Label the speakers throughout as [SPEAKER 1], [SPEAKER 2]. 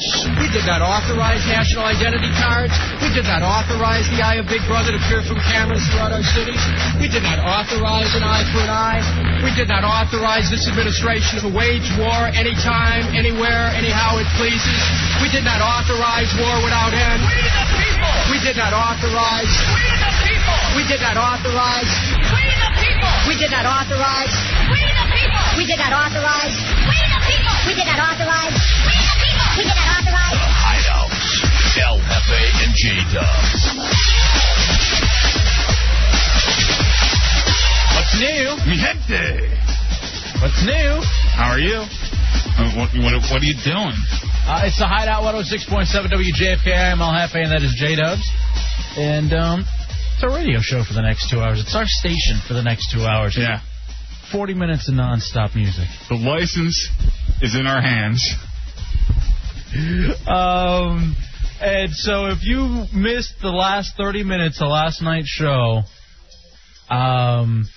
[SPEAKER 1] did not authorize national identity cards. We did not authorize the eye of Big Brother to peer from cameras throughout our cities. We did not authorize an eye for an eye. We did not authorize this administration to wage war anytime, anywhere, anyhow it pleases. We did not authorize war without end.
[SPEAKER 2] We the people.
[SPEAKER 1] We did not authorize.
[SPEAKER 2] We the people.
[SPEAKER 1] We did not authorize.
[SPEAKER 2] We the people.
[SPEAKER 3] We did not authorize.
[SPEAKER 2] We the people.
[SPEAKER 3] We did not authorize.
[SPEAKER 2] We the people.
[SPEAKER 3] We did not authorize.
[SPEAKER 2] We the people.
[SPEAKER 3] We did not authorize.
[SPEAKER 4] The Hideouts. LFA and J Dubs.
[SPEAKER 5] What's new?
[SPEAKER 4] Mi gente.
[SPEAKER 5] What's new?
[SPEAKER 4] How are you? Uh, What, what, what are you doing?
[SPEAKER 5] Uh, it's the Hideout 106.7 WJFK. I'm Al Hefe, and that is J Dubs. And um, it's our radio show for the next two hours. It's our station for the next two hours.
[SPEAKER 4] Yeah.
[SPEAKER 5] 40 minutes of nonstop music.
[SPEAKER 4] The license is in our hands.
[SPEAKER 5] Um, and so if you missed the last 30 minutes of last night's show, um,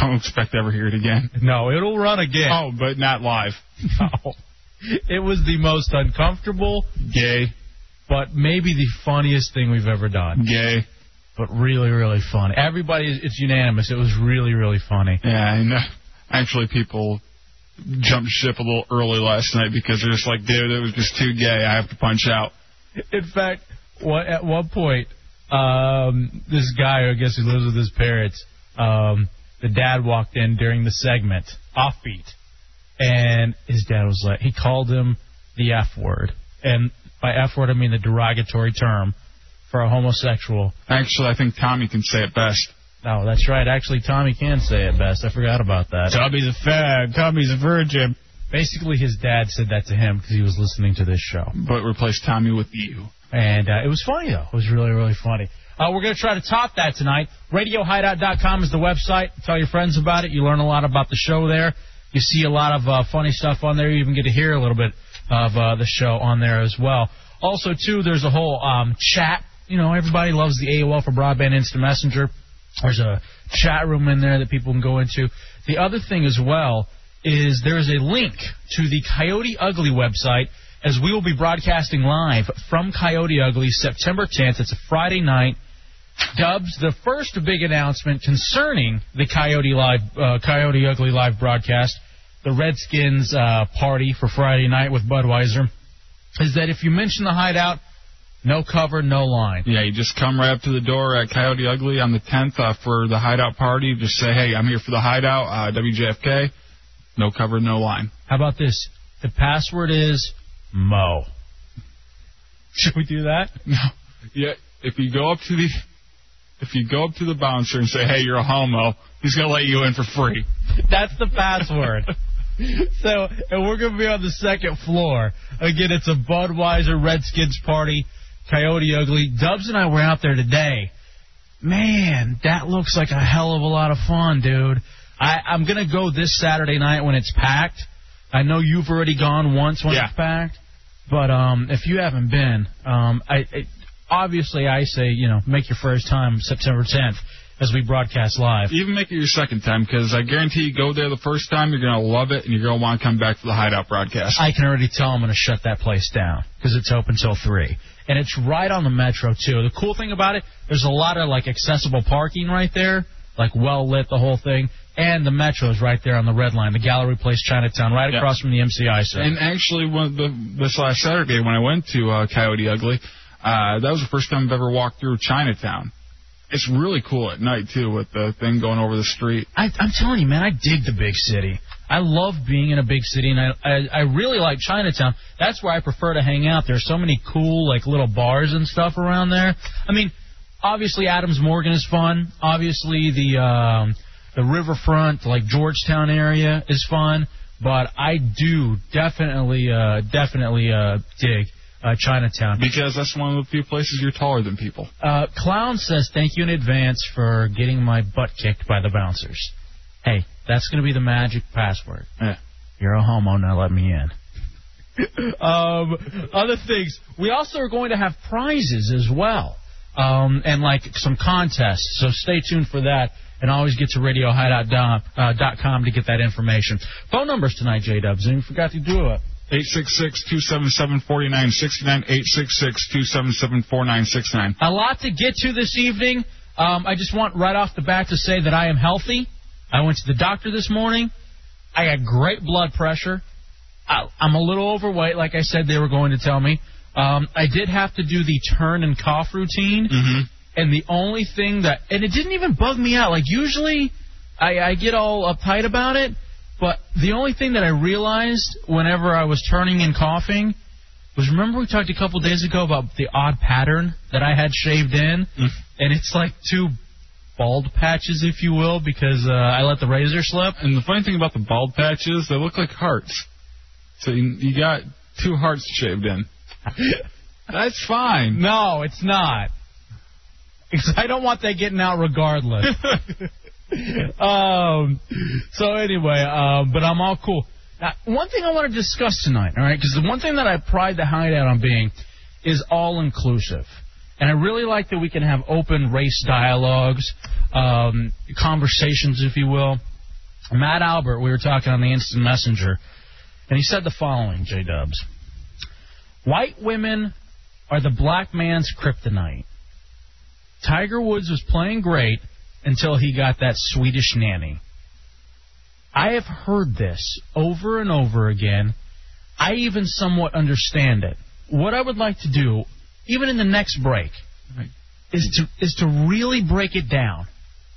[SPEAKER 4] Don't expect to ever hear it again.
[SPEAKER 5] no, it'll run again.
[SPEAKER 4] Oh, but not live.
[SPEAKER 5] No. It was the most uncomfortable,
[SPEAKER 4] Gay.
[SPEAKER 5] but maybe the funniest thing we've ever done.
[SPEAKER 4] Gay.
[SPEAKER 5] But really, really fun. Everybody, it's unanimous. It was really, really funny.
[SPEAKER 4] Yeah, I know. Actually, people jumped ship a little early last night because they're just like, dude, it was just too gay. I have to punch out.
[SPEAKER 5] In fact, what, at one point, um, this guy, I guess who lives with his parents, um, the dad walked in during the segment, offbeat, and his dad was like, he called him the F word, and by F word I mean the derogatory term for a homosexual.
[SPEAKER 4] Actually, I think Tommy can say it best.
[SPEAKER 5] Oh, that's right. Actually, Tommy can say it best. I forgot about that.
[SPEAKER 4] Tommy's a fag. Tommy's a virgin.
[SPEAKER 5] Basically, his dad said that to him because he was listening to this show.
[SPEAKER 4] But replace Tommy with you.
[SPEAKER 5] And uh, it was funny, though. It was really, really funny. Uh, we're going to try to top that tonight. RadioHideout.com is the website. Tell your friends about it. You learn a lot about the show there. You see a lot of uh, funny stuff on there. You even get to hear a little bit of uh, the show on there as well. Also, too, there's a whole um, chat. You know, everybody loves the AOL for Broadband Instant Messenger. There's a chat room in there that people can go into. The other thing as well is there is a link to the Coyote Ugly website as we will be broadcasting live from Coyote Ugly September 10th. It's a Friday night. Dubs, the first big announcement concerning the Coyote Live, uh, Coyote Ugly live broadcast, the Redskins uh, party for Friday night with Budweiser, is that if you mention the hideout, no cover, no line.
[SPEAKER 4] Yeah, you just come right up to the door at Coyote Ugly on the 10th uh, for the hideout party. Just say, hey, I'm here for the hideout, uh, WJFK. No cover, no line.
[SPEAKER 5] How about this? The password is Mo. Should we do that?
[SPEAKER 4] No. Yeah, if you go up to the if you go up to the bouncer and say, hey, you're a homo, he's gonna let you in for free.
[SPEAKER 5] That's the password. so, and we're going to be on the second floor. Again, it's a Budweiser Redskins party, Coyote Ugly. Dubs and I were out there today. Man, that looks like a hell of a lot of fun, dude. I, I'm going to go this Saturday night when it's packed. I know you've already gone once when
[SPEAKER 4] Yeah.
[SPEAKER 5] it's packed, but um, if you haven't been, um, I, I obviously I say you know make your first time September 10th as we broadcast live.
[SPEAKER 4] Even make it your second time, 'cause I guarantee you go there the first time, you're gonna love it, and you're gonna want to come back for the hideout broadcast.
[SPEAKER 5] I can already tell I'm going to shut that place down because it's open till three, and it's right on the metro too. The cool thing about it, there's a lot of like accessible parking right there, like well lit, the whole thing, and the metro is right there on the red line, the Gallery Place, Chinatown, right
[SPEAKER 4] Yeah.
[SPEAKER 5] across from the MCI. So
[SPEAKER 4] And actually, when the, this last Saturday when I went to uh, Coyote Ugly, uh, that was the first time I've ever walked through Chinatown. It's really cool at night too, with the thing going over the street.
[SPEAKER 5] I, I'm telling you, man, I dig the big city. I love being in a big city, and I, I I really like Chinatown. That's where I prefer to hang out. There's so many cool like little bars and stuff around there. I mean, obviously Adams Morgan is fun. Obviously the um, the riverfront like Georgetown area is fun. But I do definitely uh, definitely uh, dig uh, Chinatown.
[SPEAKER 4] Because that's one of the few places you're taller than people.
[SPEAKER 5] Uh, Clown says thank you in advance for getting my butt kicked by the bouncers. Hey, that's gonna be the magic password.
[SPEAKER 4] Yeah.
[SPEAKER 5] You're a homo, now let me in. um, other things. We also are going to have prizes as well, um, and like some contests. So stay tuned for that, and always get to radiohideout.com uh, dot com to get that information. Phone numbers tonight, J Dubs, and we forgot to do it.
[SPEAKER 4] 866-277-4969, 866-277-4969.
[SPEAKER 5] A lot to get to this evening. Um, I just want right off the bat to say that I am healthy. I went to the doctor this morning. I got great blood pressure. I, I'm a little overweight, like I said they were going to tell me. Um, I did have to do the turn and cough routine,
[SPEAKER 4] Mm-hmm.
[SPEAKER 5] and the only thing that and it didn't even bug me out. Like usually, I, I get all uptight about it, but the only thing that I realized whenever I was turning and coughing was remember we talked a couple days ago about the odd pattern that I had shaved in,
[SPEAKER 4] Mhm.
[SPEAKER 5] and it's like two bald patches, if you will, because uh, I let the razor slip.
[SPEAKER 4] And the funny thing about the bald patches, they look like hearts. So you, you got two hearts shaved in. That's fine.
[SPEAKER 5] No, it's not. 'Cause I don't want that getting out regardless. um, so anyway, um, but I'm all cool. Now, one thing I want to discuss tonight, all right, because the one thing that I pride the hideout on being is all inclusive. And I really like that we can have open race dialogues, um, conversations, if you will. Matt Albert, we were talking on the instant messenger, and he said the following, J Dubs. White women are the black man's kryptonite. Tiger Woods was playing great until he got that Swedish nanny. I have heard this over and over again. I even somewhat understand it. What I would like to do, even in the next break, is to is to really break it down.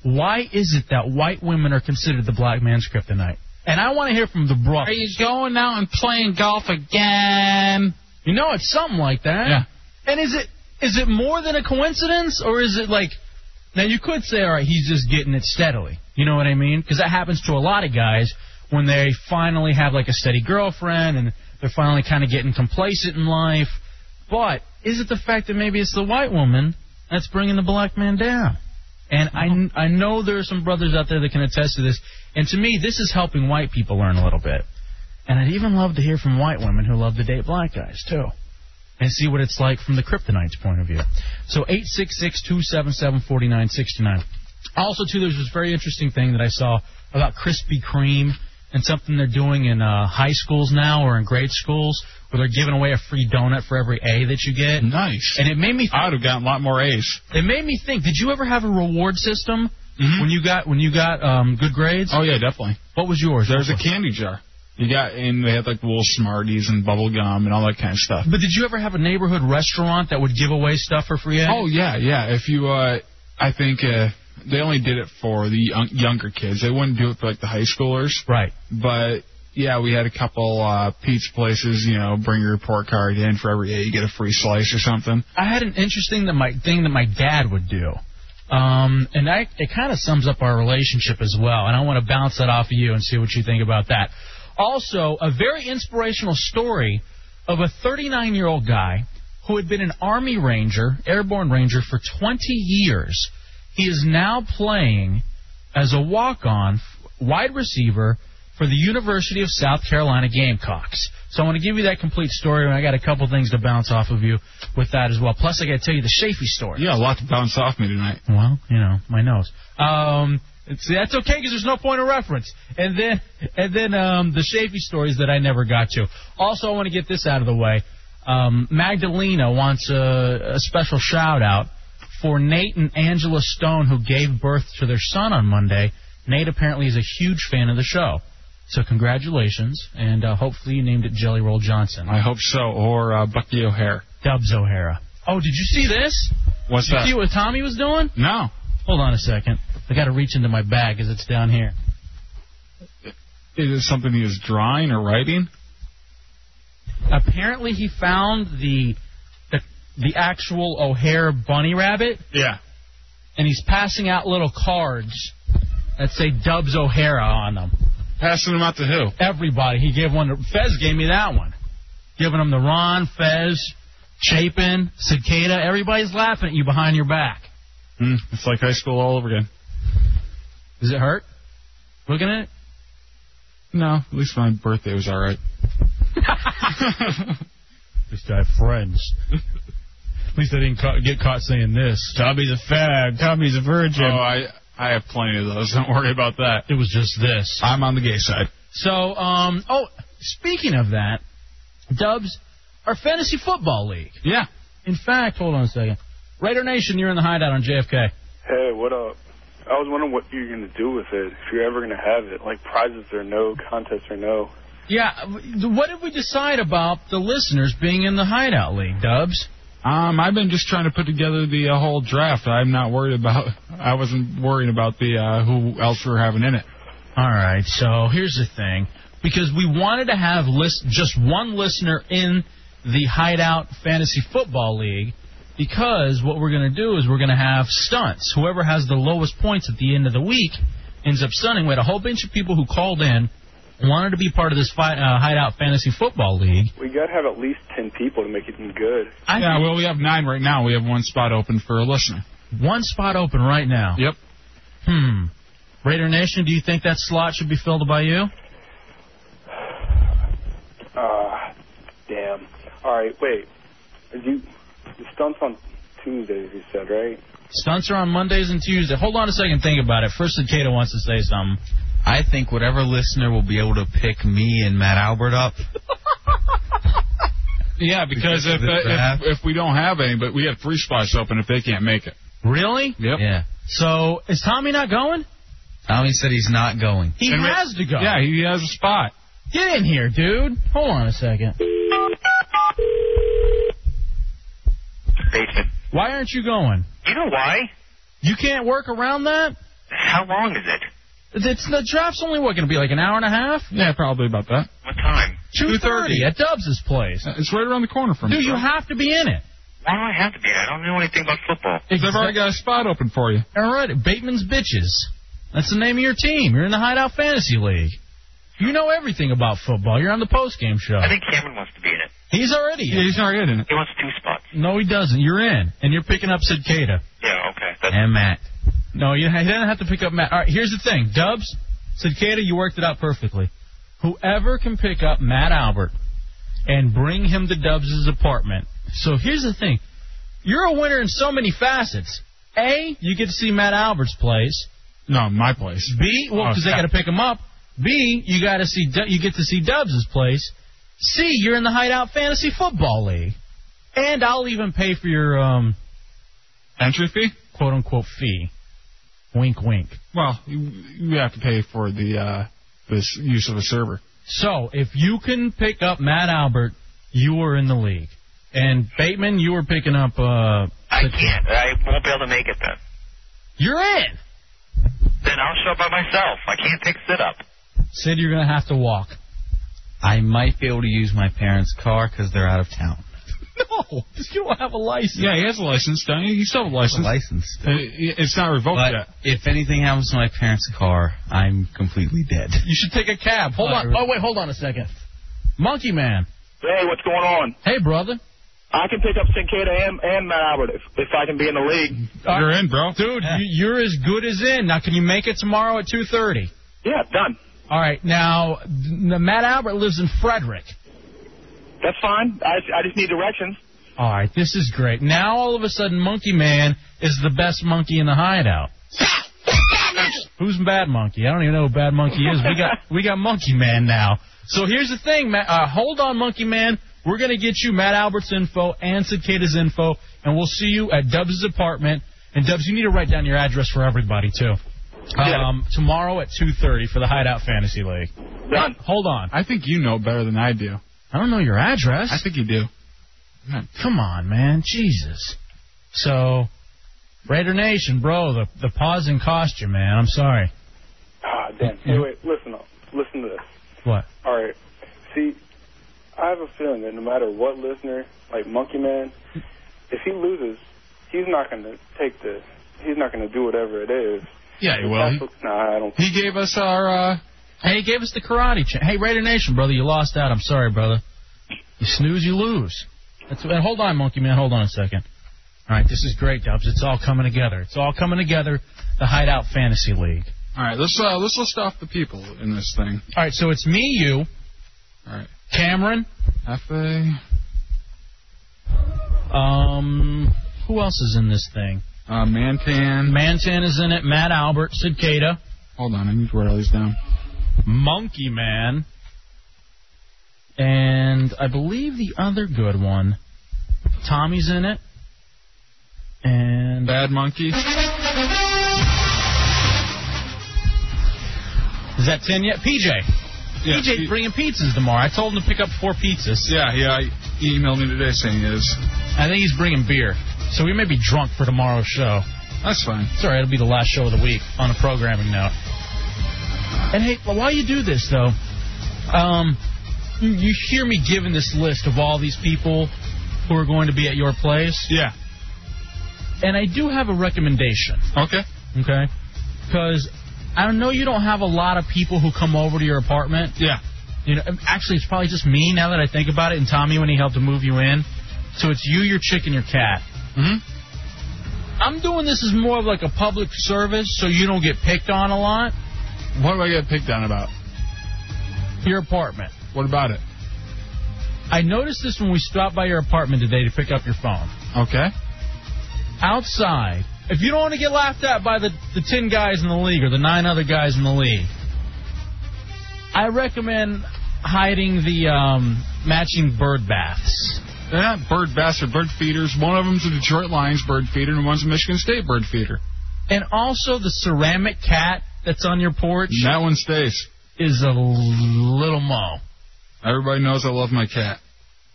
[SPEAKER 5] Why is it that white women are considered the black man's kryptonite? And I want to hear from the brother.
[SPEAKER 4] going out and playing golf again?
[SPEAKER 5] You know, it's something like that.
[SPEAKER 4] Yeah.
[SPEAKER 5] And is it is it more than a coincidence, or is it like? Now you could say, all right, he's just getting it steadily. You know what I mean? Because that happens to a lot of guys when they finally have like a steady girlfriend and they're finally kind of getting complacent in life. But is it the fact that maybe it's the white woman that's bringing the black man down? And
[SPEAKER 4] Oh.
[SPEAKER 5] I, I know there are some brothers out there that can attest to this. And to me, this is helping white people learn a little bit. And I'd even love to hear from white women who love to date black guys, too. And see what it's like from the kryptonite's point of view. So 866-277-4969. Also, too, there's this very interesting thing that I saw about Krispy Kreme and something they're doing in uh, high schools now or in grade schools where they're giving away a free donut for every A that you get.
[SPEAKER 4] Nice.
[SPEAKER 5] And it made me
[SPEAKER 4] I would have gotten a lot more A's.
[SPEAKER 5] it made me think. Did you ever have a reward system
[SPEAKER 4] Mhm.
[SPEAKER 5] when you got when you got um, good grades?
[SPEAKER 4] Oh yeah, definitely.
[SPEAKER 5] What was yours?
[SPEAKER 4] There's a candy jar. You got and they had like little Smarties and bubble gum and all that kind of stuff.
[SPEAKER 5] But did you ever have a neighborhood restaurant that would give away stuff for free?
[SPEAKER 4] Oh yeah, yeah. If you, uh, I think uh, they only did it for the young, younger kids. They wouldn't do it for like the high schoolers.
[SPEAKER 5] right.
[SPEAKER 4] But yeah, we had a couple uh, pizza places. You know, bring your report card in for every day, you get a free slice or something.
[SPEAKER 5] I had an interesting that my thing that my dad would do, um, and I, it kind of sums up our relationship as well. And I want to bounce that off of you and see what you think about that. Also, a very inspirational story of a 39 year old guy who had been an Army Ranger, Airborne Ranger, for 20 years. He is now playing as a walk on wide receiver for the University of South Carolina Gamecocks. So I want to give you that complete story, and I got a couple things to bounce off of you with that as well. Plus, I got to tell you the Shafee story.
[SPEAKER 4] Yeah, a lot to bounce off me tonight.
[SPEAKER 5] Well, you know, my nose. Um, see, that's okay because there's no point of reference. And then, and then um, the Shafee stories that I never got to. Also, I want to get this out of the way. Um, Magdalena wants a, a special shout out for Nate and Angela Stone, who gave birth to their son on Monday. Nate apparently is a huge fan of the show. So congratulations, and uh, hopefully you named it Jelly Roll Johnson.
[SPEAKER 4] I hope so. Or uh, Bucky O'Hare.
[SPEAKER 5] Dubs O'Hara. Oh, did you see this?
[SPEAKER 4] What's
[SPEAKER 5] Did you see
[SPEAKER 4] that?
[SPEAKER 5] what Tommy was doing?
[SPEAKER 4] No.
[SPEAKER 5] Hold on a second. I got to reach into my bag because it's down here.
[SPEAKER 4] Is it something he was drawing or writing?
[SPEAKER 5] Apparently, he found the the, the actual O'Hare bunny rabbit,
[SPEAKER 4] Yeah.
[SPEAKER 5] and he's passing out little cards that say Dubs O'Hara on them.
[SPEAKER 4] Passing them out to who?
[SPEAKER 5] Everybody, he gave one to Fez. Gave me that one, giving them to Ron, Fez, Chapin, Cicada. Everybody's laughing at you behind your back.
[SPEAKER 4] Hmm, it's like high school all over again.
[SPEAKER 5] Does it hurt? Looking at it.
[SPEAKER 4] No, at least my birthday was all right.
[SPEAKER 5] At least I have friends. At least I didn't ca- get caught saying this. Tommy's a fag. Tommy's a virgin.
[SPEAKER 4] Oh, I I have plenty of those. Don't worry about that.
[SPEAKER 5] It was just this.
[SPEAKER 4] I'm on the gay side.
[SPEAKER 5] So, um, oh, speaking of that, Dubs, our fantasy football league.
[SPEAKER 4] Yeah.
[SPEAKER 5] In fact, hold on a second. Raider Nation, you're in the hideout on JFK.
[SPEAKER 6] Hey, what up? I was wondering what you're gonna do with it, if you're ever gonna have it, like prizes or no, contests or no.
[SPEAKER 5] Yeah, what did we decide about the listeners being in the hideout league, Dubs?
[SPEAKER 4] Um, I've been just trying to put together the uh, whole draft. I'm not worried about. I wasn't worried about the uh, who else we're having in it.
[SPEAKER 5] All right, so here's the thing. Because we wanted to have list just one listener in the Hideout Fantasy Football League, because what we're going to do is we're going to have stunts. Whoever has the lowest points at the end of the week ends up stunning. We had a whole bunch of people who called in, wanted to be part of this fight, uh, Hideout Fantasy Football League.
[SPEAKER 6] We gotta have at least ten people to make it good.
[SPEAKER 5] I
[SPEAKER 4] Yeah,
[SPEAKER 5] think
[SPEAKER 4] well, we have nine right now. We have one spot open for a listener.
[SPEAKER 5] one spot open right now.
[SPEAKER 4] Yep.
[SPEAKER 5] Hmm. Raider Nation, do you think that slot should be filled by you?
[SPEAKER 6] Ah, damn. All right, wait. Is you the stunts on Tuesdays? You said right?
[SPEAKER 5] Stunts are on Mondays and Tuesdays. Hold on a second, think about it. First, that Kato wants to say something.
[SPEAKER 7] I think whatever listener will be able to pick me and Matt Albert up.
[SPEAKER 4] Yeah,
[SPEAKER 7] Because
[SPEAKER 4] because,
[SPEAKER 7] of
[SPEAKER 4] if,
[SPEAKER 7] the
[SPEAKER 4] uh,
[SPEAKER 7] draft.
[SPEAKER 4] if if we don't have any, but we have three spots open if they can't make it.
[SPEAKER 5] Really?
[SPEAKER 4] Yep.
[SPEAKER 7] Yeah.
[SPEAKER 5] So is Tommy not going?
[SPEAKER 7] Tommy said he's not going.
[SPEAKER 5] He
[SPEAKER 4] And we-
[SPEAKER 5] has to go.
[SPEAKER 4] Yeah, he has a spot.
[SPEAKER 5] Get in here, dude. Hold on a second.
[SPEAKER 8] Basement.
[SPEAKER 5] Why aren't you going?
[SPEAKER 8] You know why?
[SPEAKER 5] You can't work around that.
[SPEAKER 8] How long is it?
[SPEAKER 5] It's the draft's only what going to be like an hour and a half.
[SPEAKER 4] Yeah, probably about that.
[SPEAKER 8] What time?
[SPEAKER 5] Two thirty at Dubs's place.
[SPEAKER 4] Uh, It's right around the corner from
[SPEAKER 5] Dude,
[SPEAKER 4] me.
[SPEAKER 5] you have to be in it.
[SPEAKER 8] Why do I have to be? I don't know anything about football.
[SPEAKER 4] They've already got a spot open for you.
[SPEAKER 5] All right, Bateman's Bitches. That's the name of your team. You're in the Hideout Fantasy League. You know everything about football. You're on the postgame show.
[SPEAKER 8] I think Cameron wants to be in it.
[SPEAKER 5] He's already in.
[SPEAKER 4] Yeah, he's already in it.
[SPEAKER 8] He wants two spots.
[SPEAKER 5] No, he doesn't. You're in, and you're picking up Cicada
[SPEAKER 8] Yeah, okay. That's
[SPEAKER 5] and Matt. No, you he doesn't have to pick up Matt. All right, here's the thing, Dubs, Cicada, you worked it out perfectly. Whoever can pick up Matt Albert and bring him to Dubs' apartment. So here's the thing, you're a winner in so many facets. A, you get to see Matt Albert's place.
[SPEAKER 4] No, my place.
[SPEAKER 5] B, well,
[SPEAKER 4] Oh,
[SPEAKER 5] because they
[SPEAKER 4] yeah.
[SPEAKER 5] got to pick him up. B, you got to see Du- you get to see Dubs' place. C, you're in the Hideout Fantasy Football League, and I'll even pay for your um,
[SPEAKER 4] Entry fee?
[SPEAKER 5] quote unquote fee. Wink, wink.
[SPEAKER 4] Well, you, you have to pay for the uh, this use of a server.
[SPEAKER 5] So if you can pick up Matt Albert, you are in the league. And Bateman, you were picking up. Uh,
[SPEAKER 8] I
[SPEAKER 5] Cicada.
[SPEAKER 8] can't. I won't be able to make it then.
[SPEAKER 5] You're in.
[SPEAKER 8] Then I'll show up by myself. I can't take sit up.
[SPEAKER 5] Sid, you're gonna have to walk.
[SPEAKER 7] I might be able to use my parents' car because they're out of town.
[SPEAKER 5] No, you don't have a license.
[SPEAKER 4] Yeah, he has a license, don't you? You still have a
[SPEAKER 7] It's a
[SPEAKER 4] license.
[SPEAKER 7] license.
[SPEAKER 4] Uh, it- it's not revoked
[SPEAKER 7] But
[SPEAKER 4] yet.
[SPEAKER 7] if anything happens to my parents' car, I'm completely dead.
[SPEAKER 5] You should take a cab. Hold on. Oh wait, hold on a second. Monkey Man.
[SPEAKER 6] Hey, what's going on?
[SPEAKER 5] Hey, brother.
[SPEAKER 6] I can pick up Sincada and and Matt Albert if, if I can be in the league.
[SPEAKER 4] You're in, bro. Dude,
[SPEAKER 5] You- You're as good as in. Now, can you make it tomorrow at 2.30?
[SPEAKER 6] Yeah, done.
[SPEAKER 5] All right. Now, n- Matt Albert lives in Frederick.
[SPEAKER 6] That's fine. I I just need directions.
[SPEAKER 5] All right. This is great. Now, all of a sudden, Monkey Man is the best monkey in the hideout. Who's Bad Monkey? I don't even know who Bad Monkey is. We got we got Monkey Man now. So here's the thing, Matt. Uh, hold on, Monkey Man. We're gonna get you Matt Albert's info and Cicada's info, and we'll see you at Dubs' apartment. And Dubs, you need to write down your address for everybody too. Um, tomorrow at 2:30 for the Hideout Fantasy League.
[SPEAKER 6] Done.
[SPEAKER 5] Hold on.
[SPEAKER 4] I think you know better than I do.
[SPEAKER 5] I don't know your address.
[SPEAKER 4] I think you do.
[SPEAKER 5] Come on, man. Jesus. So, Raider Nation, bro, the the pausing cost you, man. I'm sorry.
[SPEAKER 6] Ah, damn. Hey, wait. Listen up. Listen to this.
[SPEAKER 5] What?
[SPEAKER 6] All right. See, I have a feeling that no matter what listener, like Monkey Man, if he loses, he's not going to take this. He's not going to do whatever it is.
[SPEAKER 4] Yeah, he will.
[SPEAKER 6] That's what- nah, I don't.
[SPEAKER 4] He, he gave us our. Uh,
[SPEAKER 5] Hey, he gave us the karate chant. Hey, Raider Nation, brother, you lost out. I'm sorry, brother. You snooze, you lose. That's, and hold on, Monkey Man. Hold on a second. All right, this is great, Dubs. It's all coming together. It's all coming together. The Hideout Fantasy League.
[SPEAKER 4] all right, let's uh, let's list off the people in this thing.
[SPEAKER 5] All right, so it's me, you,
[SPEAKER 4] All right,
[SPEAKER 5] Cameron.
[SPEAKER 4] Fa.
[SPEAKER 5] Um, who else is in this thing?
[SPEAKER 4] Uh, Mantan.
[SPEAKER 5] Mantan is in it. Matt Albert, Sid Cada.
[SPEAKER 4] Hold on, I need to write all these down.
[SPEAKER 5] Monkey Man. And I believe the other good one, Tommy's in it. And
[SPEAKER 4] Bad Monkey.
[SPEAKER 5] is that 10 yet? PJ.
[SPEAKER 4] Yeah,
[SPEAKER 5] PJ's
[SPEAKER 4] P-
[SPEAKER 5] bringing pizzas tomorrow. I told him to pick up four pizzas.
[SPEAKER 4] Yeah, yeah. He emailed me today saying he is.
[SPEAKER 5] I think he's bringing beer. So we may be drunk for tomorrow's show.
[SPEAKER 4] That's fine.
[SPEAKER 5] It's all right. It'll be the last show of the week on a programming note. And hey, while you do this though, um, you- you hear me giving this list of all these people who are going to be at your place,
[SPEAKER 4] Yeah.
[SPEAKER 5] and I do have a recommendation.
[SPEAKER 4] Okay.
[SPEAKER 5] Okay. Because I know you don't have a lot of people who come over to your apartment.
[SPEAKER 4] Yeah.
[SPEAKER 5] You know, actually, it's probably just me now that I think about it, and Tommy when he helped to move you in. So it's you, your chick, and your cat.
[SPEAKER 4] hmm Mm-hmm.
[SPEAKER 5] I'm doing this as more of like a public service, so you don't get picked on a lot.
[SPEAKER 4] What do I get picked on about?
[SPEAKER 5] Your apartment.
[SPEAKER 4] What about it?
[SPEAKER 5] I noticed this when we stopped by your apartment today to pick up your phone.
[SPEAKER 4] Okay.
[SPEAKER 5] Outside, if you don't want to get laughed at by the, the 10 guys in the league or the nine other guys in the league, I recommend hiding the um, matching bird baths.
[SPEAKER 4] They're not bird bass or bird feeders. One of them's a Detroit Lions bird feeder, and one's a Michigan State bird feeder.
[SPEAKER 5] And also the ceramic cat that's on your porch
[SPEAKER 4] And that one stays.
[SPEAKER 5] is a little mo.
[SPEAKER 4] Everybody knows I love my cat.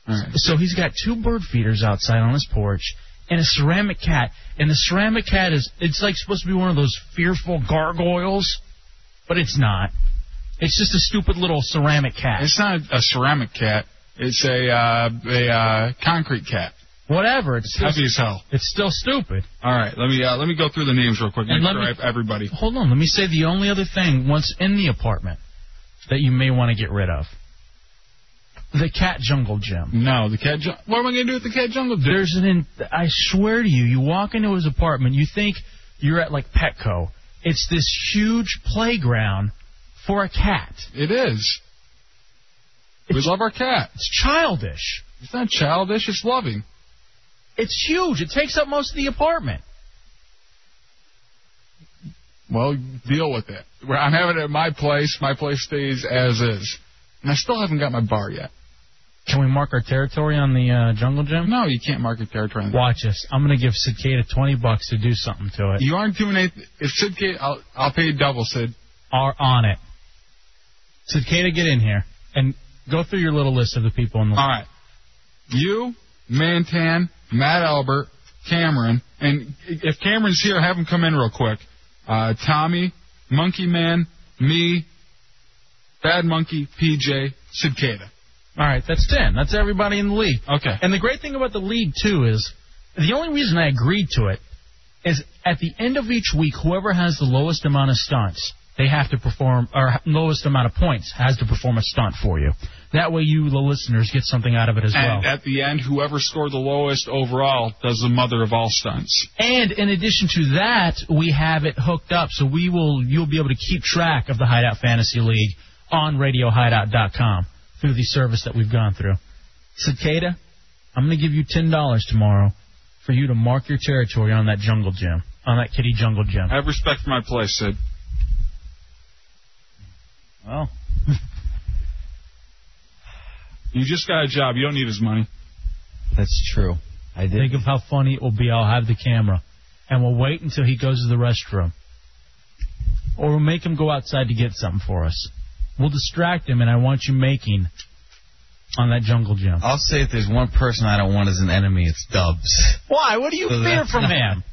[SPEAKER 4] All right.
[SPEAKER 5] So he's got two bird feeders outside on his porch and a ceramic cat. And the ceramic cat is it's like supposed to be one of those fearful gargoyles, but it's not. It's just a stupid little ceramic cat.
[SPEAKER 4] It's not a ceramic cat. It's a uh, a uh, concrete cat.
[SPEAKER 5] Whatever. It's still,
[SPEAKER 4] Heavy as hell.
[SPEAKER 5] it's still stupid.
[SPEAKER 4] All right, let me uh, let me go through the names real quick. Make
[SPEAKER 5] And let
[SPEAKER 4] sure
[SPEAKER 5] me-
[SPEAKER 4] I have everybody.
[SPEAKER 5] Hold on. Let me say the only other thing once in the apartment that you may want to get rid of. The cat jungle gym.
[SPEAKER 4] No, the cat. Ju- what am I gonna do with the cat jungle? Gym?
[SPEAKER 5] There's an. In- I swear to you, you walk into his apartment, you think you're at like Petco. It's this huge playground for a cat.
[SPEAKER 4] It is. We love our cat.
[SPEAKER 5] It's childish.
[SPEAKER 4] It's not childish. It's loving.
[SPEAKER 5] It's huge. It takes up most of the apartment.
[SPEAKER 4] Well, deal with it. Where I'm having it at my place. My place stays as is, and I still haven't got my bar yet.
[SPEAKER 5] Can we mark our territory on the uh, jungle gym?
[SPEAKER 4] No, you can't market territory. On that.
[SPEAKER 5] Watch us. I'm gonna give Cicada 20 bucks to do something to it.
[SPEAKER 4] You aren't doing anything. If Sid, can, I'll I'll pay double, Sid.
[SPEAKER 5] Are on it. Cicada, get in here and go through your little list of the people in the.
[SPEAKER 4] All right. You, Mantan, Matt Albert, Cameron, and if Cameron's here, have him come in real quick. Uh, Tommy, Monkey Man, me, Bad Monkey, PJ, Cicada.
[SPEAKER 5] All right, that's 10. That's everybody in the league.
[SPEAKER 4] Okay.
[SPEAKER 5] And the great thing about the league too is the only reason I agreed to it is at the end of each week, whoever has the lowest amount of stunts, they have to perform or lowest amount of points has to perform a stunt for you. That way, you the listeners get something out of it as
[SPEAKER 4] And
[SPEAKER 5] well.
[SPEAKER 4] at the end, whoever scored the lowest overall does the mother of all stunts.
[SPEAKER 5] And in addition to that, we have it hooked up, so we will you'll be able to keep track of the Hideout Fantasy League on RadioHideout.com through the service that we've gone through. Cicada, I'm going to give you ten dollars tomorrow for you to mark your territory on that jungle gym, on that kitty jungle gym.
[SPEAKER 4] I have respect for my place, Sid.
[SPEAKER 5] Well,
[SPEAKER 4] You just got a job. You don't need his money.
[SPEAKER 7] That's true. I
[SPEAKER 5] think
[SPEAKER 7] did.
[SPEAKER 5] of how funny it will be. I'll have the camera, and we'll wait until he goes to the restroom, or we'll make him go outside to get something for us. We'll distract him, and I want you making on that jungle gym.
[SPEAKER 7] I'll say if there's one person I don't want as an enemy, it's Dubs.
[SPEAKER 5] Why? What do you
[SPEAKER 7] So
[SPEAKER 5] fear
[SPEAKER 7] that's
[SPEAKER 5] from
[SPEAKER 7] not-
[SPEAKER 5] him?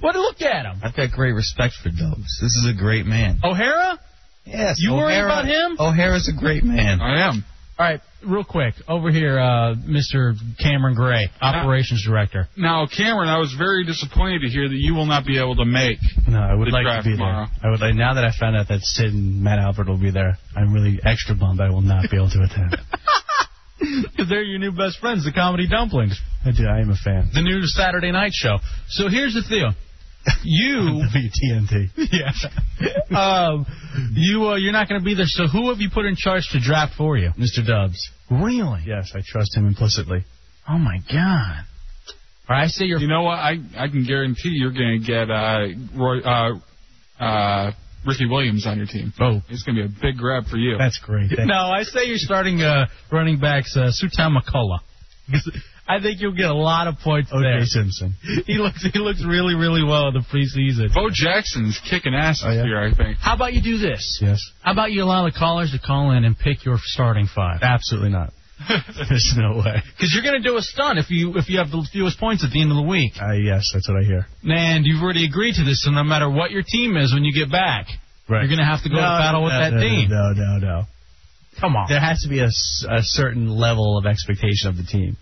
[SPEAKER 5] What? Look at him.
[SPEAKER 7] I've got great respect for Dubs. This is a great man.
[SPEAKER 5] O'Hara.
[SPEAKER 7] Yes.
[SPEAKER 5] You worry
[SPEAKER 7] O'Hara- Oh,
[SPEAKER 5] about him?
[SPEAKER 7] O'Hara's a great man.
[SPEAKER 4] I am.
[SPEAKER 5] All right, real quick over here, uh, Mr. Cameron Gray, operations director.
[SPEAKER 4] Now, Cameron, I was very disappointed to hear that you will not be able to make.
[SPEAKER 9] No, I would
[SPEAKER 4] The
[SPEAKER 9] like
[SPEAKER 4] draft
[SPEAKER 9] to be
[SPEAKER 4] tomorrow.
[SPEAKER 9] there. I would like now that I found out that Sid and Matt Albert will be there. I'm really extra bummed I will not be able to attend.
[SPEAKER 5] Because they're your new best friends, the Comedy Dumplings,
[SPEAKER 9] I do. I am a fan.
[SPEAKER 5] the new Saturday night show. So here's the deal. You,
[SPEAKER 9] WTMT.
[SPEAKER 5] yeah, um, you, uh, you're not going to be there. So who have you put in charge to draft for you, Mr. Dubs? Really?
[SPEAKER 9] Yes, I trust him implicitly.
[SPEAKER 5] Oh my God! All right, I say you're
[SPEAKER 4] You know what? I I can guarantee you're going to get uh, Roy, uh, uh, Ricky Williams on your team.
[SPEAKER 9] Oh,
[SPEAKER 4] It's going to be a big grab for you.
[SPEAKER 9] that's great. Thank-
[SPEAKER 5] No, I say you're starting uh, running backs uh, Sutan McCullough. 'Cause I think you'll get a lot of points
[SPEAKER 9] O.J.
[SPEAKER 5] there.
[SPEAKER 9] Simpson.
[SPEAKER 5] He looks he looks really really well in the preseason.
[SPEAKER 4] Bo Jackson's kicking ass this
[SPEAKER 9] Oh, yeah?
[SPEAKER 4] year, I think.
[SPEAKER 5] How about you do this?
[SPEAKER 9] Yes.
[SPEAKER 5] How about you allow the callers to call in and pick your starting five?
[SPEAKER 9] Absolutely not. There's no way.
[SPEAKER 5] Because you're going to do a stun if you if you have the fewest points at the end of the week.
[SPEAKER 9] Uh, yes, that's what I hear.
[SPEAKER 5] And you've already agreed to this, so no matter what your team is when you get back,
[SPEAKER 9] Right.
[SPEAKER 5] you're going to have to go
[SPEAKER 9] No,
[SPEAKER 5] to battle with
[SPEAKER 9] no,
[SPEAKER 5] that
[SPEAKER 9] no,
[SPEAKER 5] team.
[SPEAKER 9] No, no, no.
[SPEAKER 5] Come on.
[SPEAKER 9] There has to be a, s- a certain level of expectation of the team.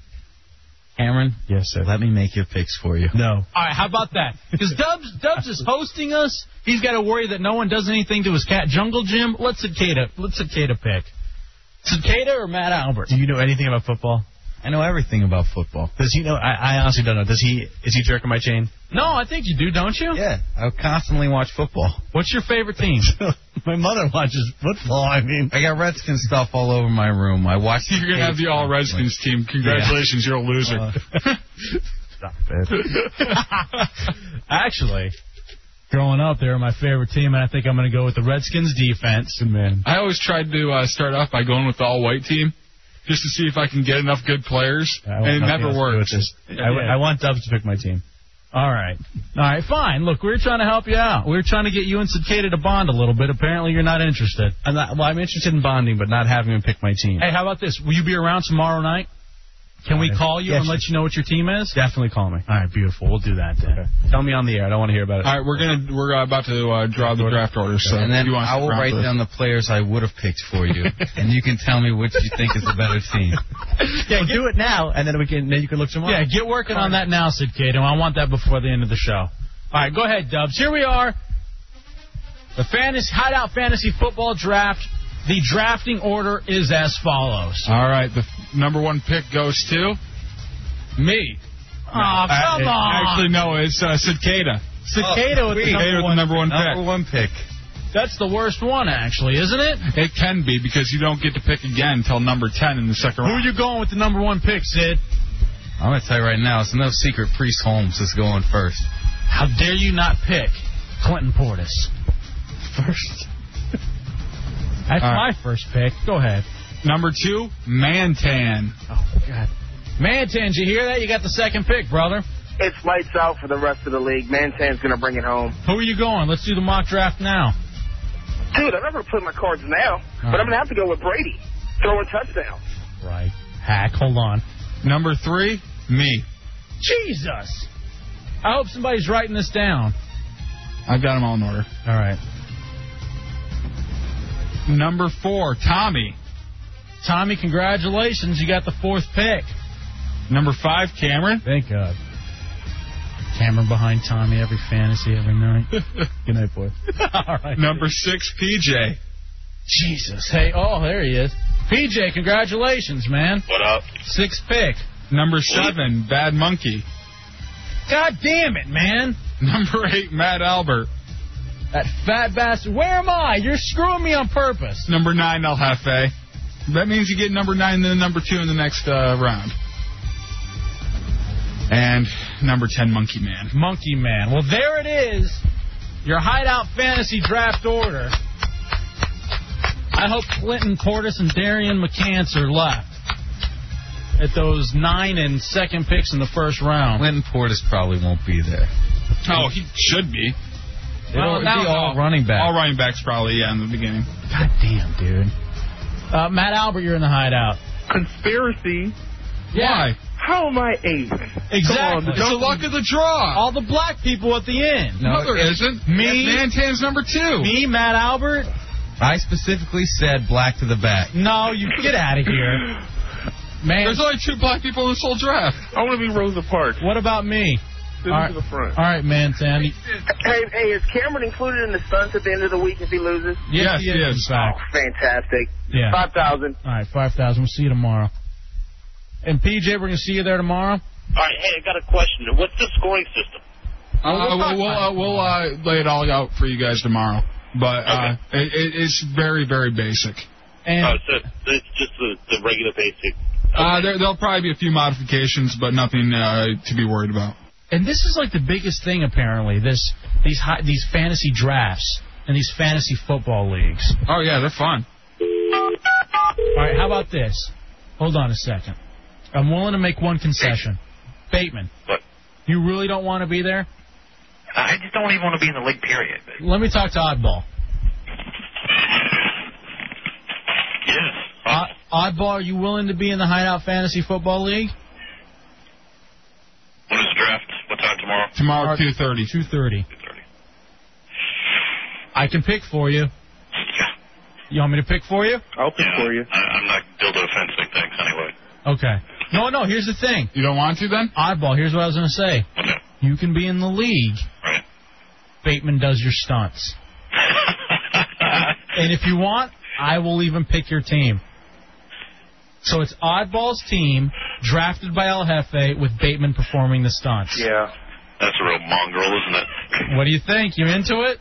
[SPEAKER 5] Cameron.
[SPEAKER 9] Yes, sir.
[SPEAKER 7] Let me make your picks for you.
[SPEAKER 9] No.
[SPEAKER 5] All right, how about that? Because Dubs Dubs is hosting us. He's got to worry that no one does anything to his cat Jungle Jim. Let's cicada. Let's cicada pick. Cicada or Matt Albert?
[SPEAKER 9] Do you know anything about football?
[SPEAKER 7] I know everything about football.
[SPEAKER 9] Does he know? I, I honestly don't know. Does he? Is he jerking my chain?
[SPEAKER 5] No, I think you do, don't you?
[SPEAKER 7] Yeah, I constantly watch football.
[SPEAKER 5] What's your favorite team?
[SPEAKER 9] my mother watches football. I mean,
[SPEAKER 7] I got Redskin stuff all over my room. I watch.
[SPEAKER 4] You're going to have the All Redskins team. Congratulations, you're a loser. Uh,
[SPEAKER 9] stop it.
[SPEAKER 5] Actually, growing up, they were my favorite team, and I think I'm going to go with the Redskins defense. man.
[SPEAKER 4] I always tried to uh, start off by going with the all white team just to see if I can get enough good players,
[SPEAKER 9] I want
[SPEAKER 4] and it
[SPEAKER 9] nothing
[SPEAKER 4] never
[SPEAKER 9] else to do with
[SPEAKER 4] works.
[SPEAKER 9] this. I, w- I want Dubs to pick my team.
[SPEAKER 5] All right. All right, fine. Look, we were trying to help you out. We were trying to get you and Cicada to bond a little bit. Apparently, you're not interested.
[SPEAKER 9] I'm not. Well, I'm interested in bonding, but not having him pick my team.
[SPEAKER 5] Hey, how about this? Will you be around tomorrow night? Can we call you
[SPEAKER 9] Yes.
[SPEAKER 5] and let you know what your team is?
[SPEAKER 9] Definitely call me.
[SPEAKER 5] All right, beautiful. We'll do that then.
[SPEAKER 9] Tell me on the air. I don't want to hear about it.
[SPEAKER 4] All right, we're gonna we're uh, about to uh, draw the draft order, so
[SPEAKER 7] And then
[SPEAKER 4] you want
[SPEAKER 7] I will
[SPEAKER 4] to
[SPEAKER 7] write down the players I would have picked for you, and you can tell me which you think is the better team.
[SPEAKER 9] Yeah, do it now, and then we can. Then you can look tomorrow.
[SPEAKER 5] Yeah, get working on that now, Sid Cato. I want that before the end of the show. All right, go ahead, Dubs. Here we are. The fantasy, Hideout Fantasy Football Draft. The drafting order is as follows.
[SPEAKER 4] All right, the f- number one pick goes to me.
[SPEAKER 5] Oh, come
[SPEAKER 4] Uh,
[SPEAKER 5] on.
[SPEAKER 4] Actually, no, it's uh, Cicada.
[SPEAKER 5] Cicada with the
[SPEAKER 4] Cicada
[SPEAKER 5] number
[SPEAKER 4] with
[SPEAKER 5] one.
[SPEAKER 4] the number one pick.
[SPEAKER 7] Number one pick.
[SPEAKER 5] That's the worst one, actually, isn't it?
[SPEAKER 4] It can be because you don't get to pick again until number ten in the second
[SPEAKER 5] Who are
[SPEAKER 4] round.
[SPEAKER 5] you going with the number one pick, Sid?
[SPEAKER 7] I'm gonna tell you right now, it's no secret. Priest Holmes is going first.
[SPEAKER 5] How dare you not pick Clinton Portis?
[SPEAKER 9] first.
[SPEAKER 5] That's
[SPEAKER 4] All
[SPEAKER 5] my first pick. Go ahead.
[SPEAKER 4] Number two, Mantan.
[SPEAKER 5] Oh, God. Mantan, you hear that? You got the second pick, brother.
[SPEAKER 10] It's lights out for the rest of the league. Mantan's going to bring it home.
[SPEAKER 5] Who are you going? Let's do the mock draft now.
[SPEAKER 10] Dude, I'm not going to put my cards now, but I'm going to have to go with Brady. Throwing touchdowns.
[SPEAKER 5] Right. Hack, hold on.
[SPEAKER 4] Number three, me.
[SPEAKER 5] Jesus! I hope somebody's writing this down.
[SPEAKER 4] I've got them all in order.
[SPEAKER 5] All right.
[SPEAKER 4] Number four, Tommy.
[SPEAKER 5] Tommy, congratulations. You got the fourth pick.
[SPEAKER 4] Number five, Cameron.
[SPEAKER 5] Thank God. Cameron behind Tommy every fantasy every night.
[SPEAKER 9] Good night, boy.
[SPEAKER 5] All right.
[SPEAKER 4] Number six, PJ.
[SPEAKER 5] Jesus. Hey, oh, there he is. PJ, congratulations, man.
[SPEAKER 8] What up?
[SPEAKER 5] Sixth pick.
[SPEAKER 4] Number seven, Bad Monkey.
[SPEAKER 5] God damn it, man.
[SPEAKER 4] Number eight, Matt Albert.
[SPEAKER 5] That fat bastard. Where am I? You're screwing me on purpose.
[SPEAKER 4] Number nine, El Jefe. That means you get number nine and then number two in the next uh, round. And number ten, Monkey Man.
[SPEAKER 5] Monkey Man. Well, there it is. Your hideout fantasy draft order. I hope Clinton Portis and Darian McCants are left at those nine and second picks in the first round.
[SPEAKER 7] Clinton Portis probably won't be there.
[SPEAKER 4] Oh, he should be.
[SPEAKER 5] Well,
[SPEAKER 7] it'd
[SPEAKER 5] now-
[SPEAKER 7] be all running back.
[SPEAKER 4] All running backs probably, yeah, in the beginning.
[SPEAKER 5] God damn, dude. Uh, Matt Albert, you're in the hideout.
[SPEAKER 10] Conspiracy?
[SPEAKER 4] Why?
[SPEAKER 10] How am I eighth?
[SPEAKER 5] Exactly.
[SPEAKER 10] the
[SPEAKER 4] It's the luck of the draw.
[SPEAKER 5] All the black people at the end.
[SPEAKER 7] No,
[SPEAKER 4] Mother
[SPEAKER 7] it-
[SPEAKER 4] isn't.
[SPEAKER 5] me-
[SPEAKER 4] Mantan's number two.
[SPEAKER 5] Me, Matt Albert?
[SPEAKER 7] I specifically said black to the back.
[SPEAKER 5] No, you get out of here. Man,
[SPEAKER 4] There's only two black people in this whole draft.
[SPEAKER 10] I want to be Rosa Parks.
[SPEAKER 5] what about me?
[SPEAKER 10] This
[SPEAKER 5] All right.
[SPEAKER 10] is the front.
[SPEAKER 5] All right, man, Sandy.
[SPEAKER 10] Hey, hey, is Cameron included in the stunts at the end of the week if he loses? Oh,
[SPEAKER 4] Yes,
[SPEAKER 5] he
[SPEAKER 4] yes.
[SPEAKER 5] is, in fact.
[SPEAKER 10] Fantastic.
[SPEAKER 5] Yeah.
[SPEAKER 10] 5,000.
[SPEAKER 5] All right, 5,000. We'll see you tomorrow. And PJ, we're going to see you there tomorrow.
[SPEAKER 8] All right, hey, I got a question. What's the scoring system?
[SPEAKER 4] Uh, we'll we'll, uh, we'll uh, lay it all out for you guys tomorrow. But uh, it, it, it's very, very basic.
[SPEAKER 5] And
[SPEAKER 8] Oh, so it's just the, the regular basic.
[SPEAKER 4] Uh, there, there'll probably be a few modifications, but nothing uh, to be worried about.
[SPEAKER 5] and this is like the biggest thing apparently. This these high, these fantasy drafts. in these fantasy football leagues.
[SPEAKER 4] Oh yeah, they're fun.
[SPEAKER 5] All right, how about this? Hold on a second. I'm willing to make one concession. Bateman,
[SPEAKER 8] What?
[SPEAKER 5] you really don't want to be there?
[SPEAKER 8] I just don't even want to be in the league, period.
[SPEAKER 5] Let me talk to Oddball.
[SPEAKER 8] Yes.
[SPEAKER 5] Odd Oddball, are you willing to be in the Hideout Fantasy Football League?
[SPEAKER 8] When is the draft? What time tomorrow?
[SPEAKER 4] Tomorrow two thirty.
[SPEAKER 5] 2.30.
[SPEAKER 8] 2.30.
[SPEAKER 5] I can pick for you.
[SPEAKER 8] Yeah.
[SPEAKER 5] You want me to pick for you?
[SPEAKER 10] I'll pick for you.
[SPEAKER 8] I, I'm not dildo fencing things anyway.
[SPEAKER 5] Okay. No, no, here's the thing.
[SPEAKER 4] You don't want to then?
[SPEAKER 5] Oddball, here's what I was going to say.
[SPEAKER 8] Okay.
[SPEAKER 5] You can be in the league.
[SPEAKER 8] Right.
[SPEAKER 5] Bateman does your stunts. And if you want, I will even pick your team. So it's Oddball's team, drafted by El Jefe, with Bateman performing the stunts.
[SPEAKER 10] Yeah.
[SPEAKER 8] That's a real mongrel, isn't it?
[SPEAKER 5] What do you think? You into it?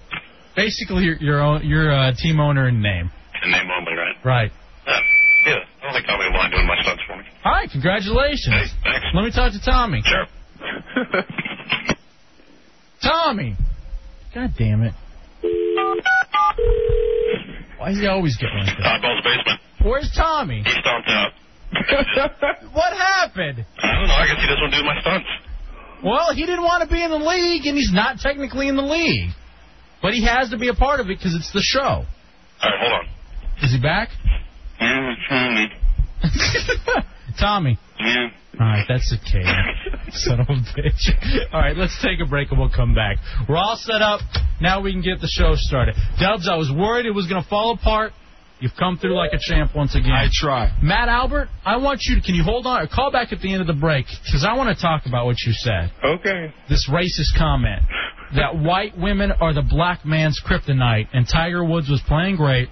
[SPEAKER 5] Basically, you're you're, own, you're a team owner in name.
[SPEAKER 8] In name only, right?
[SPEAKER 5] Right.
[SPEAKER 8] Yeah. Yeah. I don't think Tommy will mind doing my stunts for me.
[SPEAKER 5] All right,
[SPEAKER 8] Hey,
[SPEAKER 5] congratulations.
[SPEAKER 8] thanks.
[SPEAKER 5] Let me talk to Tommy.
[SPEAKER 8] Sure.
[SPEAKER 5] Tommy! God damn it. Why does he always get like that?
[SPEAKER 8] Oddball's basement.
[SPEAKER 5] Where's Tommy?
[SPEAKER 8] He stomped out.
[SPEAKER 5] What happened?
[SPEAKER 8] I don't know. I guess he doesn't want to do my stunts.
[SPEAKER 5] Well, he didn't want to be in the league, and he's not technically in the league. But he has to be a part of it because it's the show.
[SPEAKER 8] All right, hold on.
[SPEAKER 5] Is he back?
[SPEAKER 8] Mm-hmm.
[SPEAKER 5] Tommy.
[SPEAKER 8] Yeah.
[SPEAKER 5] All right, that's okay. Son of a bitch. All right, let's take a break and we'll come back. We're all set up. Now we can get the show started. Dubs, I was worried it was going to fall apart. You've come through like a champ once again.
[SPEAKER 4] I try.
[SPEAKER 5] Matt Albert, I want you to. Can you hold on? Or call back at the end of the break because I want to talk about what you said.
[SPEAKER 10] Okay.
[SPEAKER 5] This racist comment that white women are the black man's kryptonite, and Tiger Woods was playing great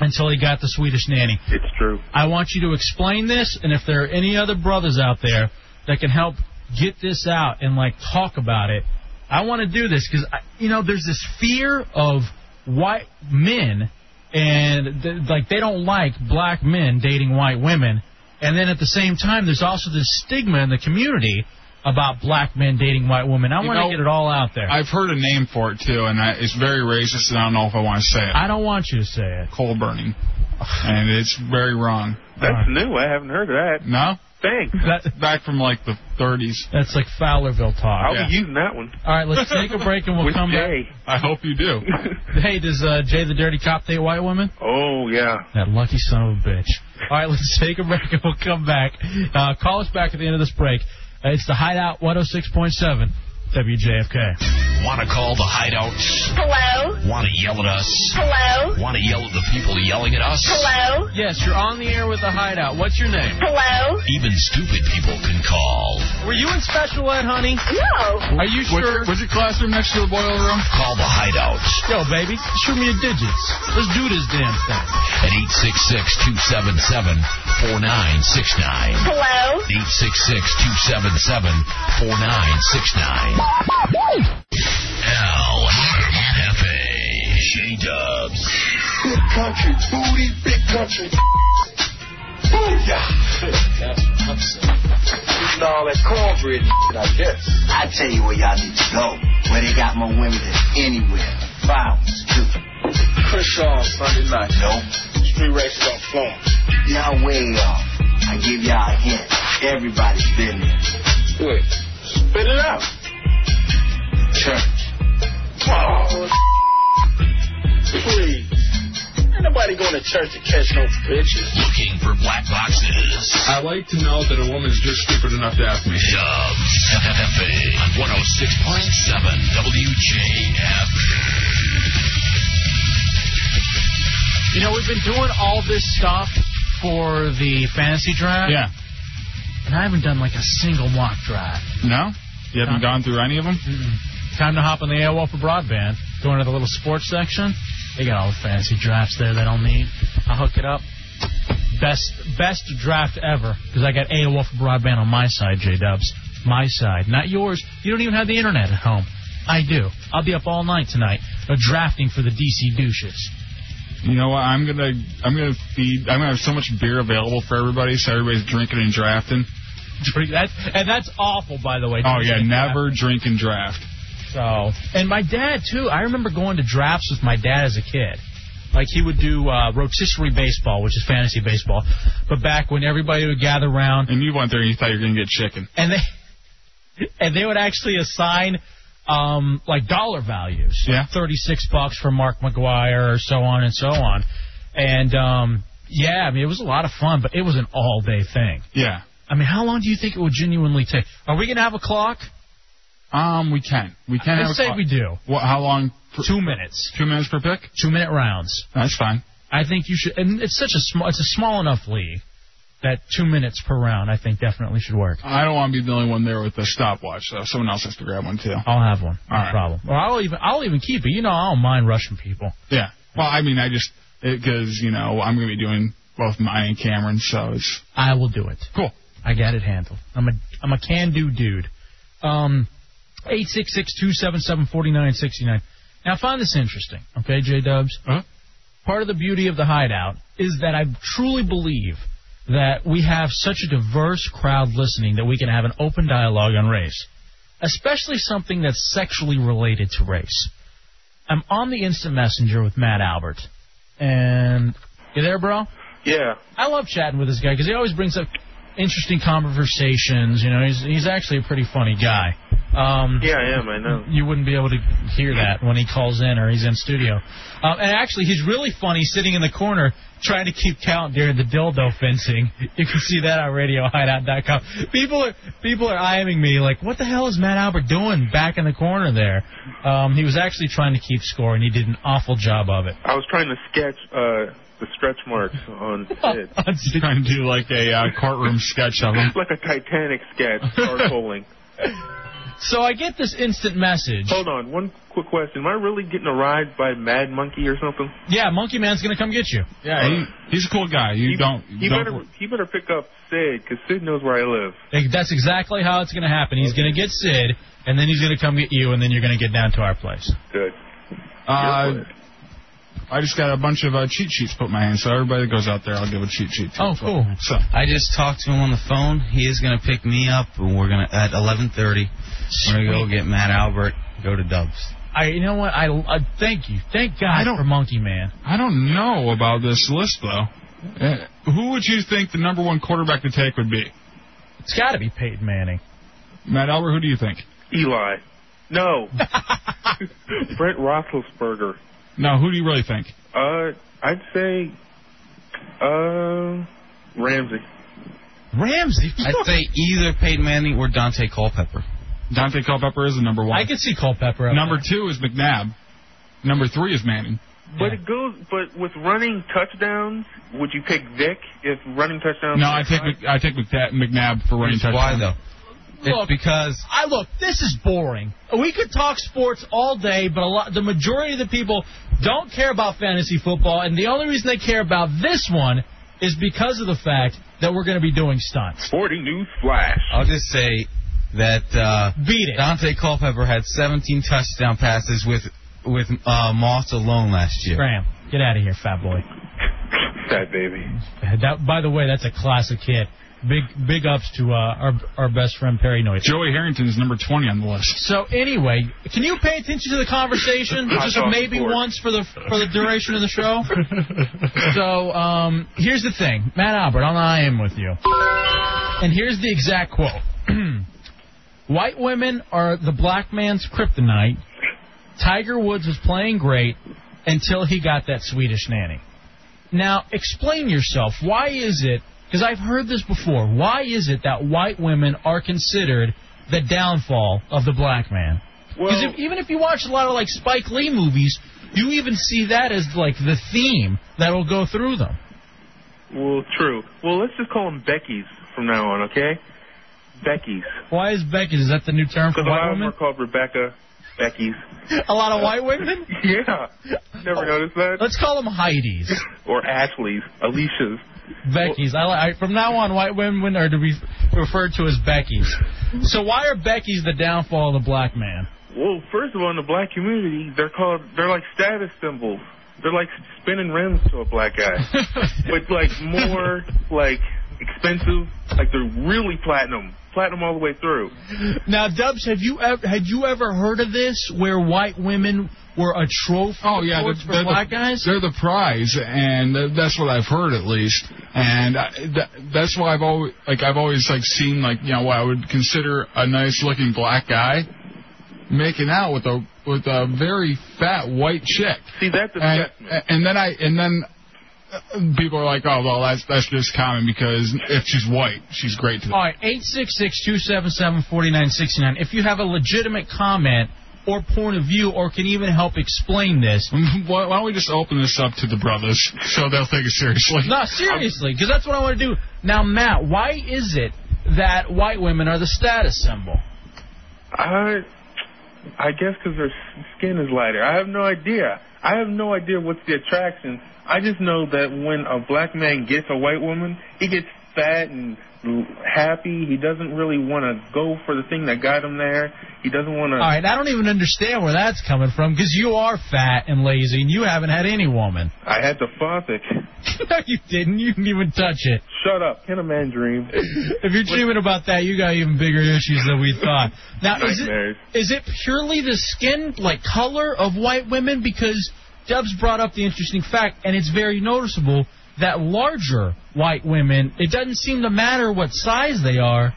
[SPEAKER 5] until he got the Swedish nanny.
[SPEAKER 10] It's true.
[SPEAKER 5] I want you to explain this, and if there are any other brothers out there that can help get this out and like talk about it, I want to do this because you know there's this fear of white men and th- like they don't like black men dating white women, and then at the same time there's also this stigma in the community about black men dating white women. I
[SPEAKER 4] You
[SPEAKER 5] want to
[SPEAKER 4] know,
[SPEAKER 5] get it all out there. I,
[SPEAKER 4] I've heard a name for it too, and I, it's very racist, and I don't know if I want to say it.
[SPEAKER 5] don't want you to say it.
[SPEAKER 4] Coal burning, and it's very wrong.
[SPEAKER 10] That's new. I haven't heard of that.
[SPEAKER 4] No,
[SPEAKER 10] Thanks.
[SPEAKER 5] That,
[SPEAKER 4] back from like the 30s.
[SPEAKER 5] that's like Fowlerville talk.
[SPEAKER 10] I'll
[SPEAKER 4] Yeah.
[SPEAKER 10] be using that one.
[SPEAKER 5] All right, let's take a break and we'll
[SPEAKER 10] With
[SPEAKER 5] come back.
[SPEAKER 10] Jay.
[SPEAKER 4] I hope you do.
[SPEAKER 5] Hey, does uh, Jay the Dirty Cop date white women?
[SPEAKER 10] oh yeah.
[SPEAKER 5] That lucky son of a bitch. All right, let's take a break and we'll come back. Uh, call us back at the end of this break. Uh, it's the Hideout 106.7 WJFK.
[SPEAKER 11] Want to call the hideout?
[SPEAKER 2] Hello?
[SPEAKER 11] Want to yell at us?
[SPEAKER 2] Hello?
[SPEAKER 11] Want to yell at the people yelling at us?
[SPEAKER 2] Hello?
[SPEAKER 5] Yes, you're on the air with the Hideout. What's your name?
[SPEAKER 2] Hello?
[SPEAKER 11] Even stupid people can call.
[SPEAKER 5] Were you in special ed, honey?
[SPEAKER 2] No.
[SPEAKER 5] Are you
[SPEAKER 4] What's
[SPEAKER 5] sure?
[SPEAKER 4] your, what's your classroom next to the boiler room?
[SPEAKER 11] Call the hideout
[SPEAKER 5] Yo, baby, shoot me your digits. Let's do this damn thing.
[SPEAKER 11] at 866 277 4969.
[SPEAKER 2] Hello?
[SPEAKER 11] 866 277 4969. L. F. A. J. Dubs.
[SPEAKER 10] Big country, booty, big country.
[SPEAKER 8] Eating all that cornbread, I guess.
[SPEAKER 10] I tell you where y'all need to go. Where they got more women than anywhere. Violence, too.
[SPEAKER 8] Crenshaw on Sunday night.
[SPEAKER 10] Nope.
[SPEAKER 8] Street races on Florence.
[SPEAKER 10] Y'all way off. I give y'all a hint. Everybody's been there.
[SPEAKER 8] Wait. Spit it out.
[SPEAKER 10] Church.
[SPEAKER 8] Oh, please. Ain't nobody going to church to catch no bitches.
[SPEAKER 11] Looking for black boxes.
[SPEAKER 4] I like to know that a woman's just stupid enough to ask me.
[SPEAKER 11] Dubs FFA on 106.7 WJF.
[SPEAKER 5] You know, we've been doing all this stuff for the fantasy draft.
[SPEAKER 4] Yeah.
[SPEAKER 5] And I haven't done like a single mock draft.
[SPEAKER 4] No? You haven't gone through any of them?
[SPEAKER 5] Time to hop on the AOL for broadband. Going to the little sports section. They got all the fancy drafts there that I'll need. I'll hook it up. Best best draft ever because I got AOL for broadband on my side, J Dubs. My side, not yours. You don't even have the internet at home. I do. I'll be up all night tonight, uh, drafting for the DC douches.
[SPEAKER 4] You know what? I'm gonna I'm gonna feed. I'm gonna have so much beer available for everybody, so everybody's drinking and drafting.
[SPEAKER 5] Drink- That's, and that's awful, by the way.
[SPEAKER 4] Oh yeah,
[SPEAKER 5] Drinking and
[SPEAKER 4] never drink and draft.
[SPEAKER 5] drafting. So, and my dad too. I remember going to drafts with my dad as a kid. Like he would do uh, rotisserie baseball, which is fantasy baseball, but back when everybody would gather around.
[SPEAKER 4] And you went there and you thought you were going to get chicken.
[SPEAKER 5] And they and they would actually assign um, like dollar values. Yeah. Thirty six bucks for Mark McGuire or so on and so on. And um, yeah, I mean it was a lot of fun, but it was an all day thing.
[SPEAKER 4] Yeah.
[SPEAKER 5] I mean, how long do you think it would genuinely take? Are we gonna have a clock?
[SPEAKER 4] Um, we can. We can
[SPEAKER 5] Let's
[SPEAKER 4] have a
[SPEAKER 5] say
[SPEAKER 4] clock.
[SPEAKER 5] we do.
[SPEAKER 4] What, how long? Per,
[SPEAKER 5] two minutes.
[SPEAKER 4] Two minutes per pick.
[SPEAKER 5] Two minute rounds.
[SPEAKER 4] That's fine.
[SPEAKER 5] I think you should, and it's such a small, it's a small enough league that two minutes per round, I think, definitely should work.
[SPEAKER 4] I don't want to be the only one there with a stopwatch, so someone else has to grab one too.
[SPEAKER 5] I'll have one. No
[SPEAKER 4] All right.
[SPEAKER 5] problem. Or I'll even, I'll even keep it. You know, I don't mind rushing people.
[SPEAKER 4] Yeah. Well, I mean, I just because you know I'm going to be doing both mine and Cameron, so it's
[SPEAKER 5] I will do it.
[SPEAKER 4] Cool.
[SPEAKER 5] I got it handled. I'm a, I'm a can-do dude. Um, eight six six two seven seven forty nine sixty nine. Now, I find this interesting. Okay, J Dubs.
[SPEAKER 4] Huh?
[SPEAKER 5] Part of the beauty of the hideout is that I truly believe that we have such a diverse crowd listening that we can have an open dialogue on race, especially something that's sexually related to race. I'm on the instant messenger with Matt Albert, and you there, bro?
[SPEAKER 10] Yeah.
[SPEAKER 5] I love chatting with this guy because he always brings up interesting conversations. You know, he's he's actually a pretty funny guy. Um,
[SPEAKER 10] Yeah, I am, I know.
[SPEAKER 5] You wouldn't be able to hear that when he calls in or he's in studio. Um, and actually, he's really funny sitting in the corner trying to keep count during the dildo fencing. You can see that on RadioHideout.com. People are people are eyeing me like, what the hell is Matt Albert doing back in the corner there? Um, he was actually trying to keep score and he did an awful job of it.
[SPEAKER 12] I was trying to sketch uh, the stretch marks on it.
[SPEAKER 4] trying to do like a uh, courtroom sketch of them.
[SPEAKER 12] like a Titanic sketch, charcoaling.
[SPEAKER 5] So I get this instant message.
[SPEAKER 12] Hold on, one quick question. Am I really getting a ride by Mad Monkey or something?
[SPEAKER 5] Yeah, Monkey Man's gonna come get you.
[SPEAKER 4] Yeah, he, he's a cool guy. You don't.
[SPEAKER 12] He
[SPEAKER 4] don't
[SPEAKER 12] better he better pick up Sid because Sid knows where I live.
[SPEAKER 5] Like, That's exactly how it's going to happen. He's going to get Sid, and then he's going to come get you, and then you're going to get down to our place.
[SPEAKER 12] Good.
[SPEAKER 4] Uh, I just got a bunch of uh, cheat sheets put in my hand, so everybody that goes out there, I'll give a cheat sheet. To
[SPEAKER 5] Oh, cool.
[SPEAKER 4] So
[SPEAKER 7] I just talked to him on the phone. He is going to pick me up, and we're going to at 11:30. We're going to go get Matt Albert. Go to Dubs.
[SPEAKER 5] I, you know what? I, I Uh, thank you, thank God for Monkey Man.
[SPEAKER 4] I don't know about this list though. Uh, who would you think the number one quarterback to take would be?
[SPEAKER 5] It's got to be Peyton Manning.
[SPEAKER 4] Matt Albert, who do you think?
[SPEAKER 12] Eli. No. Brent Roethlisberger.
[SPEAKER 4] No, who do you really think?
[SPEAKER 12] Uh, I'd say, uh, Ramsey.
[SPEAKER 5] Ramsey.
[SPEAKER 7] I'd say either Peyton Manning or Dante Culpepper.
[SPEAKER 4] Dante Culpepper is the number one.
[SPEAKER 5] I could see Culpepper.
[SPEAKER 4] Number two is McNabb. Number three is Manning.
[SPEAKER 12] But it goes. But with running touchdowns, would you pick Vic if running touchdowns?
[SPEAKER 4] No, I take Mc- I take McNabb, McNabb for running touchdown.
[SPEAKER 7] Why though?
[SPEAKER 5] Look,
[SPEAKER 7] because
[SPEAKER 5] I look. This is boring. We could talk sports all day, but a lot, the majority of the people don't care about fantasy football, and the only reason they care about this one is because of the fact that we're going to be doing stunts.
[SPEAKER 12] Sporting news flash.
[SPEAKER 7] I'll just say that uh,
[SPEAKER 5] beat it.
[SPEAKER 7] Dante Culpepper had 17 touchdown passes with with uh, Moss alone last year.
[SPEAKER 5] Graham, get out of here, fat boy.
[SPEAKER 12] That baby.
[SPEAKER 5] That, by the way, that's a classic hit. Big big ups to uh, our our best friend Perry Noyes.
[SPEAKER 4] Joey Harrington's number 20 on the list.
[SPEAKER 5] So anyway, can you pay attention to the conversation
[SPEAKER 4] Hot
[SPEAKER 5] just
[SPEAKER 4] dog
[SPEAKER 5] maybe
[SPEAKER 4] sport.
[SPEAKER 5] once for the for the duration of the show? so um, here's the thing, Matt Albert, on I am with you, and here's the exact quote: White women are the black man's kryptonite. Tiger Woods was playing great until he got that Swedish nanny. Now, explain yourself. Why is it, because I've heard this before, why is it that white women are considered the downfall of the black man? Because if, even if you watch a lot of like Spike Lee movies, you even see that as like the theme that'll go through them.
[SPEAKER 12] Well, true. Well, let's just call them Becky's from now on, okay? Becky's.
[SPEAKER 5] Why is Becky? Is that the new term for
[SPEAKER 12] Because a lot
[SPEAKER 5] white
[SPEAKER 12] of them are
[SPEAKER 5] women?
[SPEAKER 12] called Rebecca, Becky's.
[SPEAKER 5] A lot of white women?
[SPEAKER 12] Yeah. Never noticed that.
[SPEAKER 5] Let's call them Heidi's.
[SPEAKER 12] Or Ashley's, Alicia's.
[SPEAKER 5] Becky's. I, li- I, from now on, white women are to be referred to as Becky's. So why are Becky's the downfall of the black man?
[SPEAKER 12] Well, first of all, in the black community, they're called they're like status symbols. They're like spinning rims to a black guy, but like more like expensive. Like they're really platinum platinum all the way through.
[SPEAKER 5] Now, Dubs, have you ever had you ever heard of this where white women were a trophy?
[SPEAKER 4] Oh yeah,
[SPEAKER 5] for
[SPEAKER 4] they're
[SPEAKER 5] black
[SPEAKER 4] the,
[SPEAKER 5] guys.
[SPEAKER 4] They're the prize, and th- that's what I've heard at least. And I, that, that's why I've always like I've always like seen like you know what I would consider a nice looking black guy making out with a with a very fat white chick.
[SPEAKER 12] See, that's
[SPEAKER 4] and, and then I and then uh, people are like, oh well, that's that's just common because if she's white, she's great to
[SPEAKER 5] All right, 866-277-4969. If you have a legitimate comment or point of view or can even help explain this.
[SPEAKER 4] Why, why don't we just open this up to the brothers so they'll take it seriously?
[SPEAKER 5] No, seriously, because that's what I want to do. Now, Matt, why is it that white women are the status symbol?
[SPEAKER 12] I, I guess because their s- skin is lighter. I have no idea. I have no idea what's the attraction. I just know that when a black man gets a white woman, he gets fat and l- happy. He doesn't really want to go for the thing that got him there. He doesn't want to.
[SPEAKER 5] All right, I don't even understand where that's coming from because you are fat and lazy and you haven't had any woman.
[SPEAKER 12] I had to Fontic.
[SPEAKER 5] no, you didn't. You didn't even touch it.
[SPEAKER 12] Shut up. Can a man dream?
[SPEAKER 5] If you're dreaming about that, you got even bigger issues than we thought. Now, is
[SPEAKER 12] Nightmares.
[SPEAKER 5] it, is it purely the skin, like color of white women? Because Dubs brought up the interesting fact, and it's very noticeable that larger white women, it doesn't seem to matter what size they are.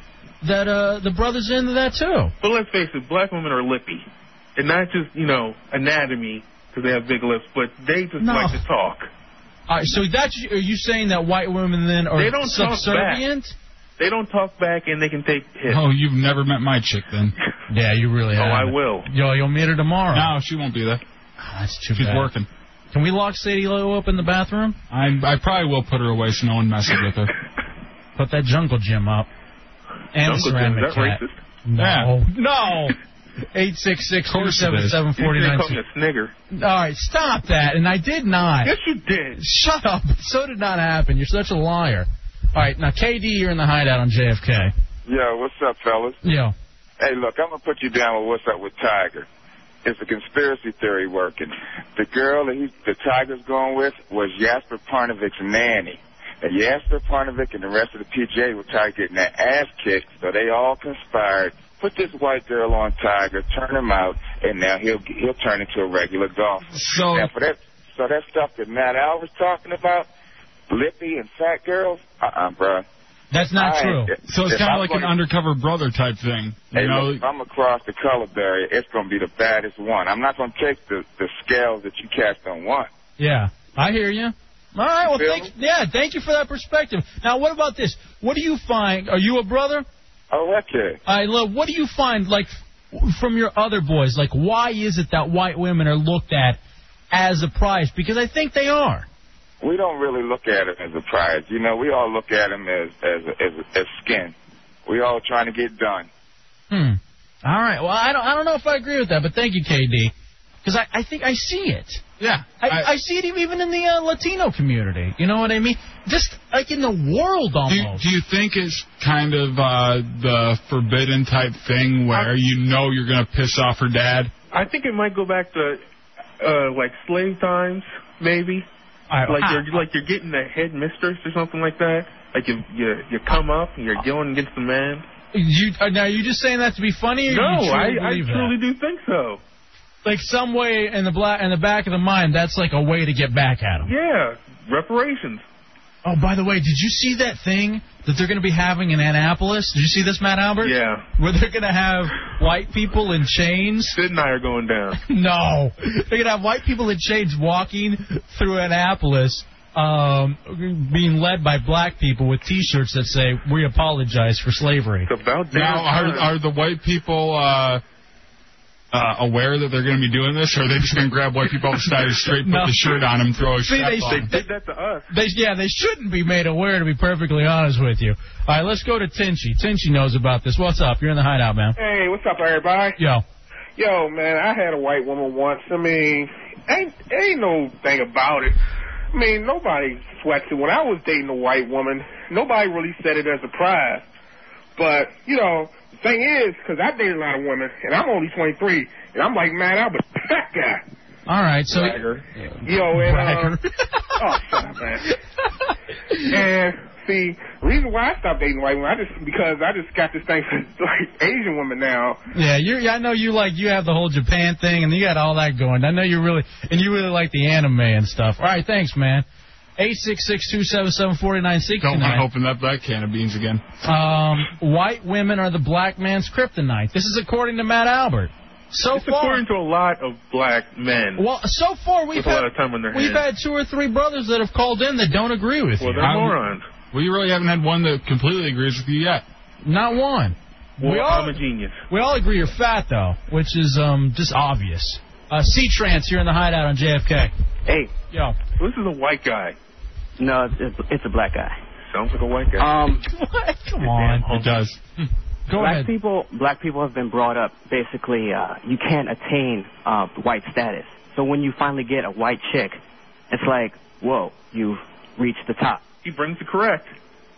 [SPEAKER 5] That uh, the brothers are into that too.
[SPEAKER 12] But let's face it, black women are lippy, and not just you know anatomy because they have big lips, but they just
[SPEAKER 5] No.
[SPEAKER 12] like to talk.
[SPEAKER 5] All right, so that's are you saying that white women then are
[SPEAKER 12] they don't talk back.
[SPEAKER 5] subservient?
[SPEAKER 12] They don't talk back, and they can take hits.
[SPEAKER 4] Oh, you've never met my chick then.
[SPEAKER 5] Yeah, you really
[SPEAKER 12] Oh, I
[SPEAKER 5] haven't.
[SPEAKER 12] will.
[SPEAKER 5] Yo, you'll meet her tomorrow.
[SPEAKER 4] No, she won't be there.
[SPEAKER 5] Ah, that's too
[SPEAKER 4] She's
[SPEAKER 5] bad.
[SPEAKER 4] working.
[SPEAKER 5] Can we lock Sadie Lowe up in the bathroom?
[SPEAKER 4] I I probably will put her away so no one messes with her.
[SPEAKER 5] Put that jungle gym up. And
[SPEAKER 12] Uncle Jim,
[SPEAKER 5] ceramic
[SPEAKER 12] is that
[SPEAKER 5] cat.
[SPEAKER 12] racist?
[SPEAKER 5] No.
[SPEAKER 4] Yeah.
[SPEAKER 5] No. 866
[SPEAKER 12] You
[SPEAKER 5] 277
[SPEAKER 12] didn't call me a snigger.
[SPEAKER 5] All right, stop that. And I did not.
[SPEAKER 12] Yes, you did.
[SPEAKER 5] Shut up. So did not happen. You're such a liar. All right, now, KD, you're in the hideout on JFK.
[SPEAKER 13] Yo, what's up, fellas?
[SPEAKER 5] Yeah.
[SPEAKER 13] Hey, look, I'm gonna put you down with what's up with Tiger. It's a conspiracy theory working. The girl that he, the Tiger's going with was Jasper Parnovic's nanny. And Jasper Parnovic and the rest of the PGA were tired of getting their ass kicked, so they all conspired. Put this white girl on Tiger, turn him out, and now he'll he'll turn into a regular golfer.
[SPEAKER 4] So-
[SPEAKER 13] now for that, so that stuff that Matt Al was talking about, lippy and fat girls, uh-uh, bruh.
[SPEAKER 5] That's not
[SPEAKER 13] I-
[SPEAKER 5] true.
[SPEAKER 4] So it's
[SPEAKER 13] if
[SPEAKER 4] kind
[SPEAKER 13] I'm
[SPEAKER 4] of like an
[SPEAKER 13] gonna-
[SPEAKER 4] undercover brother type thing.
[SPEAKER 13] Hey,
[SPEAKER 4] You know,
[SPEAKER 13] look, if I'm across the color barrier, it's going to be the baddest one. I'm not going to take the, the scales that you cats don't want.
[SPEAKER 5] Yeah, I hear you. All right, well,
[SPEAKER 13] You feel
[SPEAKER 5] thank, yeah, thank you for that perspective. Now, what about this? What do you find? Are you a brother?
[SPEAKER 13] Oh, heck yeah.
[SPEAKER 5] I love. What do you find like w- from your other boys? Like, why is it that white women are looked at as a prize? Because I think they are.
[SPEAKER 13] We don't really look at it as a prize. You know, we all look at them as, as, as, as skin. We all trying to get done.
[SPEAKER 5] Hmm. All right. Well, I don't. I don't know if I agree with that, but thank you, KD, because I, I think I see it.
[SPEAKER 4] Yeah.
[SPEAKER 5] I, I, see it even in the uh, Latino community. You know what I mean? Just like in the world,
[SPEAKER 4] do,
[SPEAKER 5] almost.
[SPEAKER 4] do you think it's kind of uh, the forbidden type thing
[SPEAKER 13] Uh,
[SPEAKER 4] where you know you're gonna piss off her dad?
[SPEAKER 12] I think it might go back to uh like slave times, maybe.
[SPEAKER 5] All right,
[SPEAKER 12] Like
[SPEAKER 5] ah,
[SPEAKER 12] you're like you're getting the head mistress or something like that. Like you you you come up and you're going against the man.
[SPEAKER 5] you, uh, now, are you just saying that to be funny? Or
[SPEAKER 12] No,
[SPEAKER 5] you
[SPEAKER 12] I
[SPEAKER 5] truly
[SPEAKER 12] I
[SPEAKER 5] believe that?
[SPEAKER 12] truly do think so.
[SPEAKER 5] like some way in the black in the back of the mind, that's like a way to get back at them.
[SPEAKER 12] Yeah, reparations.
[SPEAKER 5] Oh, by the way, did you see that thing that they're going to be having in Annapolis? Did you see this, Matt Albert?
[SPEAKER 12] Yeah,
[SPEAKER 5] Where they're going to have white people in chains?
[SPEAKER 12] Sid and I are going down.
[SPEAKER 5] No, they're going to have white people in chains walking through Annapolis. Um, being led by black people with T-shirts that say "We apologize for slavery."
[SPEAKER 12] It's about damn
[SPEAKER 4] Now, are
[SPEAKER 12] time.
[SPEAKER 4] are the white people uh, uh, aware that they're gonna be doing this, or are they just gonna grab white people off the side of the street, put
[SPEAKER 5] No.
[SPEAKER 4] the shirt on them, throw a
[SPEAKER 5] See,
[SPEAKER 4] strap
[SPEAKER 5] they-
[SPEAKER 4] on
[SPEAKER 12] they
[SPEAKER 4] 'em?
[SPEAKER 12] did that to us.
[SPEAKER 5] They, yeah, they shouldn't be made aware, to be perfectly honest with you. All right, let's go to Tinchy. Tinchy knows about this. What's up? You're in the hideout, man.
[SPEAKER 10] Hey, what's up, everybody?
[SPEAKER 5] Yo.
[SPEAKER 10] Yo, man, I had a white woman once. I mean, ain't ain't no thing about it. I mean, nobody sweats it. When I was dating a white woman, nobody really said it as a prize. But you know, the thing is, because I dated a lot of women, and I'm only 23, and I'm like, man, I'm a fat guy.
[SPEAKER 5] All right, so
[SPEAKER 10] Yo, and uh,
[SPEAKER 5] Bragger.
[SPEAKER 10] oh, shut up, man. And see, reason why I stopped dating white women, I just because I just got this thing for like Asian women now.
[SPEAKER 5] Yeah, you. are I know you like you have the whole Japan thing, and you got all that going. I know you really and you really like the anime and stuff. All right, thanks, man. Eight six six two seven seven forty nine sixty
[SPEAKER 4] Don't want to
[SPEAKER 5] nine.
[SPEAKER 4] open up that can of beans again.
[SPEAKER 5] Um, white women are the black man's kryptonite. This is according to Matt Albert. So
[SPEAKER 12] It's
[SPEAKER 5] far,
[SPEAKER 12] according to a lot of black men.
[SPEAKER 5] Well, so far we've
[SPEAKER 12] with
[SPEAKER 5] had
[SPEAKER 12] a lot of time on their
[SPEAKER 5] we've
[SPEAKER 12] hands.
[SPEAKER 5] had two or three brothers that have called in that don't agree with
[SPEAKER 12] Well,
[SPEAKER 5] you.
[SPEAKER 12] they're
[SPEAKER 5] I-
[SPEAKER 12] morons.
[SPEAKER 4] Well, you really haven't had one that completely agrees with you yet.
[SPEAKER 5] Not one.
[SPEAKER 12] Well,
[SPEAKER 5] we all
[SPEAKER 12] I'm a genius.
[SPEAKER 5] we all agree you're fat though, which is um just obvious. Uh, C Trance here in the hideout on JFK.
[SPEAKER 14] Hey.
[SPEAKER 5] Yo.
[SPEAKER 12] This is a white guy.
[SPEAKER 14] No, it's, it's a black guy.
[SPEAKER 12] Sounds like a white guy.
[SPEAKER 14] Um,
[SPEAKER 5] what? Come on.
[SPEAKER 4] It does.
[SPEAKER 5] Go
[SPEAKER 14] black
[SPEAKER 5] ahead.
[SPEAKER 14] people, black people have been brought up basically. Uh, you can't attain uh, white status. So when you finally get a white chick, it's like, whoa, you've reached the top.
[SPEAKER 12] He brings the correct.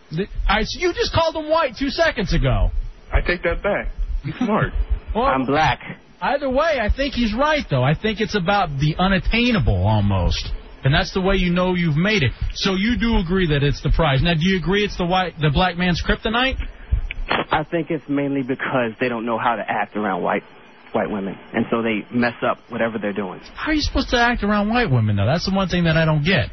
[SPEAKER 5] Th- I, so you just called him white two seconds ago.
[SPEAKER 12] I take that back. He's smart.
[SPEAKER 5] I'm
[SPEAKER 14] black.
[SPEAKER 5] Either way, I think he's right, though. I think it's about the unattainable almost. And that's the way you know you've made it. So you do agree that it's the prize. Now, do you agree it's the white, the black man's kryptonite?
[SPEAKER 14] I think it's mainly because they don't know how to act around white white women, and so they mess up whatever they're doing.
[SPEAKER 5] How are you supposed to act around white women, though? That's the one thing that I don't get.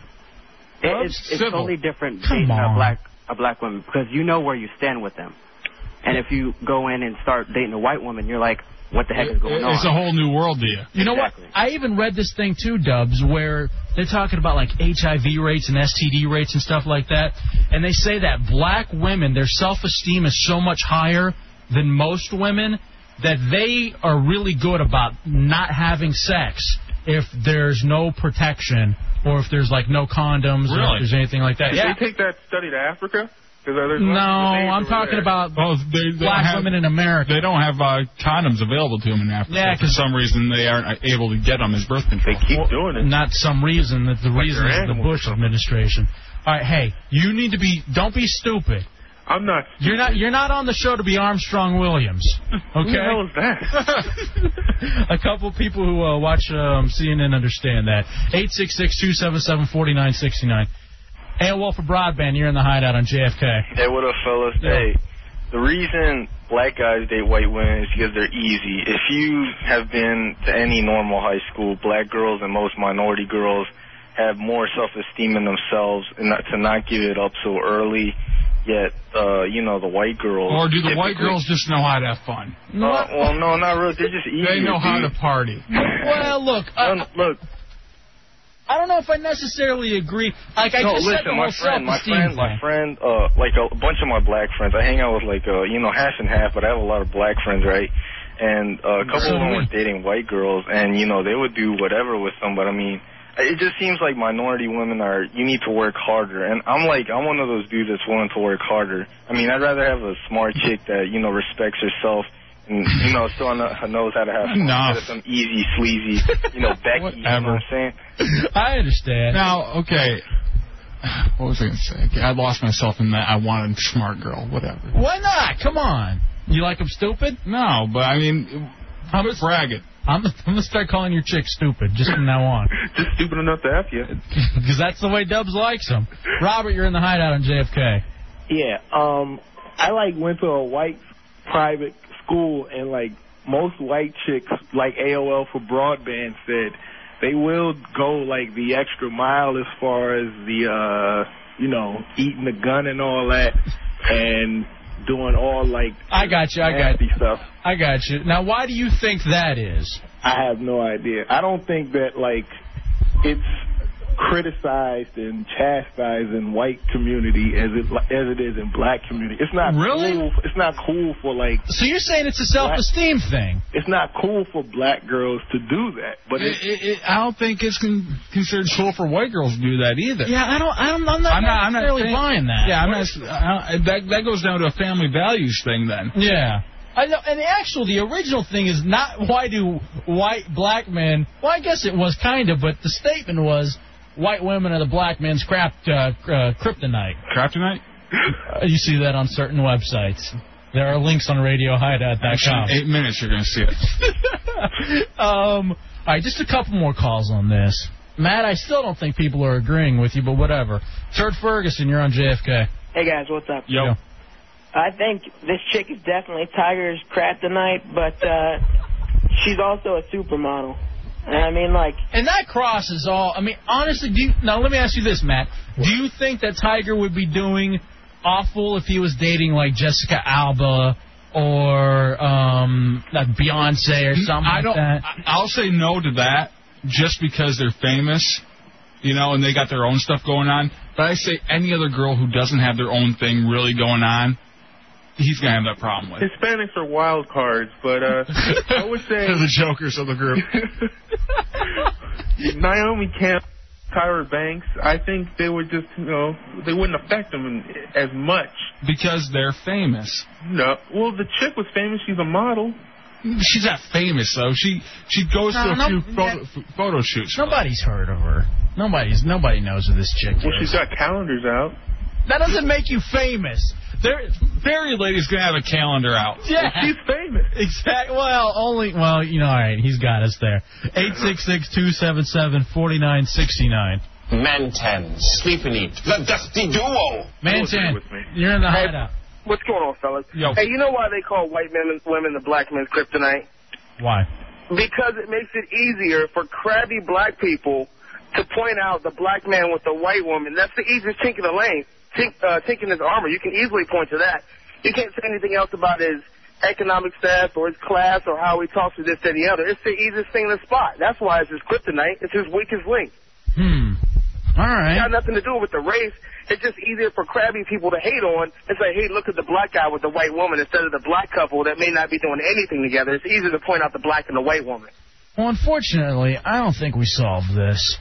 [SPEAKER 14] It, it's, it's totally different
[SPEAKER 5] Come
[SPEAKER 14] dating
[SPEAKER 5] on.
[SPEAKER 14] a black a black woman because you know where you stand with them, and if you go in and start dating a white woman, you're like, what the heck is going on?
[SPEAKER 4] It's a whole new world to you.
[SPEAKER 5] You know what? I even read this thing too, Dubs, where they're talking about like HIV rates and STD rates and stuff like that, and they say that black women, their self-esteem is so much higher than most women that they are really good about not having sex if there's no protection or if there's like no condoms or
[SPEAKER 12] Really?
[SPEAKER 5] if there's anything like that.
[SPEAKER 12] Did
[SPEAKER 5] Yeah.
[SPEAKER 12] they take that study to Africa? 'Cause uh, there's
[SPEAKER 5] No,
[SPEAKER 12] lots of names
[SPEAKER 5] I'm
[SPEAKER 12] over
[SPEAKER 5] talking
[SPEAKER 12] there.
[SPEAKER 5] about
[SPEAKER 4] Oh, they, they
[SPEAKER 5] black
[SPEAKER 4] don't have,
[SPEAKER 5] women in America.
[SPEAKER 4] They don't have uh, condoms available to them in Africa.
[SPEAKER 5] Yeah,
[SPEAKER 4] for some reason they aren't able to get them as birth control. They
[SPEAKER 12] keep doing
[SPEAKER 5] Not some reason that the
[SPEAKER 4] Like
[SPEAKER 5] reason is
[SPEAKER 4] they're
[SPEAKER 5] the
[SPEAKER 4] animals or
[SPEAKER 5] Bush administration. All right, hey, you need to be. Don't be stupid.
[SPEAKER 12] I'm not.
[SPEAKER 5] You're not. You're not on the show to be Armstrong Williams. Okay.
[SPEAKER 12] Who the hell is that?
[SPEAKER 5] A couple people who uh, watch um, CNN understand that. Eight six six two seven seven forty nine sixty nine. AOL for broadband. You're in the hideout on JFK.
[SPEAKER 15] Hey, what up, fellas? Hey, the reason black guys date white women is because they're easy. If you have been to any normal high school, black girls and most minority girls have more self-esteem in themselves and not, to not give it up so early. Yet, uh, you know, the white girls.
[SPEAKER 4] Or do the
[SPEAKER 15] typically-
[SPEAKER 4] white girls just know how to have fun?
[SPEAKER 15] Uh, well, no, not really. They're just easy.
[SPEAKER 4] They know how
[SPEAKER 15] dude.
[SPEAKER 4] to party.
[SPEAKER 5] Well, look. I,
[SPEAKER 15] look.
[SPEAKER 5] I don't know if I necessarily agree. Like I
[SPEAKER 15] no,
[SPEAKER 5] just
[SPEAKER 15] listen,
[SPEAKER 5] said, the
[SPEAKER 15] my
[SPEAKER 5] whole
[SPEAKER 15] friend, my
[SPEAKER 5] self-esteem
[SPEAKER 15] friend, my
[SPEAKER 5] thing.
[SPEAKER 15] friend, uh, like a bunch of my black friends. I hang out with like, uh, you know, half and half, but I have a lot of black friends, right? And uh, a couple
[SPEAKER 5] So
[SPEAKER 15] of them
[SPEAKER 5] do
[SPEAKER 15] were dating white girls, and you know, they would do whatever with them. But I mean, it just seems like minority women are. You need to work harder, and I'm like, I'm one of those dudes that's willing to work harder. I mean, I'd rather have a smart chick that you know respects herself. And you know, still kn- knows how to have fun.
[SPEAKER 4] Enough.
[SPEAKER 15] instead of Some easy, sleazy, you know, Becky. you know what I'm saying?
[SPEAKER 5] I understand.
[SPEAKER 4] Now, okay. What was I going to say? Okay, I lost myself in that. I wanted a smart girl, whatever.
[SPEAKER 5] Why not? Come on. You like them stupid?
[SPEAKER 4] No, but I mean,
[SPEAKER 5] I'm
[SPEAKER 4] a bragging.
[SPEAKER 5] I'm, I'm gonna start calling your chick stupid just from now on,
[SPEAKER 12] Just stupid enough to F you.
[SPEAKER 5] because that's the way Dubs likes them. Robert, you're in the hideout on JFK.
[SPEAKER 16] Yeah, um, I like went to a white private school and like most white chicks, like AOL for broadband said, they will go like the extra mile as far as the, uh, you know, eating the gun and all that and doing all like
[SPEAKER 5] I got you. I got
[SPEAKER 16] nasty stuff.
[SPEAKER 5] I got you. Now, why do you think that is?
[SPEAKER 16] I have no idea. I don't think that like it's criticized and chastised in white community as it as it is in black community. It's not
[SPEAKER 5] Really?
[SPEAKER 16] Cool, it's not cool for like.
[SPEAKER 5] So you're saying it's a self-esteem thing?
[SPEAKER 16] It's not cool for black girls to do that, but
[SPEAKER 4] it, it, it, I don't think it's con- considered cool for white girls to do that either.
[SPEAKER 5] Yeah, I don't. I don't I'm not,
[SPEAKER 4] I'm not, I'm not
[SPEAKER 5] necessarily
[SPEAKER 4] saying-
[SPEAKER 5] buying that.
[SPEAKER 4] Yeah, I'm not, I don't- that that goes down to a family values thing then.
[SPEAKER 5] Yeah. I know, and the actual, the original thing is not why do white black men. Well, I guess it was kind of, but the statement was white women are the black men's crap uh, uh, kryptonite.
[SPEAKER 4] Kryptonite.
[SPEAKER 5] Uh, you see that on certain websites. There are links on RadioHideout.com.
[SPEAKER 4] Actually, in eight minutes you're gonna see it.
[SPEAKER 5] Um, all right, just a couple more calls on this. Matt, I still don't think people are agreeing with you, but whatever. Turd Ferguson, you're on JFK.
[SPEAKER 17] Hey guys, what's up?
[SPEAKER 4] Yo.
[SPEAKER 17] I think this chick is definitely Tiger's kryptonite, but uh, she's also a supermodel. And I mean, like,
[SPEAKER 5] And that crosses all. I mean, honestly, do you, now let me ask you this, Matt. Do you think that Tiger would be doing awful if he was dating like Jessica Alba or um like Beyonce or something
[SPEAKER 4] Mm, I
[SPEAKER 5] like
[SPEAKER 4] don't.
[SPEAKER 5] that?
[SPEAKER 4] I- I'll say no to that just because they're famous, you know, and they got their own stuff going on. But I say any other girl who doesn't have their own thing really going on, he's gonna have that problem with.
[SPEAKER 12] Hispanics are wild cards, but uh, I would say
[SPEAKER 4] the jokers of the group.
[SPEAKER 12] Naomi Campbell, Tyra Banks. I think they would just, you know, they wouldn't affect them as much.
[SPEAKER 4] Because they're famous.
[SPEAKER 12] No, well, the chick was famous. She's a model.
[SPEAKER 4] She's not famous though. She she goes
[SPEAKER 5] No,
[SPEAKER 4] to a
[SPEAKER 5] no,
[SPEAKER 4] few
[SPEAKER 5] yeah.
[SPEAKER 4] photo, f- photo shoots.
[SPEAKER 5] Nobody's heard of her. Nobody's nobody knows who this chick
[SPEAKER 12] Well,
[SPEAKER 5] is.
[SPEAKER 12] she's got calendars out.
[SPEAKER 5] That doesn't make you famous. There,
[SPEAKER 4] Barry Lady's gonna have a calendar out.
[SPEAKER 5] yeah.
[SPEAKER 12] She's famous.
[SPEAKER 5] Exactly. Well, only. Well, you know. All right, he's got us there. Eight six six two seven seven forty nine sixty nine.
[SPEAKER 11] Mantan, Sleep and Eat, the Dusty Duo.
[SPEAKER 5] Mantan, you're in the
[SPEAKER 18] Hey.
[SPEAKER 5] hideout.
[SPEAKER 18] What's going on, fellas?
[SPEAKER 5] Yo.
[SPEAKER 18] Hey, you know why they call white men women the black men's kryptonite?
[SPEAKER 5] Why?
[SPEAKER 18] Because it makes it easier for crabby black people to point out the black man with the white woman. That's the easiest chink in the lane, chink, uh, chink in his armor. You can easily point to that. You can't say anything else about his economic status or his class or how he talks to this, that, and the other. It's the easiest thing in the spot. That's why it's his kryptonite. It's his weakest link.
[SPEAKER 5] Hmm. All
[SPEAKER 18] It's
[SPEAKER 5] right.
[SPEAKER 18] got nothing to do with the race. It's just easier for crabby people to hate on and say, hey, look at the black guy with the white woman instead of the black couple that may not be doing anything together. It's easier to point out the black and the white woman.
[SPEAKER 5] Well, unfortunately, I don't think we solved this.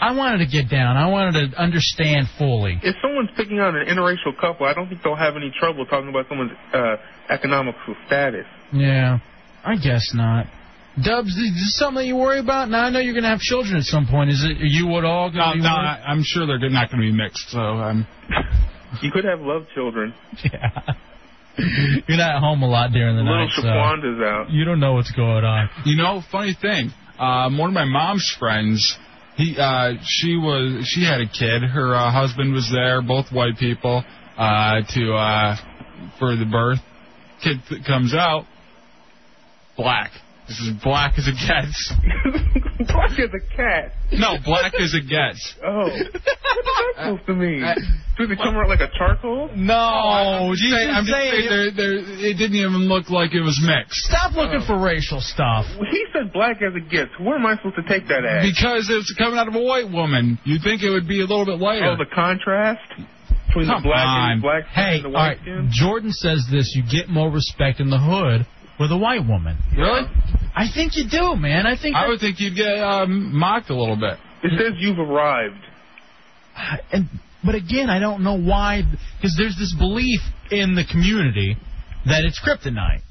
[SPEAKER 5] I wanted to get down. I wanted to understand fully.
[SPEAKER 12] If someone's picking out an interracial couple, I don't think they'll have any trouble talking about someone's uh, economic status.
[SPEAKER 5] Yeah, I guess not. Dubs, is this something you worry about? Now I know you're going to have children at some point. Is it are you at all going to be
[SPEAKER 4] No,
[SPEAKER 5] worried?
[SPEAKER 4] I, I'm sure they're not gonna be mixed. So I'm.
[SPEAKER 12] You could have love children.
[SPEAKER 5] You're not at home a lot during the
[SPEAKER 12] Little
[SPEAKER 5] night,
[SPEAKER 4] uh,
[SPEAKER 5] so
[SPEAKER 12] Shaquanda's out.
[SPEAKER 5] you don't know what's going on.
[SPEAKER 4] You know, funny thing. Um, one of my mom's friends, he, uh, she was, she had a kid. Her uh, husband was there, both white people, uh, to uh, for the birth. Kid th- comes out, black. This is black as it gets.
[SPEAKER 12] Black as a cat.
[SPEAKER 4] No, black Uh, as it gets.
[SPEAKER 12] Oh. What is that supposed to mean? Does it come out like a charcoal?
[SPEAKER 5] No,
[SPEAKER 4] I'm just
[SPEAKER 12] you
[SPEAKER 4] saying,
[SPEAKER 12] just
[SPEAKER 4] I'm just
[SPEAKER 12] saying
[SPEAKER 4] saying there, there, it didn't even look Oh. like it was mixed.
[SPEAKER 5] Stop looking for racial stuff.
[SPEAKER 12] He said black as it gets. Where am I supposed to take that as?
[SPEAKER 4] Because it's coming out of a white woman. You'd think it would be a little bit lighter.
[SPEAKER 12] Oh, the contrast between
[SPEAKER 4] Come
[SPEAKER 12] the black
[SPEAKER 4] on.
[SPEAKER 12] and black skin
[SPEAKER 5] Hey,
[SPEAKER 12] and the
[SPEAKER 5] all
[SPEAKER 12] white
[SPEAKER 5] right.
[SPEAKER 12] skin.
[SPEAKER 5] Jordan says this: you get more respect in the hood with a white woman.
[SPEAKER 4] Really?
[SPEAKER 5] I think you do, man. I think
[SPEAKER 4] I would think you'd get um, mocked a little bit.
[SPEAKER 12] It says you've arrived.
[SPEAKER 5] and but again, I don't know why because there's this belief in the community that it's kryptonite.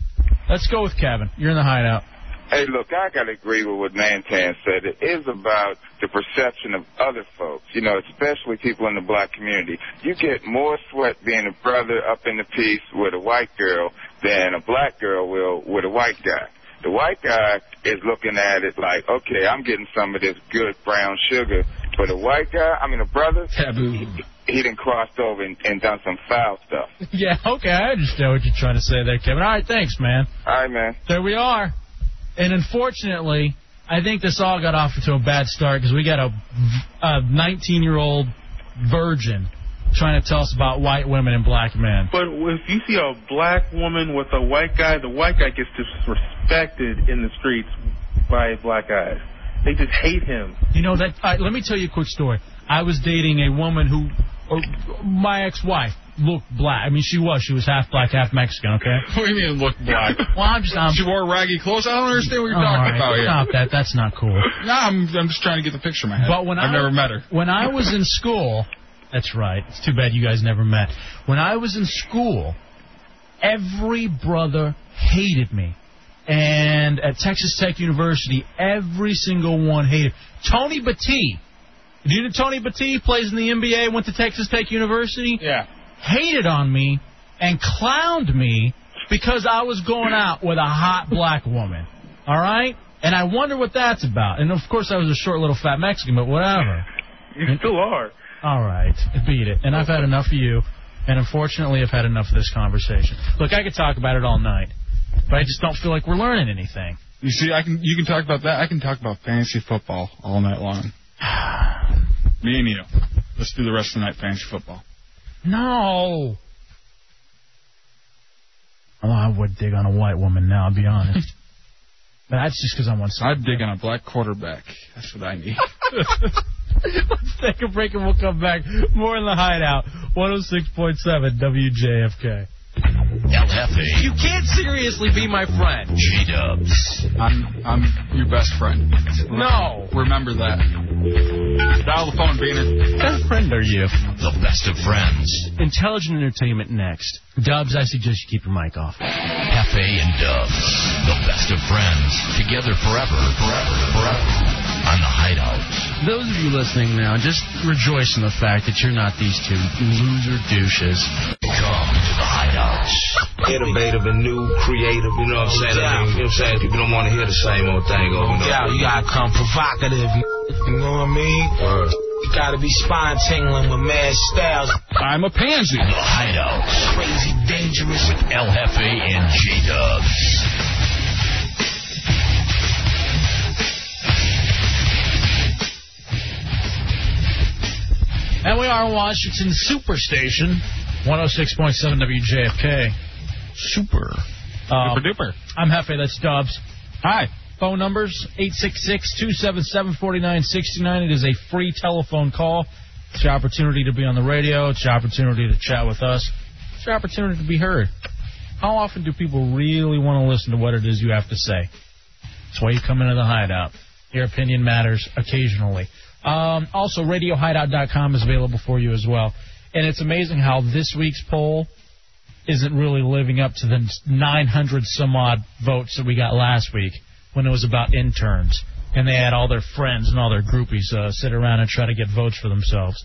[SPEAKER 5] Let's go with Kevin. You're in the hideout.
[SPEAKER 13] Hey, look, I gotta agree with what Mantan said. It is about the perception of other folks, you know, especially people in the black community. You get more sweat being a brother up in the piece with a white girl than a black girl will with a white guy. The white guy is looking at it like, okay, I'm getting some of this good brown sugar, but a white guy, I mean, a brother,
[SPEAKER 4] Taboo.
[SPEAKER 13] he done crossed over and, and done some foul stuff.
[SPEAKER 5] Yeah, okay, I understand what you're trying to say there, Kevin. All right, thanks, man.
[SPEAKER 13] All right, man.
[SPEAKER 5] There we are. And unfortunately, I think this all got off to a bad start because we got a a 19 year old virgin trying to tell us about white women and black men.
[SPEAKER 12] But if you see a black woman with a white guy, the white guy gets disrespected in the streets by black guys. They just hate him.
[SPEAKER 5] You know that. all right, let me tell you a quick story. I was dating a woman who, or my ex-wife looked black. I mean, she was. She was half black, half Mexican. Okay.
[SPEAKER 4] What do you mean look black?
[SPEAKER 5] Well, I'm just. I'm,
[SPEAKER 4] she wore raggy clothes. I don't understand what you're
[SPEAKER 5] All
[SPEAKER 4] talking
[SPEAKER 5] right,
[SPEAKER 4] about here.
[SPEAKER 5] Stop that. That's not cool.
[SPEAKER 4] No, I'm, I'm just trying to get the picture in my head.
[SPEAKER 5] But when
[SPEAKER 4] I've
[SPEAKER 5] I-
[SPEAKER 4] never met her.
[SPEAKER 5] When I was in school, that's right. It's too bad you guys never met. When I was in school, every brother hated me. And at Texas Tech University, every single one hated. Tony Battee. Do you know Tony Battee plays in the NBA, went to Texas Tech University?
[SPEAKER 4] Yeah.
[SPEAKER 5] Hated on me and clowned me because I was going out with a hot black woman. All right? And I wonder what that's about. And of course, I was a short little fat Mexican, but whatever.
[SPEAKER 12] You still are.
[SPEAKER 5] All right, beat it. And I've had enough of you. And unfortunately, I've had enough of this conversation. Look, I could talk about it all night, but I just don't feel like we're learning anything.
[SPEAKER 4] You see, I can you can talk about that. I can talk about fantasy football all night long. Me and you. Let's do the rest of the night fantasy football.
[SPEAKER 5] No. Oh, I would dig on a white woman now, I'll be honest. but that's just because I want
[SPEAKER 4] I'd dig on a black quarterback. That's what I need.
[SPEAKER 5] Let's take a break and we'll come back. More in the hideout. 106.7 WJFK.
[SPEAKER 11] LFA.
[SPEAKER 1] You can't seriously be my friend.
[SPEAKER 11] J Dubs.
[SPEAKER 4] I'm I'm your best friend. No. Remember that. Dial the phone, Beaner.
[SPEAKER 5] What friend are you?
[SPEAKER 11] The best of friends.
[SPEAKER 19] Intelligent entertainment next. Dubs, I suggest you keep your mic off.
[SPEAKER 11] Cafe and Dubs. The best of friends. Together forever. Forever. Forever. On the Hideout.
[SPEAKER 19] Those of you listening now, just rejoice in the fact that you're not these two loser douches.
[SPEAKER 11] Come to the Hideout.
[SPEAKER 20] Innovative and new, creative, you know what I'm saying? I mean, you know what I'm saying? People don't want to hear the same old thing
[SPEAKER 18] Oh,
[SPEAKER 20] over and over.
[SPEAKER 21] Yeah, you gotta come provocative, you know what I mean? You gotta be spine tingling with mad styles.
[SPEAKER 4] I'm a pansy.
[SPEAKER 11] The Hideout. Crazy dangerous with LFA and J Dubs.
[SPEAKER 5] And we are in Washington Superstation, 106.7 WJFK. Super.
[SPEAKER 4] Super duper.
[SPEAKER 5] Um, I'm Hefe, that's Dubs. Hi. Phone numbers 866 277 4969. It is a free telephone call. It's your opportunity to be on the radio. It's your opportunity to chat with us. It's your opportunity to be heard. How often do people really want to listen to what it is you have to say? That's why you come into the hideout. Your opinion matters occasionally. Um, also, RadioHideout.com is available for you as well. And it's amazing how this week's poll isn't really living up to the 900 some odd votes that we got last week when it was about interns. And they had all their friends and all their groupies uh, sit around and try to get votes for themselves.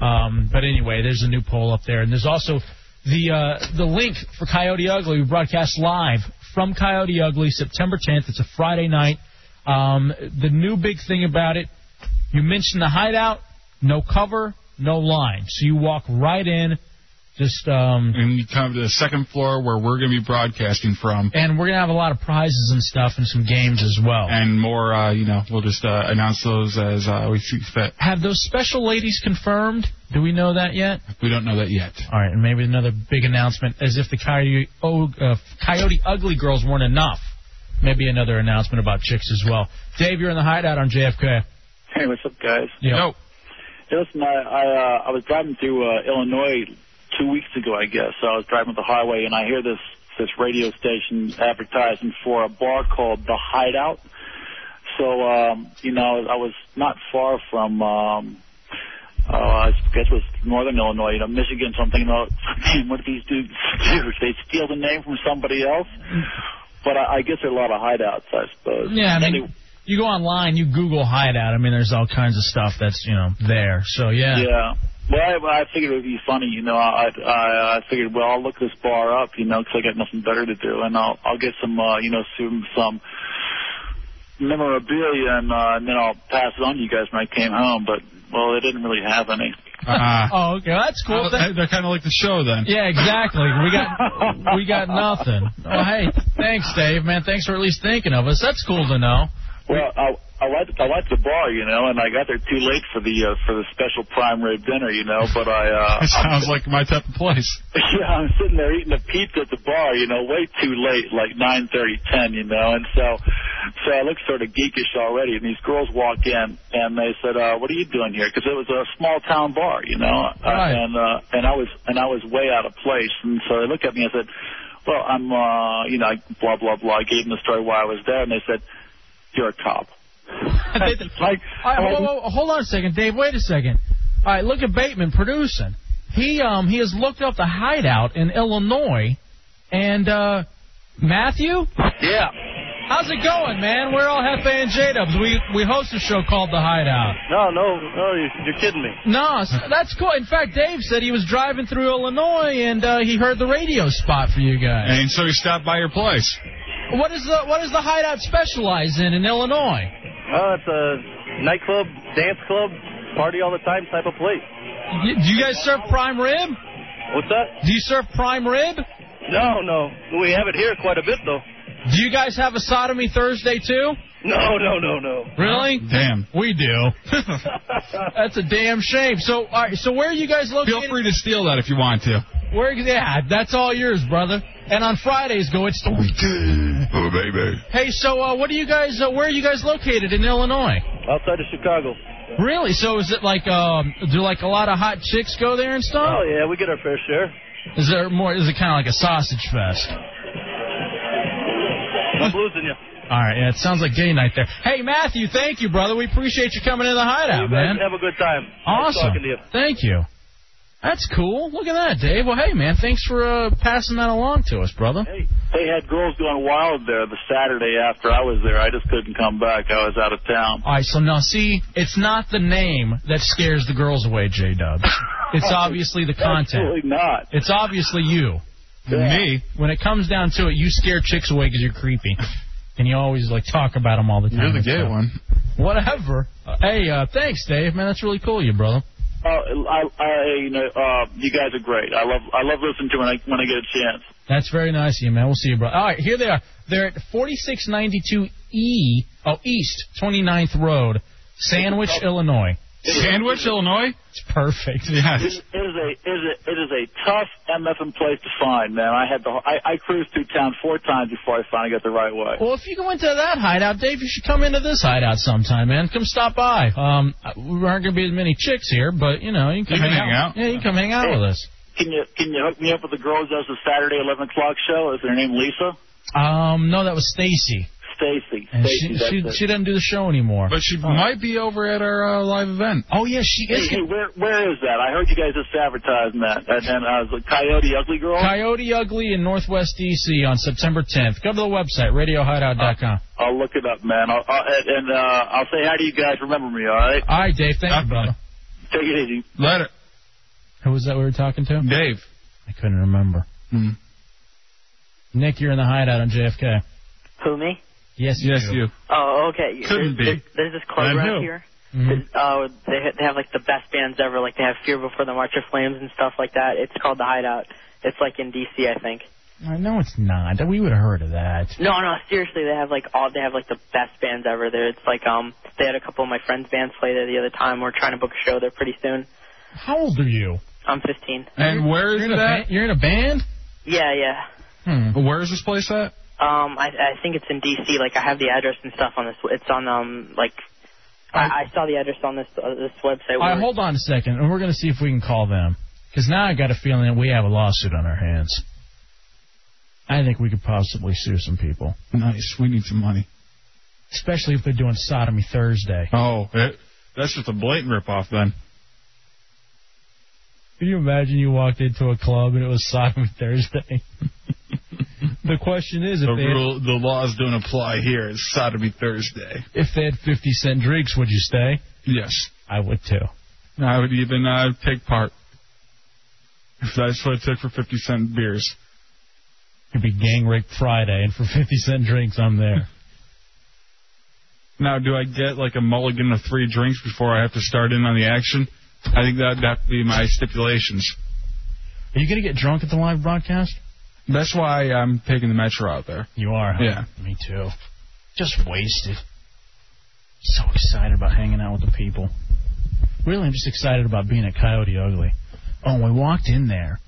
[SPEAKER 5] Um, but anyway, there's a new poll up there, and there's also the uh, the link for Coyote Ugly. We broadcast live from Coyote Ugly September 10th. It's a Friday night. Um, the new big thing about it you mention the hideout, no cover, no line. So you walk right in, just um
[SPEAKER 4] And you come to the second floor where we're going to be broadcasting from.
[SPEAKER 5] and we're gonna have a lot of prizes and stuff and some games as well.
[SPEAKER 4] And more, uh, you know, we'll just uh, announce those as uh, we see fit.
[SPEAKER 5] Have those special ladies confirmed? Do we know that yet?
[SPEAKER 4] We don't know that yet.
[SPEAKER 5] All right, and maybe another big announcement, as if the Coyote, oh, uh, Coyote Ugly girls weren't enough. Maybe another announcement about chicks as well. Dave, you're in the hideout on JFK.
[SPEAKER 22] Hey, what's up, guys?
[SPEAKER 5] Yeah.
[SPEAKER 22] Hey, listen, I I, uh, I was driving through uh, Illinois two weeks ago, I guess. So I was driving up the highway, and I hear this this radio station advertising for a bar called the Hideout. So um, you know, I was not far from. Um, uh, I guess it was Northern Illinois, you know, Michigan, something. You know, man, oh, what do these dudes do? They steal the name from somebody else. But I, I guess there are a lot of hideouts, I suppose.
[SPEAKER 5] Yeah, I mean,
[SPEAKER 22] Anyway,
[SPEAKER 5] you go online, you Google hideout. I mean, there's all kinds of stuff that's you know there. So yeah.
[SPEAKER 22] Yeah. Well, I, I figured it would be funny, you know. I, I I figured, well, I'll look this bar up, you know, 'cause I got nothing better to do, and I'll I'll get some, uh, you know, some some memorabilia, and, uh, and then I'll pass it on to you guys when I came home. But well, they didn't really have any.
[SPEAKER 4] Uh,
[SPEAKER 5] oh, okay, well, that's cool.
[SPEAKER 4] they're kind of like the show then.
[SPEAKER 5] Yeah, exactly. We got we got nothing. Well, hey, thanks, Dave. Man, thanks for at least thinking of us. That's cool to know.
[SPEAKER 22] Well, I I liked I liked the bar, you know, and I got there too late for the uh, for the special prime rib dinner, you know. But I uh,
[SPEAKER 4] That sounds like my type of place.
[SPEAKER 22] Yeah, I'm sitting there eating a pizza at the bar, you know, way too late, like nine thirty, ten, you know, and so, so I look sort of geekish already, and these girls walk in, and they said, uh, what are you doing here? Because it was a small town bar, you know,
[SPEAKER 5] Right.
[SPEAKER 22] uh, and, uh, and I was, and I was way out of place, and so they looked at me and said, well, I'm, uh, you know, blah, blah, blah. I gave them the story why I was there, and they said, you're a cop. like,
[SPEAKER 5] All right, whoa, whoa, whoa, hold on a second, Dave. Wait a second. All right, look at Bateman producing. He um he has looked up the hideout in Illinois, and uh Matthew.
[SPEAKER 22] Yeah.
[SPEAKER 5] How's it going, man? We're all Hefe and J Dubs. We we host a show called The Hideout.
[SPEAKER 23] No, no, no, you're, you're kidding me.
[SPEAKER 5] No, s- that's cool. In fact, Dave said he was driving through Illinois and uh, he heard the radio spot for you guys.
[SPEAKER 4] And so he stopped by your place.
[SPEAKER 5] What is the what does the hideout specialize in in Illinois?
[SPEAKER 23] Oh, it's a nightclub, dance club, party all the time type of place.
[SPEAKER 5] Y- Do you guys serve prime rib?
[SPEAKER 23] What's that?
[SPEAKER 5] Do you serve prime rib?
[SPEAKER 23] No, no. We have it here quite a bit, though.
[SPEAKER 5] Do you guys have a sodomy Thursday too?
[SPEAKER 23] No, no, no, no.
[SPEAKER 5] Really?
[SPEAKER 4] Damn.
[SPEAKER 5] We do. That's a damn shame. So, all right, so where are you guys located?
[SPEAKER 4] Feel free to steal that if you want to.
[SPEAKER 5] Where? Yeah, that's all yours, brother. And on Fridays, go. It's the weekend.
[SPEAKER 4] Oh, baby.
[SPEAKER 5] Hey, so uh, what are you guys? Uh, where are you guys located in Illinois?
[SPEAKER 23] Outside of Chicago.
[SPEAKER 5] Really? So is it like um, do like a lot of hot chicks go there and stuff?
[SPEAKER 23] Oh, yeah, we get our fair share.
[SPEAKER 5] Is there more? Is it kind of like a sausage fest?
[SPEAKER 23] I'm losing you.
[SPEAKER 5] All right, yeah, it sounds like gay night there. Hey, Matthew, thank you, brother. We appreciate you coming in the hideout,
[SPEAKER 23] You guys
[SPEAKER 5] man.
[SPEAKER 23] Have a good time. Nice
[SPEAKER 5] Awesome.
[SPEAKER 23] talking to you.
[SPEAKER 5] Thank you. That's cool. Look at that, Dave. Well, hey, man, thanks for uh, passing that along to us, brother.
[SPEAKER 23] They had girls going wild there the Saturday after I was there. I just couldn't come back. I was out of town.
[SPEAKER 5] All right, so now see, it's not the name that scares the girls away, J Dub. It's obviously the content.
[SPEAKER 23] Absolutely not.
[SPEAKER 5] It's obviously you.
[SPEAKER 23] Yeah.
[SPEAKER 5] Me. When it comes down to it, you scare chicks away because you're creepy, and you always like talk about them all the time.
[SPEAKER 4] You're the
[SPEAKER 5] and
[SPEAKER 4] gay
[SPEAKER 5] stuff.
[SPEAKER 4] one.
[SPEAKER 5] Whatever. Uh, hey, uh, thanks, Dave. Man, that's really cool, of you brother.
[SPEAKER 23] Uh, I, I, you know, uh, you guys are great. I love, I love listening to you when I when I get a chance.
[SPEAKER 5] That's very nice of you, man. We'll see you, bro. All right, here they are. They're at 4692 E, oh, East 29th Road, Sandwich, Illinois.
[SPEAKER 4] Sandwich, Illinois?
[SPEAKER 5] It's perfect.
[SPEAKER 23] It is it is a it is a it is a tough MFM place to find, man. I had the I, I cruised through town four times before I finally got the right way.
[SPEAKER 5] Well, if you go into that hideout, Dave, you should come into this hideout sometime, man. Come stop by. Um, we aren't going to be as many chicks here, but, you know, you
[SPEAKER 23] You
[SPEAKER 5] can come
[SPEAKER 23] can
[SPEAKER 5] hang
[SPEAKER 23] hang
[SPEAKER 5] out.
[SPEAKER 23] out.
[SPEAKER 5] Yeah, you can come hang out with us.
[SPEAKER 23] Can you can you hook me up with the girls? That was the Saturday eleven o'clock show. Is her name Lisa?
[SPEAKER 5] Um, no, that was Stacy.
[SPEAKER 23] Stacy.
[SPEAKER 5] And
[SPEAKER 23] Stacy.
[SPEAKER 5] she,
[SPEAKER 23] that's
[SPEAKER 5] she,
[SPEAKER 23] it.
[SPEAKER 5] she doesn't do the show anymore.
[SPEAKER 4] But she might be over at our uh, live event.
[SPEAKER 5] Oh, yeah, she
[SPEAKER 23] Hey,
[SPEAKER 5] is.
[SPEAKER 23] hey, where where is that? I heard you guys just advertising that, and then I was like Coyote Ugly Girl.
[SPEAKER 5] Coyote Ugly in Northwest D.C. on September 10th. Go to the website, radiohideout.com.
[SPEAKER 23] I'll look it up, man. I'll, I'll, and- and uh, I'll say hi to you guys. Remember me, all right? Uh-huh.
[SPEAKER 5] All right, Dave. Thank you, brother.
[SPEAKER 23] Take it easy.
[SPEAKER 4] Later.
[SPEAKER 5] Who was that we were talking to?
[SPEAKER 4] Dave.
[SPEAKER 5] I couldn't remember. Nick, you're in the hideout on JFK.
[SPEAKER 3] Who me?
[SPEAKER 5] Yes, yes, you.
[SPEAKER 3] Oh, okay. there's,
[SPEAKER 5] Couldn't be.
[SPEAKER 3] There's, there's this club
[SPEAKER 5] I
[SPEAKER 3] around
[SPEAKER 5] knew.
[SPEAKER 3] here.
[SPEAKER 4] Mm-hmm.
[SPEAKER 5] Mhm.
[SPEAKER 3] Oh, they ha- they have like the best bands ever. Like they have Fear Before the March of Flames and stuff like that. It's called the Hideout. It's like in D.C. I think.
[SPEAKER 5] I know it's not. We would have heard of that.
[SPEAKER 3] No, no, seriously, they have like all they have like the best bands ever there. It's like um they had a couple of my friends' bands play there the other time. We're trying to book a show there pretty soon.
[SPEAKER 5] How old are you?
[SPEAKER 3] I'm 15.
[SPEAKER 4] And where is
[SPEAKER 5] You're in a
[SPEAKER 4] that?
[SPEAKER 5] ba- you're in a band?
[SPEAKER 3] Yeah, yeah.
[SPEAKER 4] Where is this place at?
[SPEAKER 3] Um, I I think it's in D.C. Like I have the address and stuff on this. It's on um like I, I saw the address on this uh, this website.
[SPEAKER 5] All right, hold on a second, and we're going to see if we can call them. Because now I got a feeling that we have a lawsuit on our hands. I think we could possibly sue some people,
[SPEAKER 4] Nice. We need some money.
[SPEAKER 5] especially if they're doing Sodomy Thursday.
[SPEAKER 4] Oh, it, that's just a blatant ripoff then.
[SPEAKER 5] Can you imagine you walked into a club and it was Sodomy Thursday? the question is if
[SPEAKER 4] The
[SPEAKER 5] they had-
[SPEAKER 4] rule, the laws don't apply here. It's Sodomy Thursday.
[SPEAKER 5] if they had 50 cent drinks, would you stay?
[SPEAKER 4] Yes.
[SPEAKER 5] I would too.
[SPEAKER 4] I would even uh, take part. If that's what it took for 50 cent beers.
[SPEAKER 5] It'd be gang rape Friday, and for 50 cent drinks, I'm there.
[SPEAKER 4] Now, do I get like a mulligan of three drinks before I have to start in on the action? I think that that would be my stipulations.
[SPEAKER 5] Are you going to get drunk at the live broadcast?
[SPEAKER 4] That's why I'm taking the metro out there.
[SPEAKER 5] You are, huh?
[SPEAKER 4] Yeah.
[SPEAKER 5] Me too. Just wasted. So excited about hanging out with the people. Really, I'm just excited about being at Coyote Ugly. Oh, when we walked in there,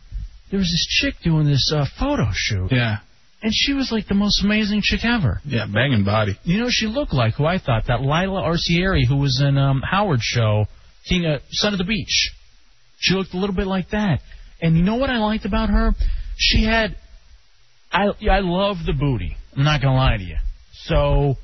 [SPEAKER 5] there was this chick doing this uh, photo shoot.
[SPEAKER 4] Yeah.
[SPEAKER 5] And she was like the most amazing chick ever.
[SPEAKER 4] Yeah, banging body.
[SPEAKER 5] You know, who she looked like who I thought that Lila Arcieri, who was in um, Howard's show, King of Son of the Beach. She looked a little bit like that. And you know what I liked about her? She had, I I love the booty. I'm not gonna lie to you. So,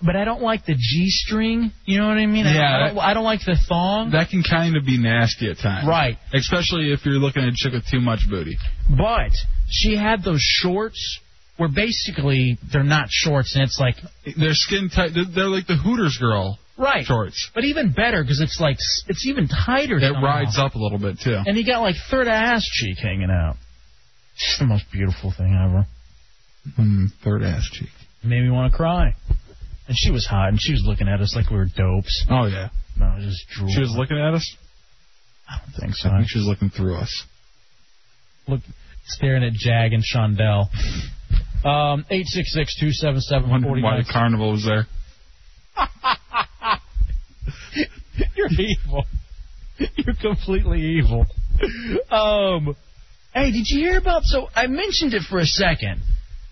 [SPEAKER 5] but I don't like the G string. You know what I mean? I-
[SPEAKER 4] Yeah,
[SPEAKER 5] I don't, I don't like the thong.
[SPEAKER 4] That can kind of be nasty at times.
[SPEAKER 5] Right.
[SPEAKER 4] Especially if you're looking at a chick with too much booty.
[SPEAKER 5] But she had those shorts where basically they're not shorts, and it's like
[SPEAKER 4] They're skin tight. They're, they're like the Hooters girl
[SPEAKER 5] right
[SPEAKER 4] shorts.
[SPEAKER 5] But even better because it's like s- it's even tighter.
[SPEAKER 4] It
[SPEAKER 5] somehow.
[SPEAKER 4] rides up a little bit too.
[SPEAKER 5] And he got like third ass cheek hanging out. It's the most beautiful thing ever.
[SPEAKER 4] Mm, third ass cheek.
[SPEAKER 5] Made me want to cry. And she was hot, and she was looking at us like we were dopes.
[SPEAKER 4] Oh yeah.
[SPEAKER 5] No, it was just drool.
[SPEAKER 4] She was looking at us.
[SPEAKER 5] I don't think so.
[SPEAKER 4] I think she was looking through us.
[SPEAKER 5] Look, staring at Jag and Shondell. Um, eight six six two seven seven forty
[SPEAKER 4] Wondered why
[SPEAKER 5] nine.
[SPEAKER 4] the carnival was there.
[SPEAKER 5] You're evil. You're completely evil. Um,
[SPEAKER 19] hey, did you hear about? So I mentioned it for a second.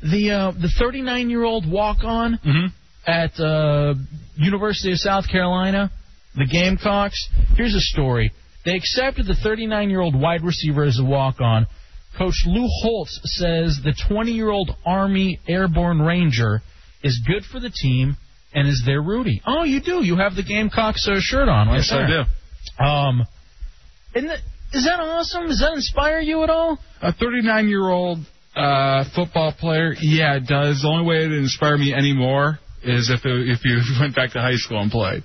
[SPEAKER 19] The uh, the 39 year old walk on
[SPEAKER 4] Mm-hmm.
[SPEAKER 19] at uh, University of South Carolina, the Gamecocks.
[SPEAKER 5] Here's a story. They accepted the 39 year old wide receiver as a walk on. Coach Lou Holtz says the 20 year old Army Airborne Ranger is good for the team and is their Rudy. Oh, you do. You have the Gamecocks uh, shirt on. Right
[SPEAKER 4] Yes, I
[SPEAKER 5] there. do. Um, isn't that- is that awesome? Does that inspire you at all?
[SPEAKER 4] A 39 year old uh, football player, yeah, it does. The only way it would inspire me anymore is if it, if you went back to high school and played,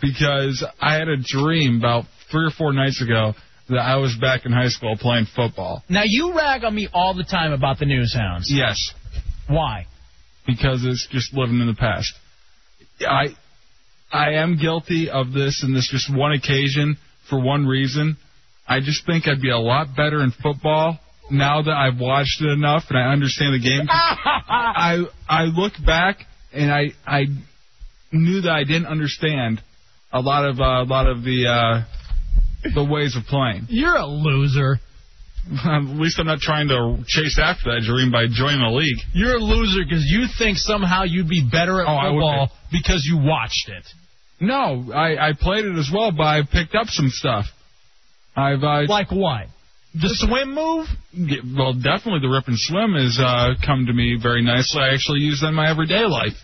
[SPEAKER 4] because I had a dream about three or four nights ago that I was back in high school playing football.
[SPEAKER 5] Now you rag on me all the time about the news hounds.
[SPEAKER 4] Yes.
[SPEAKER 5] Why?
[SPEAKER 4] Because it's just living in the past. I I am guilty of this in this just one occasion for one reason. I just think I'd be a lot better in football now that I've watched it enough and I understand the game. I I look back and I I knew that I didn't understand a lot of uh, a lot of the uh, the ways of playing.
[SPEAKER 5] You're a loser.
[SPEAKER 4] At least I'm not trying to chase after that dream by joining the league.
[SPEAKER 5] You're a loser because you think somehow you'd be better at
[SPEAKER 4] Oh, I would
[SPEAKER 5] football because you watched it.
[SPEAKER 4] No, I, I played it as well, but I picked up some stuff. I've uh,
[SPEAKER 5] like what? The swim move?
[SPEAKER 4] well, definitely the rip and swim has uh, come to me very nicely. I actually use that in my everyday life.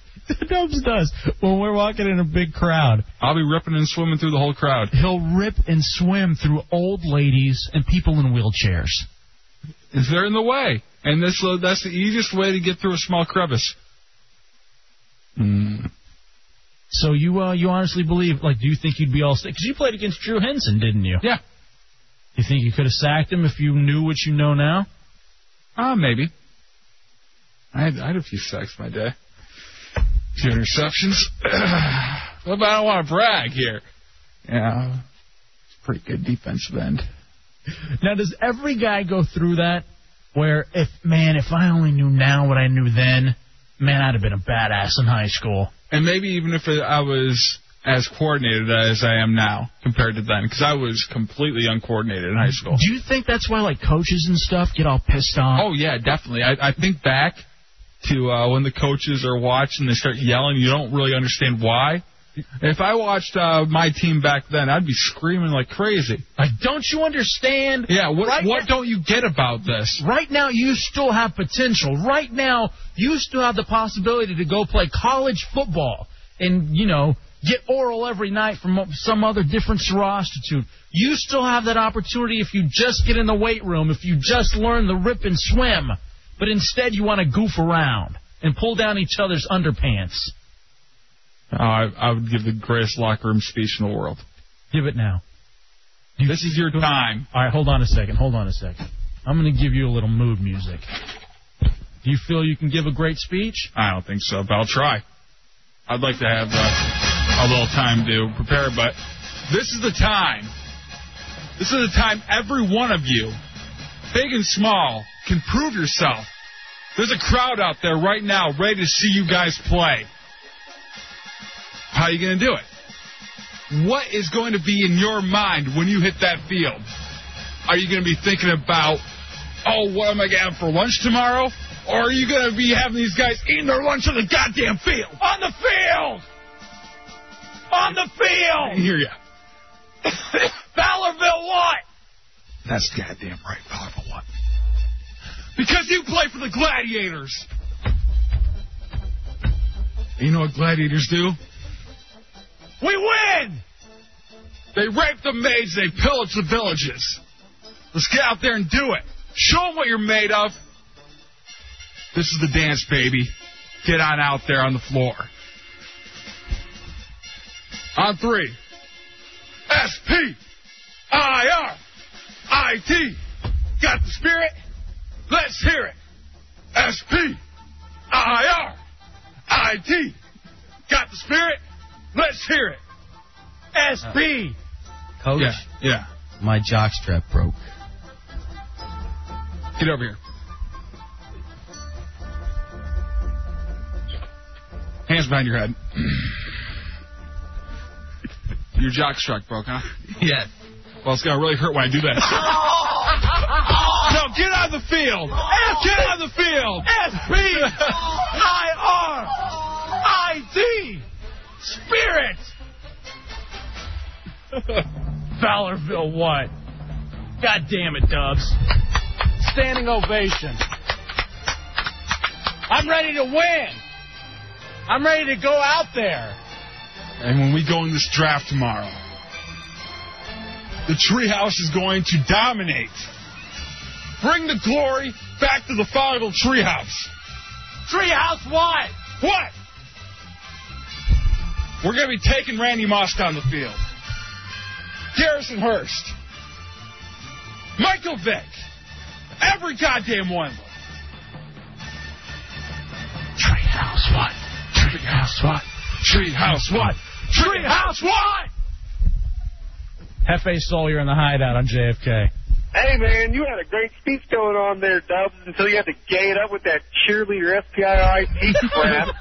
[SPEAKER 5] Dubs does. When we're walking in a big crowd,
[SPEAKER 4] I'll be ripping and swimming through the whole crowd.
[SPEAKER 5] he'll rip and swim through old ladies and people in wheelchairs.
[SPEAKER 4] They're in the way, and this uh, that's the easiest way to get through a small crevice.
[SPEAKER 5] Hmm. So you uh, you honestly believe? Like, do you think you'd be all state? Because you played against Drew Henson, didn't you?
[SPEAKER 4] Yeah.
[SPEAKER 5] You think you could have sacked him if you knew what you know now?
[SPEAKER 4] Ah,
[SPEAKER 5] Uh,
[SPEAKER 4] maybe. I had, I had a few sacks my day. Two interceptions. but I don't want to brag here. Yeah, it's a pretty good defensive end.
[SPEAKER 5] Now, does every guy go through that? Where if man, if I only knew now what I knew then, man, I'd have been a badass in high school.
[SPEAKER 4] and maybe even if it, I was as coordinated as I am now compared to then, because I was completely uncoordinated in high school.
[SPEAKER 5] Do you think that's why like coaches and stuff get all pissed off?
[SPEAKER 4] Oh yeah, definitely. I, I think back to uh, when the coaches are watching, they start yelling. You don't really understand why. If I watched uh, my team back then, I'd be screaming like crazy.
[SPEAKER 5] Like, don't you understand?
[SPEAKER 4] Yeah, what
[SPEAKER 5] Right
[SPEAKER 4] what
[SPEAKER 5] now-
[SPEAKER 4] don't you get about this?
[SPEAKER 5] Right now, you still have potential. Right now, you still have the possibility to go play college football and, you know, get oral every night from some other different prostitute. You still have that opportunity if you just get in the weight room, if you just learn the rip and swim. But instead, you want to goof around and pull down each other's underpants.
[SPEAKER 4] Oh, I, I would give the greatest locker room speech in the world.
[SPEAKER 5] Give it now.
[SPEAKER 4] this is your time.
[SPEAKER 5] All right, hold on a second. Hold on a second. I'm going to give you a little mood music. Do you feel you can give a great speech?
[SPEAKER 4] I don't think so, but I'll try. I'd like to have uh, a little time to prepare, but this is the time. This is the time every one of you, big and small, can prove yourself. There's a crowd out there right now ready to see you guys play. How are you going to do it? What is going to be in your mind when you hit that field? Are you going to be thinking about, oh, what am I going to have for lunch tomorrow? Or are you going to be having these guys eating their lunch on the goddamn field? On the field! On the field! I hear ya. Fowlerville what? That's goddamn right, Fowlerville what? Because you play for the Gladiators! You know what gladiators do? We win! They rape the maids, they pillage the villages. Let's get out there and do it. Show them what you're made of. This is the dance, baby. Get on out there on the floor. On three. S P I R I T. Got the spirit? Let's hear it. S P I R I T. Got the spirit? Let's hear it. S P.
[SPEAKER 7] Coach,
[SPEAKER 4] yeah.
[SPEAKER 7] my jockstrap broke.
[SPEAKER 4] Get over here. Hands behind your head. Your jock struck broke, huh? Yeah. Well, it's gonna really hurt when I do that. no, get out of the field. Get out of the field. S P I R I D. Spirit.
[SPEAKER 5] Fowlerville what? God damn it, Dubs. Standing ovation. I'm ready to win. I'm ready to go out there.
[SPEAKER 4] And when we go in this draft tomorrow, the treehouse is going to dominate. Bring the glory back to the Fowlerville treehouse.
[SPEAKER 5] Treehouse what?
[SPEAKER 4] What? We're going to be taking Randy Moss down the field. Garrison Hurst. Michael Vick. Every goddamn one. Treehouse what? Treehouse what? Treehouse what? Treehouse what?
[SPEAKER 5] Hefe Solier in the hideout on JFK.
[SPEAKER 18] Hey man, you had a great speech going on there, Dubs, until you had to gay it up with that cheerleader SPIIT crap. Get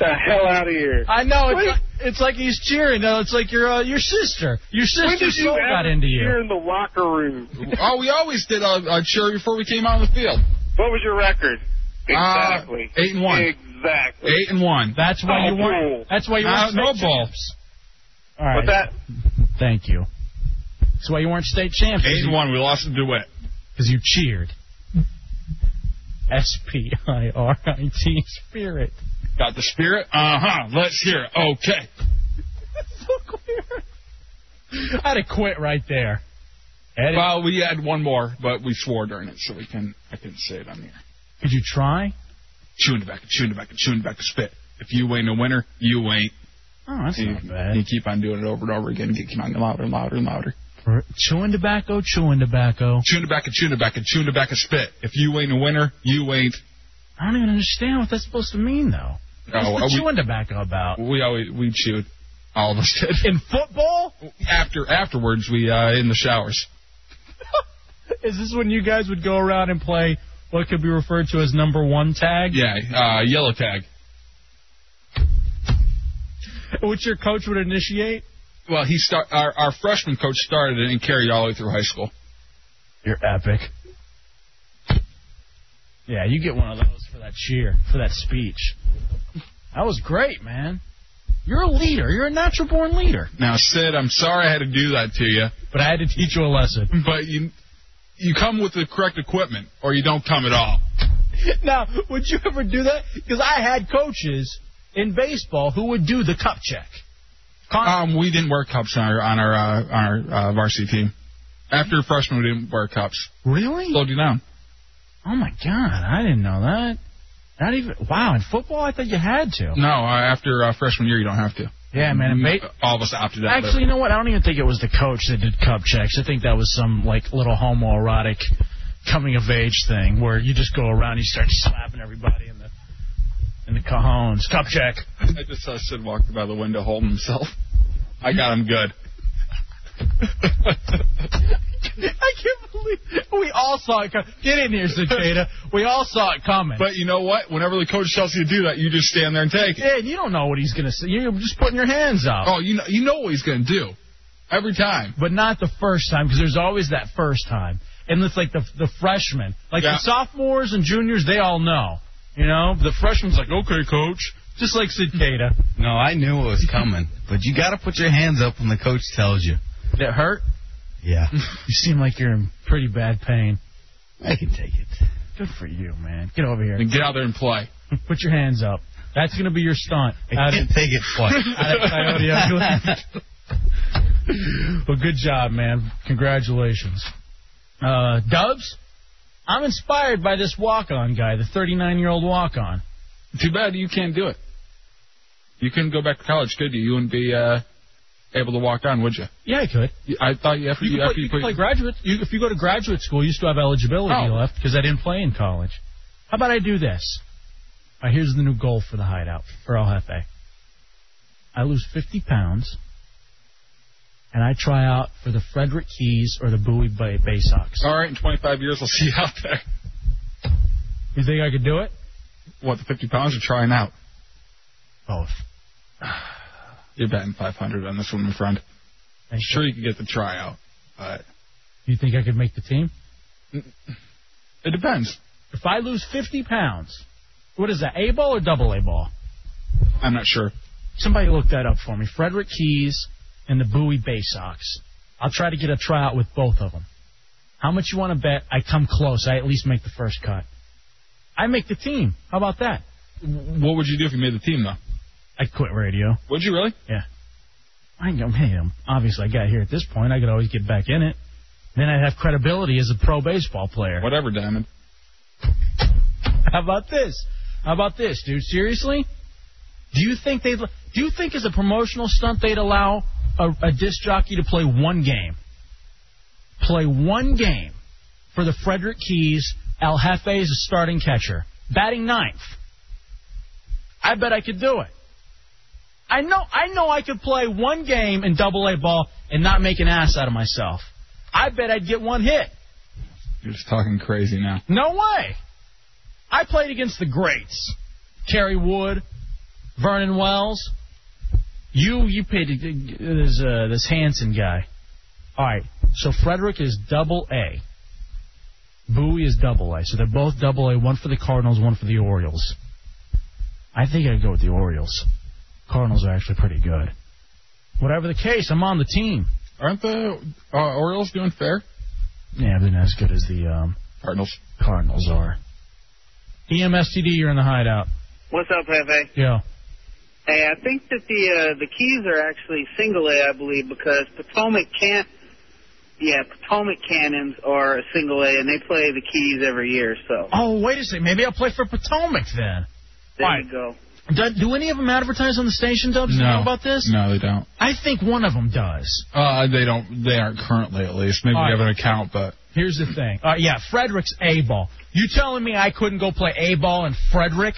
[SPEAKER 18] the hell out of here.
[SPEAKER 5] I know
[SPEAKER 18] When-
[SPEAKER 5] it's it's like he's cheering. No, it's like your uh, your sister. Your
[SPEAKER 18] when
[SPEAKER 5] sister
[SPEAKER 18] did you
[SPEAKER 5] soul got
[SPEAKER 18] ever
[SPEAKER 5] into you.
[SPEAKER 18] cheer in the locker room.
[SPEAKER 4] Oh, we always did a, a cheer before we came out on the field.
[SPEAKER 18] What was your record?
[SPEAKER 4] Exactly. eight and one.
[SPEAKER 18] Exactly.
[SPEAKER 4] Eight and one. Uh,
[SPEAKER 5] That's why
[SPEAKER 18] Oh,
[SPEAKER 5] you weren't.
[SPEAKER 18] cool.
[SPEAKER 5] That's why you weren't.
[SPEAKER 4] No, no
[SPEAKER 5] state
[SPEAKER 4] ball.
[SPEAKER 5] champs. All right.
[SPEAKER 4] What's that?
[SPEAKER 5] Thank you. That's why you weren't state champs.
[SPEAKER 4] Eight and one. We lost to Dewitt.
[SPEAKER 5] Because you cheered. S P I R I T spirit.
[SPEAKER 4] Got the spirit? Uh huh. Let's hear it. Okay.
[SPEAKER 5] I'd have quit right there.
[SPEAKER 4] Well, we had one more, but we swore during it, so we can I can say it on the air.
[SPEAKER 5] Could you try?
[SPEAKER 4] Chewing tobacco, chewing tobacco, chewing tobacco, spit. If you ain't a winner, you ain't.
[SPEAKER 5] Oh, that's
[SPEAKER 4] you,
[SPEAKER 5] not bad.
[SPEAKER 4] You keep on doing it over and over again. You keep on getting louder and louder and louder.
[SPEAKER 5] Chewing tobacco, chewing tobacco.
[SPEAKER 4] Chewing tobacco, chewing tobacco, chewing tobacco, spit. If you ain't a winner, you ain't.
[SPEAKER 5] I don't even understand what that's supposed to mean, though. What's
[SPEAKER 4] Oh,
[SPEAKER 5] the
[SPEAKER 4] are we-
[SPEAKER 5] chewing tobacco about?
[SPEAKER 4] We always we chewed. All of us did.
[SPEAKER 5] In football?
[SPEAKER 4] After afterwards, we uh in the showers.
[SPEAKER 5] Is this when you guys would go around and play what could be referred to as number one tag?
[SPEAKER 4] Yeah, uh, yellow tag.
[SPEAKER 5] Which your coach would initiate?
[SPEAKER 4] Well, he start our our freshman coach started it and carried it all the way through high school.
[SPEAKER 5] You're epic. Yeah, you get one of those for that cheer, for that speech. That was great, man. You're a leader. You're a natural born leader.
[SPEAKER 4] Now, Sid, I'm sorry I had to do that to you.
[SPEAKER 5] But I had to teach you a lesson.
[SPEAKER 4] But you you come with the correct equipment, or you don't come at all.
[SPEAKER 5] now, would you ever do that? Because I had coaches in baseball who would do the cup check.
[SPEAKER 4] Um, we didn't wear cups on our on our uh, on our uh, varsity team. After freshman, we didn't wear cups.
[SPEAKER 5] Really?
[SPEAKER 4] Slowed you down.
[SPEAKER 5] Oh my god, I didn't know that. Not even wow. In football, I thought you had to.
[SPEAKER 4] No, uh, after uh, freshman year, you don't have to.
[SPEAKER 5] Yeah, man, and
[SPEAKER 4] We-
[SPEAKER 5] ba-
[SPEAKER 4] all of us opted out. of it.
[SPEAKER 5] Actually, you know what? I don't even think it was the coach that did cup checks. I think that was some like little homoerotic coming of age thing where you just go around and you start slapping everybody in the in the cajones. Cup check.
[SPEAKER 4] I just saw Sid walk by the window holding himself. I got him good.
[SPEAKER 5] I can't believe we all saw it. coming. Get in here, Cicada. We all saw it coming.
[SPEAKER 4] But you know what? Whenever the coach tells you to do that, you just stand there and take it.
[SPEAKER 5] yeah, and you don't know what he's gonna say. You're just putting your hands up.
[SPEAKER 4] Oh, you know, you know what he's gonna do every time.
[SPEAKER 5] but not the first time because there's always that first time. And it's like the the freshmen, like
[SPEAKER 4] Yeah.
[SPEAKER 5] the sophomores and juniors, they all know. You know, the freshman's like, okay, coach, just like Cicada.
[SPEAKER 7] No, I knew it was coming, but you got to put your hands up when the coach tells you.
[SPEAKER 5] Did it hurt?
[SPEAKER 7] Yeah,
[SPEAKER 5] You seem like you're in pretty bad pain.
[SPEAKER 7] I can take it.
[SPEAKER 5] Good for you, man. Get over here.
[SPEAKER 4] And get out there and play.
[SPEAKER 5] Put your hands up. That's gonna be your stunt. Out of,
[SPEAKER 7] Take it twice.
[SPEAKER 5] out of Coyote Ugly. well, good job, man. Congratulations. Uh, Dubs, I'm inspired by this walk-on guy, the 39-year-old walk-on.
[SPEAKER 4] Too bad you can't do it. You couldn't go back to college, could you? You wouldn't be uh, able to walk on, would you?
[SPEAKER 5] Yeah, I could.
[SPEAKER 4] You- I thought you after
[SPEAKER 5] You
[SPEAKER 4] you,
[SPEAKER 5] could
[SPEAKER 4] after
[SPEAKER 5] play,
[SPEAKER 4] you
[SPEAKER 5] you
[SPEAKER 4] put
[SPEAKER 5] could play graduate. You, if you go to graduate school, you still have eligibility
[SPEAKER 4] Oh.
[SPEAKER 5] left because I didn't play in college. How about I do this? All right, here's the new goal for the hideout for El Jefe. I lose 50 pounds. and I try out for the Frederick Keys or the Bowie Bay Bay Sox.
[SPEAKER 4] All right, in 25 years, I'll see you out there.
[SPEAKER 5] You think I could do it?
[SPEAKER 4] What, the 50 pounds or trying out?
[SPEAKER 5] Both.
[SPEAKER 4] You're betting 500 on this one, my friend. sure you could get the tryout, but
[SPEAKER 5] You think I could make the team?
[SPEAKER 4] Mm, It depends.
[SPEAKER 5] If I lose 50 pounds, what is that, A ball or double A ball?
[SPEAKER 4] I'm not sure.
[SPEAKER 5] Somebody look that up for me. Frederick Keys and the Bowie Bay Sox. I'll try to get a tryout with both of them. How much you want to bet? I come close. I at least make the first cut. I make the team. How about that?
[SPEAKER 4] What would you do if you made the team, though?
[SPEAKER 5] I quit radio.
[SPEAKER 4] Would you really?
[SPEAKER 5] Yeah. I go, hey, um, obviously I got here at this point. I could always get back in it. Then I'd have credibility as a pro baseball player.
[SPEAKER 4] Whatever, Diamond.
[SPEAKER 5] How about this? How about this, dude? Seriously? Do you think they'd? Do you think as a promotional stunt they'd allow a, a disc jockey to play one game? Play one game for the Frederick Keys. Al Jefe is a starting catcher, batting ninth. I bet I could do it. I know. I know I could play one game in Double A ball and not make an ass out of myself. I bet I'd get one hit.
[SPEAKER 4] You're just talking crazy now.
[SPEAKER 5] No way. I played against the greats. Kerry Wood, Vernon Wells. You you paid this uh, this Hanson guy. All right. So Frederick is double A. Bowie is double A. So they're both double A. One for the Cardinals, one for the Orioles. I think I'd go with the Orioles. Cardinals are actually pretty good. Whatever the case, I'm on the team.
[SPEAKER 4] Aren't the uh, Orioles doing fair?
[SPEAKER 5] Yeah, they're not as good as the um,
[SPEAKER 4] Cardinals.
[SPEAKER 5] Cardinals are. E EMSTD, you're in the hideout.
[SPEAKER 2] What's up, Hefe?
[SPEAKER 5] Yeah.
[SPEAKER 2] Hey, I think that the uh, the keys are actually single A, I believe, because Potomac can't. Yeah, Potomac cannons are a single A, and they play the keys every year. So
[SPEAKER 5] Oh, wait a second. Maybe I'll play for Potomac then.
[SPEAKER 2] there
[SPEAKER 5] Why?
[SPEAKER 2] you go.
[SPEAKER 5] Do, do any of them advertise on the station, Dubs? Do you know about this?
[SPEAKER 4] No, they don't.
[SPEAKER 5] I think one of them does.
[SPEAKER 4] Uh, they don't. They aren't currently, at least. Maybe
[SPEAKER 5] All
[SPEAKER 4] they have
[SPEAKER 5] right.
[SPEAKER 4] an account, but
[SPEAKER 5] Here's the thing. Uh, yeah, Frederick's A ball. You telling me I couldn't go play A ball in Frederick?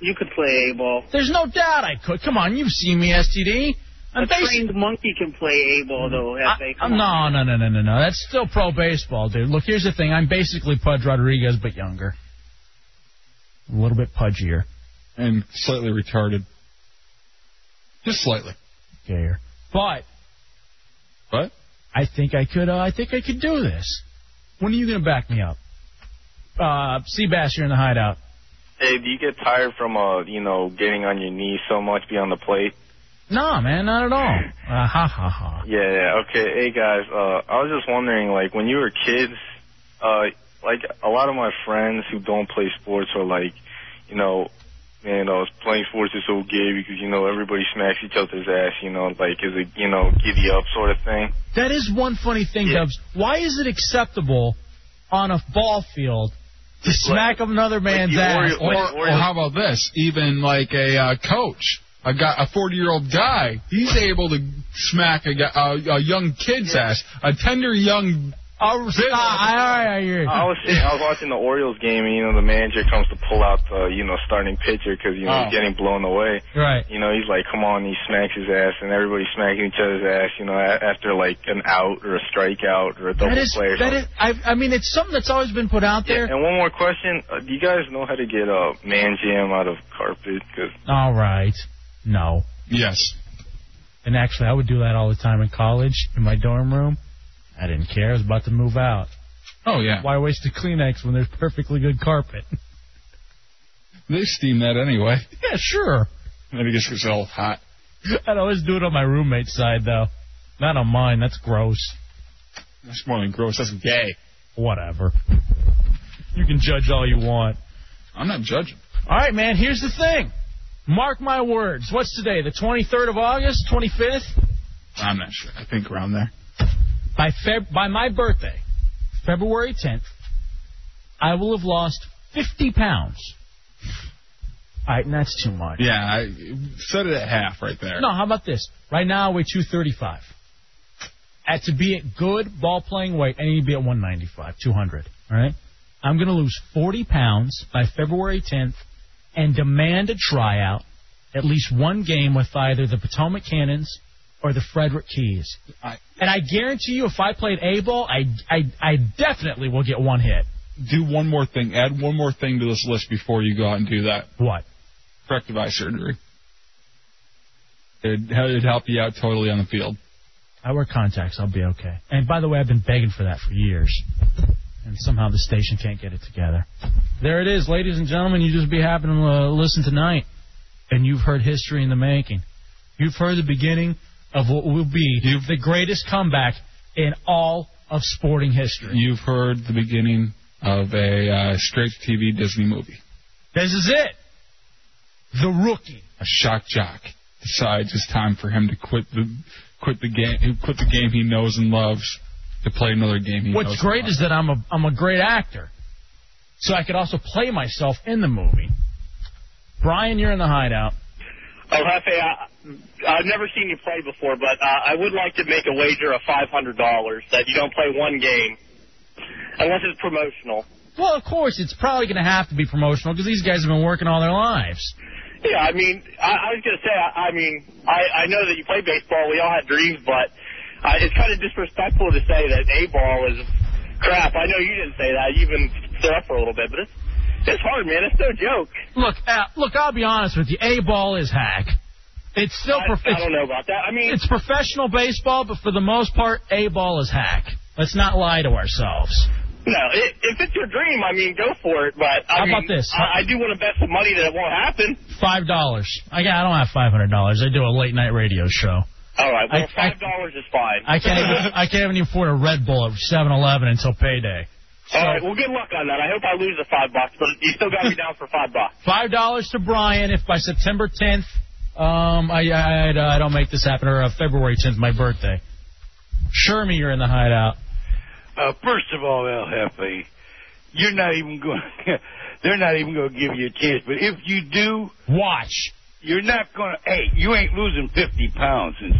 [SPEAKER 2] You could play A ball.
[SPEAKER 5] There's no doubt I could. Come on, you've seen me, STD. I'm
[SPEAKER 2] a trained monkey can play A ball, though. Hefe.
[SPEAKER 5] Uh,
[SPEAKER 2] Come on.
[SPEAKER 5] no, no, no, no, no, no. That's still pro baseball, dude. Look, here's the thing. I'm basically Pudge Rodriguez, but younger. A little bit pudgier.
[SPEAKER 4] and slightly retarded. Just slightly.
[SPEAKER 5] Gayer. But.
[SPEAKER 4] What?
[SPEAKER 5] I think I could. Uh, I think I could do this. When are you going to back me up? Uh, Seabass, you're in the hideout.
[SPEAKER 15] Hey, do you get tired from uh, you know, getting on your knees so much beyond the plate?
[SPEAKER 5] Nah, man, not at all. Uh, ha ha ha.
[SPEAKER 15] Yeah, yeah, okay. Hey guys, uh I was just wondering like when you were kids, uh like a lot of my friends who don't play sports are like, you know, man, I was playing sports is so gay because you know everybody smacks each other's ass, you know, like is a you know, giddy up sort of thing.
[SPEAKER 5] That is one funny thing, Dubs. Why is it acceptable on a ball field to smack another man's ass?
[SPEAKER 4] Or, or how about this? Even like a uh, coach, a guy, a 40 year old guy, he's able to smack a, guy, a, a young kid's ass, a tender young.
[SPEAKER 5] Oh,
[SPEAKER 15] I was seeing, I was watching the Orioles game, and you know the manager comes to pull out the you know starting pitcher because you know
[SPEAKER 5] Oh.
[SPEAKER 15] he's getting blown away.
[SPEAKER 5] Right.
[SPEAKER 15] You know he's like, come on, he smacks his ass, and everybody's smacking each other's ass. You know a- after like an out or a strikeout or a double
[SPEAKER 5] That is.
[SPEAKER 15] play. Or
[SPEAKER 5] That
[SPEAKER 15] something.
[SPEAKER 5] is. I, I mean, it's something that's always been put out there.
[SPEAKER 15] Yeah, and one more question: uh, Do you guys know how to get a uh, man jam out of carpet? Because
[SPEAKER 5] All right. No.
[SPEAKER 4] Yes.
[SPEAKER 5] And actually, I would do that all the time in college in my dorm room. I didn't care. I was about to move out.
[SPEAKER 4] Oh yeah.
[SPEAKER 5] Why waste a Kleenex when there's perfectly good carpet?
[SPEAKER 4] They steam that anyway.
[SPEAKER 5] Yeah, sure.
[SPEAKER 4] Maybe just because it's all hot.
[SPEAKER 5] I'd always do it on my roommate's side, though. Not on mine. That's gross.
[SPEAKER 4] That's more than gross. That's gay.
[SPEAKER 5] Whatever. You can judge all you want.
[SPEAKER 4] I'm not judging.
[SPEAKER 5] All right, man. Here's the thing. Mark my words. What's today? The 23rd of August, 25th.
[SPEAKER 4] I'm not sure. I think around there.
[SPEAKER 5] By Feb- by my birthday, February 10th, I will have lost 50 pounds. All right, and that's too much.
[SPEAKER 4] Yeah, I set it at half right there.
[SPEAKER 5] No, how about this? Right now I weigh 235. At to be at good ball playing weight, I need to be at 195, 200. All right. I'm going to lose 40 pounds by February 10th and demand a tryout, at least one game with either the Potomac Cannons or the Frederick Keys. And I guarantee you, if I played A ball, I, I, I definitely will get one hit.
[SPEAKER 4] Do one more thing. Add one more thing to this list before you go out and do that.
[SPEAKER 5] What?
[SPEAKER 4] Corrective eye surgery. It'd, it'd help you out totally on the field.
[SPEAKER 5] I wear contacts. I'll be okay. And by the way, I've been begging for that for years. And somehow the station can't get it together. There it is, ladies and gentlemen. You just be happy to uh, listen tonight, and you've heard history in the making. You've heard the beginning of what will be the greatest comeback in all of sporting history.
[SPEAKER 4] You've heard the beginning of a uh, straight TV Disney movie.
[SPEAKER 5] This is it. The rookie.
[SPEAKER 4] A shock jock decides it's time for him to quit the quit the game quit the game he knows and loves to play another game he knows
[SPEAKER 5] What's
[SPEAKER 4] and
[SPEAKER 5] great is that I'm a I'm a great actor, so I could also play myself in the movie. Brian, you're in the hideout.
[SPEAKER 6] Oh, Hefe, I, I've never seen you play before, but uh, I would like to make a wager of $500 that you don't play one game unless it's promotional.
[SPEAKER 5] Well, of course, it's probably going to have to be promotional because these guys have been working all their lives.
[SPEAKER 6] Yeah, I mean, I, I was going to say, I, I mean, I, I know that you play baseball. We all have dreams, but uh, it's kind of disrespectful to say that A ball is crap. I know you didn't say that. You've been set up for a little bit, but it's it's hard, man. It's no joke.
[SPEAKER 5] Look, uh, look, I'll be honest with you. A ball is hack. It's still.
[SPEAKER 6] I-
[SPEAKER 5] prof-
[SPEAKER 6] I don't know about that. I mean,
[SPEAKER 5] it's professional baseball, but for the most part, A ball is hack. Let's not lie to ourselves.
[SPEAKER 6] No, i if it's your dream, I mean, go for it. But I
[SPEAKER 5] How
[SPEAKER 6] mean,
[SPEAKER 5] about this?
[SPEAKER 6] I, I do want to bet some money that it won't happen.
[SPEAKER 5] Five dollars. I got. I don't have five hundred dollars. I do a late night radio show.
[SPEAKER 6] All right, well,
[SPEAKER 5] I- I-
[SPEAKER 6] five dollars is fine.
[SPEAKER 5] I can't. Even, I can't even afford a Red Bull at Seven Eleven until payday.
[SPEAKER 6] All right, well, good luck on that. I hope I lose the five bucks, but you still got me down for five bucks.
[SPEAKER 5] Five dollars to Brian if by September 10th, um, I, I, I, I don't make this happen, or uh, February 10th, my birthday. Shermie, you're in the hideout.
[SPEAKER 8] Uh, first of all, El Jefe, you're not even going. to They're not even going to give you a chance. But if you do,
[SPEAKER 5] watch.
[SPEAKER 8] You're not going to. Hey, you ain't losing 50 pounds. In,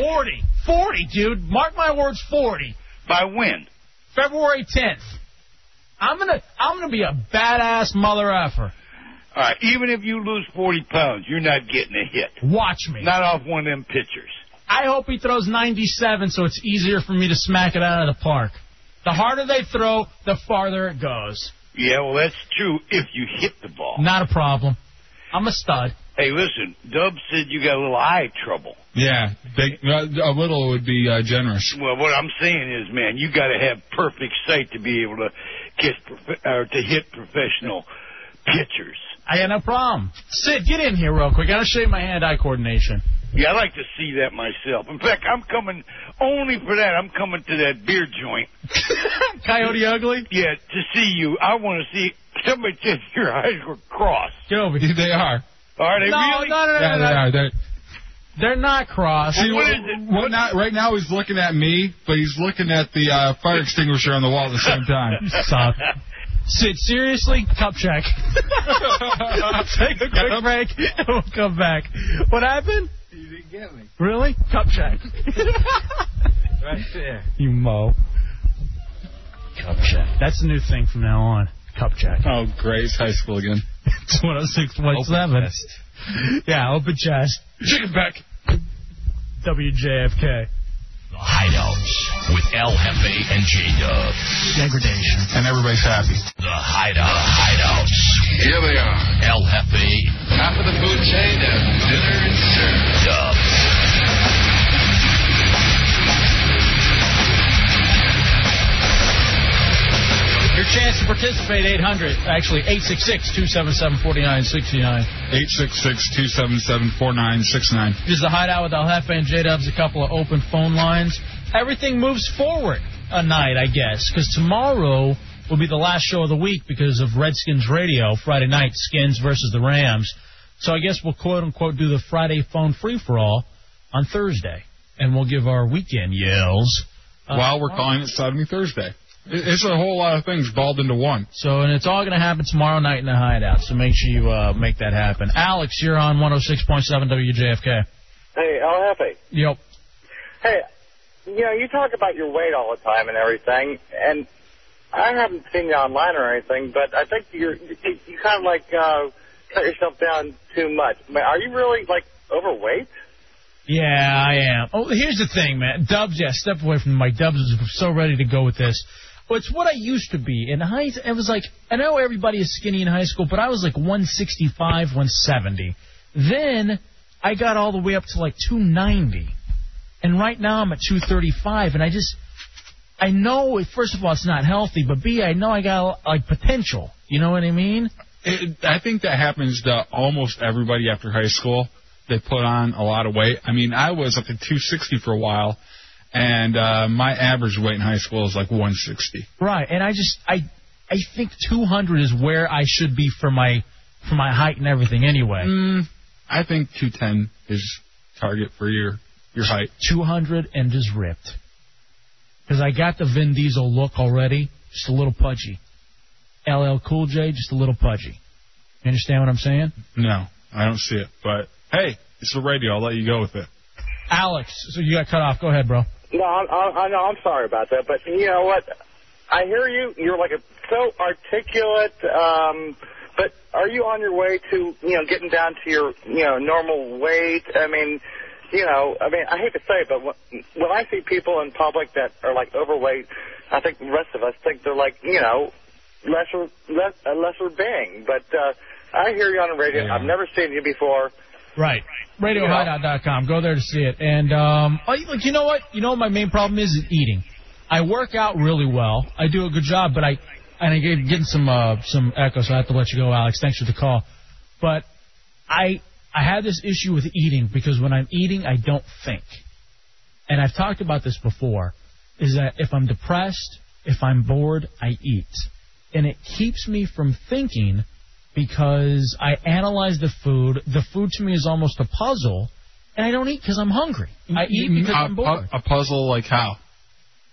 [SPEAKER 5] Forty, forty, dude. Mark my words, 40.
[SPEAKER 8] By when?
[SPEAKER 5] February 10th. I'm gonna, I'm gonna be a badass mother
[SPEAKER 8] all
[SPEAKER 5] effer.
[SPEAKER 8] right, even if you lose 40 pounds, you're not getting a hit.
[SPEAKER 5] Watch me.
[SPEAKER 8] Not off one of them pitchers.
[SPEAKER 5] I hope he throws 97 so it's easier for me to smack it out of the park. The harder they throw, the farther it goes.
[SPEAKER 8] Yeah, well, that's true if you hit the ball.
[SPEAKER 5] Not a problem. I'm a stud.
[SPEAKER 8] Hey, listen, Dub said you got a little eye trouble.
[SPEAKER 4] Yeah, big, uh, a little would be uh, generous.
[SPEAKER 8] Well, what I'm saying is, man, you got to have perfect sight to be able to kiss prof- or to hit professional pitchers.
[SPEAKER 5] I got no problem. Sid, get in here real quick. I gotta show you my hand-eye coordination.
[SPEAKER 8] Yeah, I like to see that myself. In fact, I'm coming only for that. I'm coming to that beer joint.
[SPEAKER 5] Coyote Ugly?
[SPEAKER 8] Yeah, to see you. I want to see somebody said your eyes were crossed.
[SPEAKER 5] Get over
[SPEAKER 4] here. They are.
[SPEAKER 8] Are they
[SPEAKER 5] no,
[SPEAKER 8] really?
[SPEAKER 5] No, no, no,
[SPEAKER 4] Yeah,
[SPEAKER 5] no,
[SPEAKER 4] they
[SPEAKER 5] no.
[SPEAKER 4] are. They're,
[SPEAKER 5] They're not crossed.
[SPEAKER 4] Uh, See, what not- right now he's looking at me, but he's looking at the uh, fire extinguisher on the wall at the same time.
[SPEAKER 5] Suck. Sid, seriously, cup check. Take a quick break. We'll come back. What happened?
[SPEAKER 9] You didn't get me.
[SPEAKER 5] Really? Cup check.
[SPEAKER 9] Right there.
[SPEAKER 5] you mo. Cup check. That's the new thing from now on. Cup check.
[SPEAKER 4] Oh, great. It's high school again.
[SPEAKER 5] It's 106.7. yeah, open chest.
[SPEAKER 4] Chicken back.
[SPEAKER 5] WJFK.
[SPEAKER 11] The Hideout with El Jefe and J Dub.
[SPEAKER 5] Degradation.
[SPEAKER 4] And everybody's happy.
[SPEAKER 11] The Hideout. The Hideout. Here they are. El Jefe. Top of the food chain and dinner is served. Dub.
[SPEAKER 5] Your chance to participate, 800. Actually, 866-277-4969.
[SPEAKER 4] 866-277-4969.
[SPEAKER 5] This is the Hideout with Al Jefe and J-Dubs, a couple of open phone lines. Everything moves forward a night, I guess, because tomorrow will be the last show of the week because of Redskins Radio, Friday night, Skins versus the Rams. So I guess we'll quote-unquote do the Friday phone free-for-all on Thursday, and we'll give our weekend yells. Uh,
[SPEAKER 4] While we're calling it Sodomy Thursday. It- It's a whole lot of things balled into one.
[SPEAKER 5] So, and it's all going to happen tomorrow night in the hideout. So make sure you uh, make that happen. Alex, you're on 106.7 WJFK.
[SPEAKER 24] Hey, El Jefe.
[SPEAKER 5] Yep.
[SPEAKER 24] Hey, you know, you talk about your weight all the time and everything, and I haven't seen you online or anything, but I think you're you, you kind of like uh, cut yourself down too much. I mean, are you really like overweight?
[SPEAKER 5] Yeah, I am. Oh, here's the thing, man. Dubs, yeah, step away from the mic. Dubs is so ready to go with this. Well, it's what I used to be in high. It was like I know everybody is skinny in high school, but I was like 165, 170. Then I got all the way up to like 290, and right now I'm at 235, and I just I know first of all it's not healthy, but B I know I got like potential. You know what I mean?
[SPEAKER 4] It, I think that happens to almost everybody after high school. They put on a lot of weight. I mean, I was up to 260 for a while, and uh, my average weight in high school is like 160.
[SPEAKER 5] Right, and I just I I think 200 is where I should be for my for my height and everything anyway.
[SPEAKER 4] Mm, I think 210 is target for your your height.
[SPEAKER 5] 200 and just ripped. Because I got the Vin Diesel look already, just a little pudgy. LL Cool J, just a little pudgy. You understand what I'm saying?
[SPEAKER 4] No, I don't see it. But hey, it's the radio. I'll let you go with it.
[SPEAKER 5] Alex, so you got cut off. Go ahead, bro.
[SPEAKER 24] No, I'm, I'm, no, I'm sorry about that, but you know what? I hear you. You're like a so articulate. Um, but are you on your way to you know getting down to your you know normal weight? I mean, you know, I mean, I hate to say it, but when, when I see people in public that are like overweight, I think the rest of us think they're like you know lesser less, a lesser being. But uh, I hear you on the radio. I've never seen you before.
[SPEAKER 5] Right. RadioHideout.com. Go there to see it. And um, I- like you know what? You know what my main problem is is eating. I work out really well. I do a good job, but I and I get getting some uh, some echo, so I have to let you go, Alex. Thanks for the call. But I I have this issue with eating because when I'm eating, I don't think. And I've talked about this before. Is that if I'm depressed, if I'm bored, I eat, and it keeps me from thinking because I analyze the food. The food to me is almost a puzzle, and I don't eat because I'm hungry. I eat because I'm bored.
[SPEAKER 4] A puzzle like how?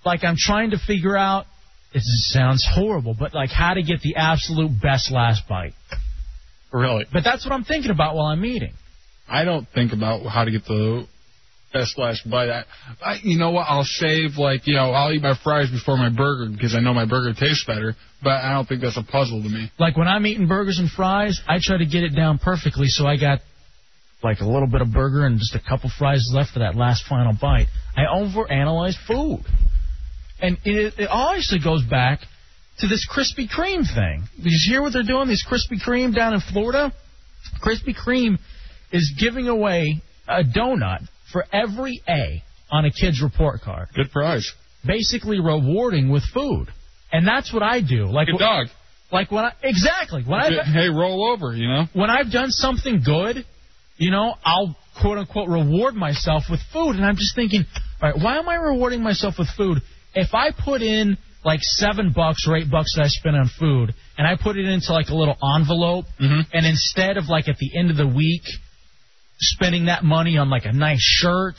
[SPEAKER 5] Like I'm trying to figure out. It sounds horrible, but like how to get the absolute best last bite.
[SPEAKER 4] Really?
[SPEAKER 5] But that's what I'm thinking about while I'm eating.
[SPEAKER 4] I don't think about how to get the best last bite.
[SPEAKER 5] uh,
[SPEAKER 4] I, I, you know what? I'll save like you know I'll eat my fries before my burger because I know my burger tastes better. But I don't think that's a puzzle to me.
[SPEAKER 5] Like when I'm eating burgers and fries, I try to get it down perfectly so I got like a little bit of burger and just a couple fries left for that last final bite. I overanalyze food. And it, it honestly goes back to this Krispy Kreme thing. Did you hear what they're doing? This Krispy Kreme down in Florida? Krispy Kreme is giving away a donut for every A on a kid's report card.
[SPEAKER 4] Good prize.
[SPEAKER 5] Basically rewarding with food. And that's what I do. Like
[SPEAKER 4] Like a dog.
[SPEAKER 5] Like when I exactly when I
[SPEAKER 4] Hey, roll over. You know.
[SPEAKER 5] when I've done something good, you know, I'll quote unquote reward myself with food. And I'm just thinking, all right, why am I rewarding myself with food? If I put in like seven bucks or eight bucks that I spent on food, and I put it into like a little envelope,
[SPEAKER 4] Mm-hmm.
[SPEAKER 5] and instead of like at the end of the week spending that money on like a nice shirt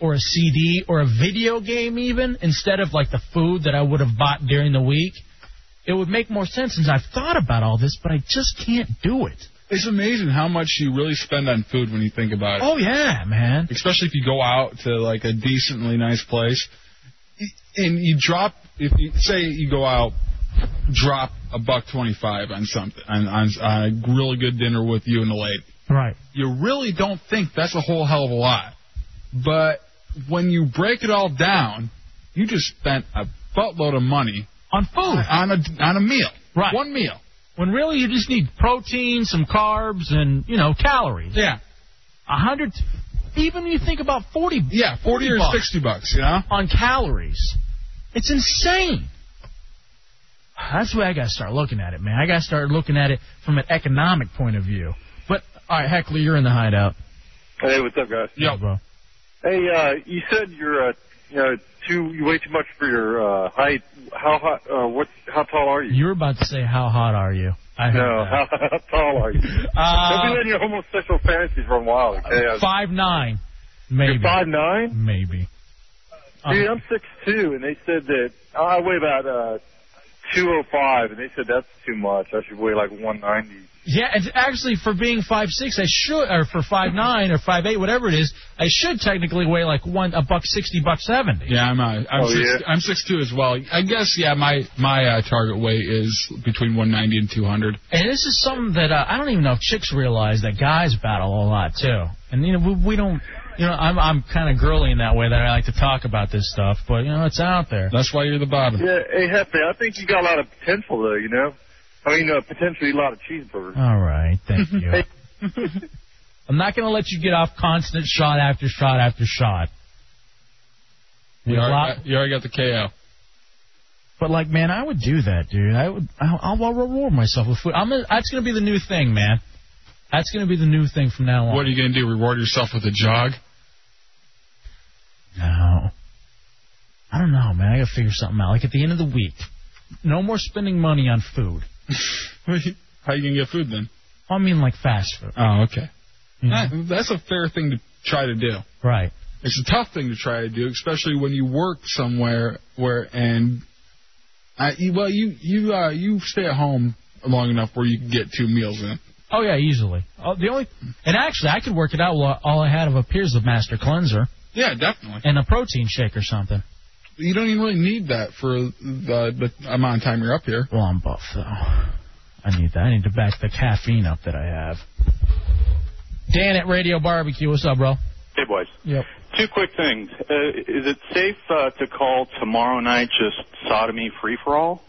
[SPEAKER 5] or a CD or a video game, even instead of like the food that I would have bought during the week, it would make more sense. Since I've thought about all this, but I just can't do it.
[SPEAKER 4] It's amazing how much you really spend on food when you think about it.
[SPEAKER 5] Oh yeah, man.
[SPEAKER 4] Especially if you go out to like a decently nice place, and you drop. If you say you go out, drop a buck twenty-five on something on, on, on a really good dinner with you and the lady.
[SPEAKER 5] Right.
[SPEAKER 4] You really don't think that's a whole hell of a lot, but when you break it all down, you just spent a buttload of money
[SPEAKER 5] on food
[SPEAKER 4] on a on a meal.
[SPEAKER 5] Right.
[SPEAKER 4] One meal.
[SPEAKER 5] When really you just need protein, some carbs, and you know calories.
[SPEAKER 4] Yeah.
[SPEAKER 5] A hundred. Even you think about forty.
[SPEAKER 4] Yeah, 40 or 60 bucks, you know?
[SPEAKER 5] On calories, it's insane. That's the way I gotta start looking at it, man. I gotta start looking at it from an economic point of view. But all right, Heckler, you're in the hideout.
[SPEAKER 6] Hey, what's up, guys?
[SPEAKER 5] Yeah, bro.
[SPEAKER 6] Hey, uh, you said you're uh, you know, too you weigh too much for your uh, height. How hot? Uh, what? How tall are you?
[SPEAKER 5] You were about to say, "How hot are you?" I heard
[SPEAKER 6] no, how, how tall are you?
[SPEAKER 5] Uh,
[SPEAKER 6] Don't be letting your homosexual fantasies run wild. Okay?
[SPEAKER 5] that. Five nine, maybe.
[SPEAKER 6] five nine.
[SPEAKER 5] Maybe. Uh,
[SPEAKER 6] Dude, I'm six two, and they said that I weigh about uh, two oh five, and they said that's too much. I should weigh like one ninety.
[SPEAKER 5] Yeah, and actually, for being five six, I should, or for five nine or five eight, whatever it is, I should technically weigh like one a buck sixty, buck seventy.
[SPEAKER 4] Yeah, I'm uh, I'm
[SPEAKER 5] Oh,
[SPEAKER 4] six,
[SPEAKER 5] yeah?
[SPEAKER 4] I'm six two as well. I guess yeah, my my uh, target weight is between 190 and 200.
[SPEAKER 5] And this is something that uh, I don't even know if chicks realize that guys battle a lot too. And you know, we, we don't You know, I'm I'm kind of girly in that way that I like to talk about this stuff, but you know, it's out there.
[SPEAKER 4] That's why you're the bottom.
[SPEAKER 10] Yeah, hey Hefe, I think you got a lot of potential though. You know, I mean, uh, potentially a lot of cheeseburgers.
[SPEAKER 5] All right, thank you. I'm not going to let you get off constant shot after shot after shot.
[SPEAKER 4] You
[SPEAKER 5] Lot-
[SPEAKER 4] already, got, you already got the KO.
[SPEAKER 5] But like, man, I would do that, dude. I would. I'll, I'll, I'll reward myself with food. I'm. A, that's gonna be the new thing, man. That's gonna be the new thing from now on.
[SPEAKER 4] What are you going to do? Reward yourself with a jog?
[SPEAKER 5] No. I don't know, man. I gotta figure something out. Like at the end of the week, no more spending money on food.
[SPEAKER 4] How you going to get food then?
[SPEAKER 5] I mean, like fast food.
[SPEAKER 4] Oh, okay.
[SPEAKER 5] Mhm.
[SPEAKER 4] That- that's a fair thing to try to do.
[SPEAKER 5] Right.
[SPEAKER 4] It's a tough thing to try to do, especially when you work somewhere where and I you- well you you uh, you stay at home long enough where you can get two meals in.
[SPEAKER 5] Oh yeah, easily. Oh, the only and actually, I could work it out. Well, all I had of a Piers of Master Cleanser
[SPEAKER 4] Yeah, definitely.
[SPEAKER 5] and a protein shake or something.
[SPEAKER 4] You don't even really need that for the, the amount of time you're up here.
[SPEAKER 5] Well, I'm buff though. I need that. I need to back the caffeine up that I have. Dan at Radio Barbecue, what's up, bro?
[SPEAKER 14] Hey, boys.
[SPEAKER 5] Yep.
[SPEAKER 14] Two quick things. Uh, is it safe uh, to call tomorrow night just sodomy free for all?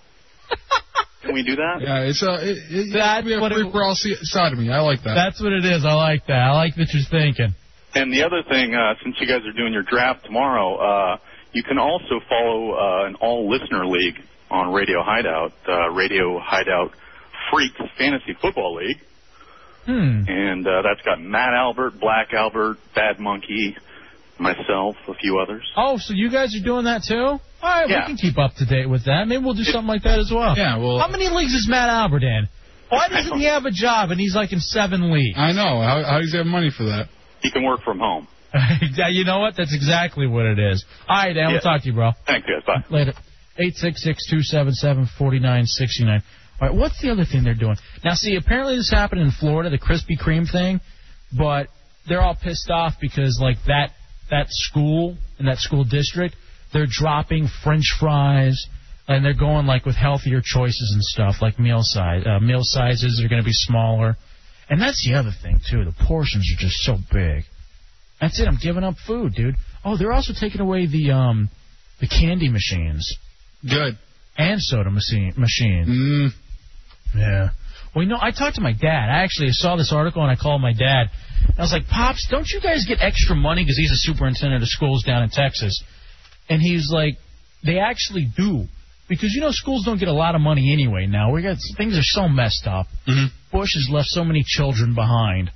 [SPEAKER 14] Can we do that?
[SPEAKER 4] Yeah, it's a it, it, that's what free for all se- sodomy. I like that.
[SPEAKER 5] That's what it is. I like that. I like that you're thinking.
[SPEAKER 14] And the other thing, uh, since you guys are doing your draft tomorrow, uh, you can also follow uh, an all listener league on Radio Hideout, uh, Radio Hideout Freak Fantasy Football League.
[SPEAKER 5] Hmm.
[SPEAKER 14] And uh, that's got Matt Albert, Black Albert, Bad Monkey, myself, a few others.
[SPEAKER 5] Oh, so you guys are doing that too? All right,
[SPEAKER 14] Yeah.
[SPEAKER 5] we can keep up to date with that. Maybe we'll do something like that as well.
[SPEAKER 14] Yeah, well-
[SPEAKER 5] How many leagues is Matt Albert in? Why doesn't he have a job and he's like in seven leagues?
[SPEAKER 4] I know. How, how does he have money for that?
[SPEAKER 14] He can work from home.
[SPEAKER 5] Yeah, you know what? That's exactly what it is. All right, Dan,
[SPEAKER 14] Yeah.
[SPEAKER 5] we'll talk to you, bro.
[SPEAKER 14] Thanks, guys. Bye.
[SPEAKER 5] Later. Eight six six two seven seven forty nine sixty nine. All right, what's the other thing they're doing? Now, see, apparently this happened in Florida, the Krispy Kreme thing, but they're all pissed off because, like, that that school and that school district, they're dropping French fries and they're going, like, with healthier choices and stuff, like meal size. Uh, meal sizes are going to be smaller. And that's the other thing, too. The portions are just so big. That's it. I'm giving up food, dude. Oh, they're also taking away the um the candy machines.
[SPEAKER 4] Good.
[SPEAKER 5] And soda machine machines. Mm. Yeah. Well, you know, I talked to my dad. I actually saw this article and I called my dad. I was like, "Pops, don't you guys get extra money because he's a superintendent of schools down in Texas?" And he's like, "They actually do." Because you know schools don't get a lot of money anyway now. We got things are so messed up.
[SPEAKER 4] Mm-hmm.
[SPEAKER 5] Bush has left so many children behind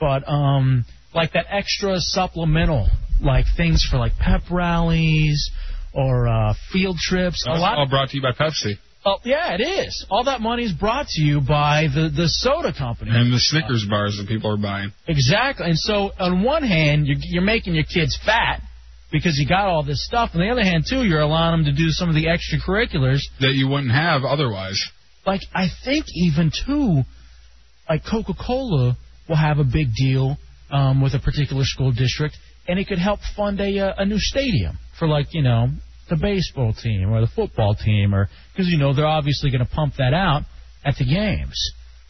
[SPEAKER 5] but um like that extra supplemental like things for like pep rallies or uh field trips a
[SPEAKER 4] That's
[SPEAKER 5] lot
[SPEAKER 4] all brought to you by Pepsi
[SPEAKER 5] oh yeah it is all that money is brought to you by the the soda company
[SPEAKER 4] and the Snickers bars that people are buying.
[SPEAKER 5] exactly and so on one hand you're, you're making your kids fat because you got all this stuff on the other hand too you're allowing them to do some of the extracurriculars
[SPEAKER 4] that you wouldn't have otherwise
[SPEAKER 5] like i think even too like Coca Cola will have a big deal um, with a particular school district, and it could help fund a uh, a new stadium for like you know the baseball team or the football team, or because you know they're obviously going to pump that out at the games.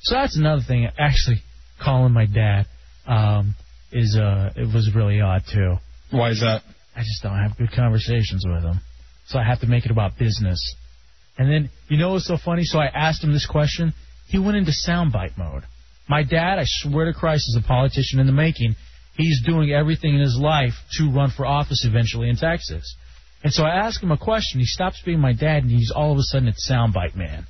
[SPEAKER 5] So that's another thing. Actually, calling my dad um, is uh it was really odd too.
[SPEAKER 4] Why is that?
[SPEAKER 5] I just don't have good conversations with him, so I have to make it about business. And then you know what's so funny? So I asked him this question. He went into soundbite mode. My dad, I swear to Christ, is a politician in the making. He's doing everything in his life to run for office eventually in Texas. And so I ask him a question. He stops being my dad, and he's all of a sudden it's soundbite man.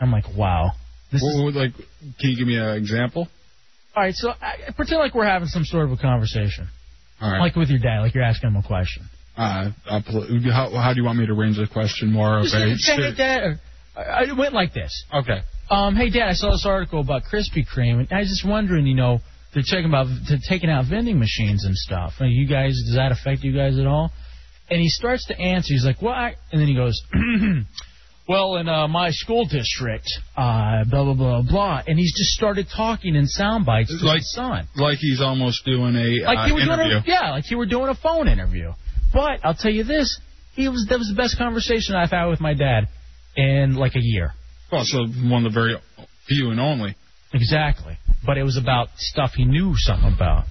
[SPEAKER 5] I'm like, wow.
[SPEAKER 4] Well, like, can you give me an example?
[SPEAKER 5] All right, so I, pretend like we're having some sort of a conversation,
[SPEAKER 4] All right.
[SPEAKER 5] like with your dad, like you're asking him a question.
[SPEAKER 4] Uh, I'll pl- how, how do you want me to arrange the question more of
[SPEAKER 5] Just
[SPEAKER 4] a
[SPEAKER 5] like, say, hey, Dad, or- I- I went like this.
[SPEAKER 4] Okay.
[SPEAKER 5] Um, hey Dad, I saw this article about Krispy Kreme, and I was just wondering, you know, they're talking about t- taking out vending machines and stuff. Are you guys, does that affect you guys at all? And he starts to answer. He's like, "Well," I, and then he goes, "Well, in uh, my school district, uh, blah blah blah blah," and he's just started talking in sound bites to
[SPEAKER 4] Like-
[SPEAKER 5] his son
[SPEAKER 4] like he's almost doing a
[SPEAKER 5] like
[SPEAKER 4] uh,
[SPEAKER 5] you were
[SPEAKER 4] interview.
[SPEAKER 5] doing a, yeah, like you were doing a phone interview. But I'll tell you this, he was that was the best conversation I've had with my dad in like a year.
[SPEAKER 4] Well, Oh, so one of the very few and only.
[SPEAKER 5] Exactly. But it was about stuff he knew something about.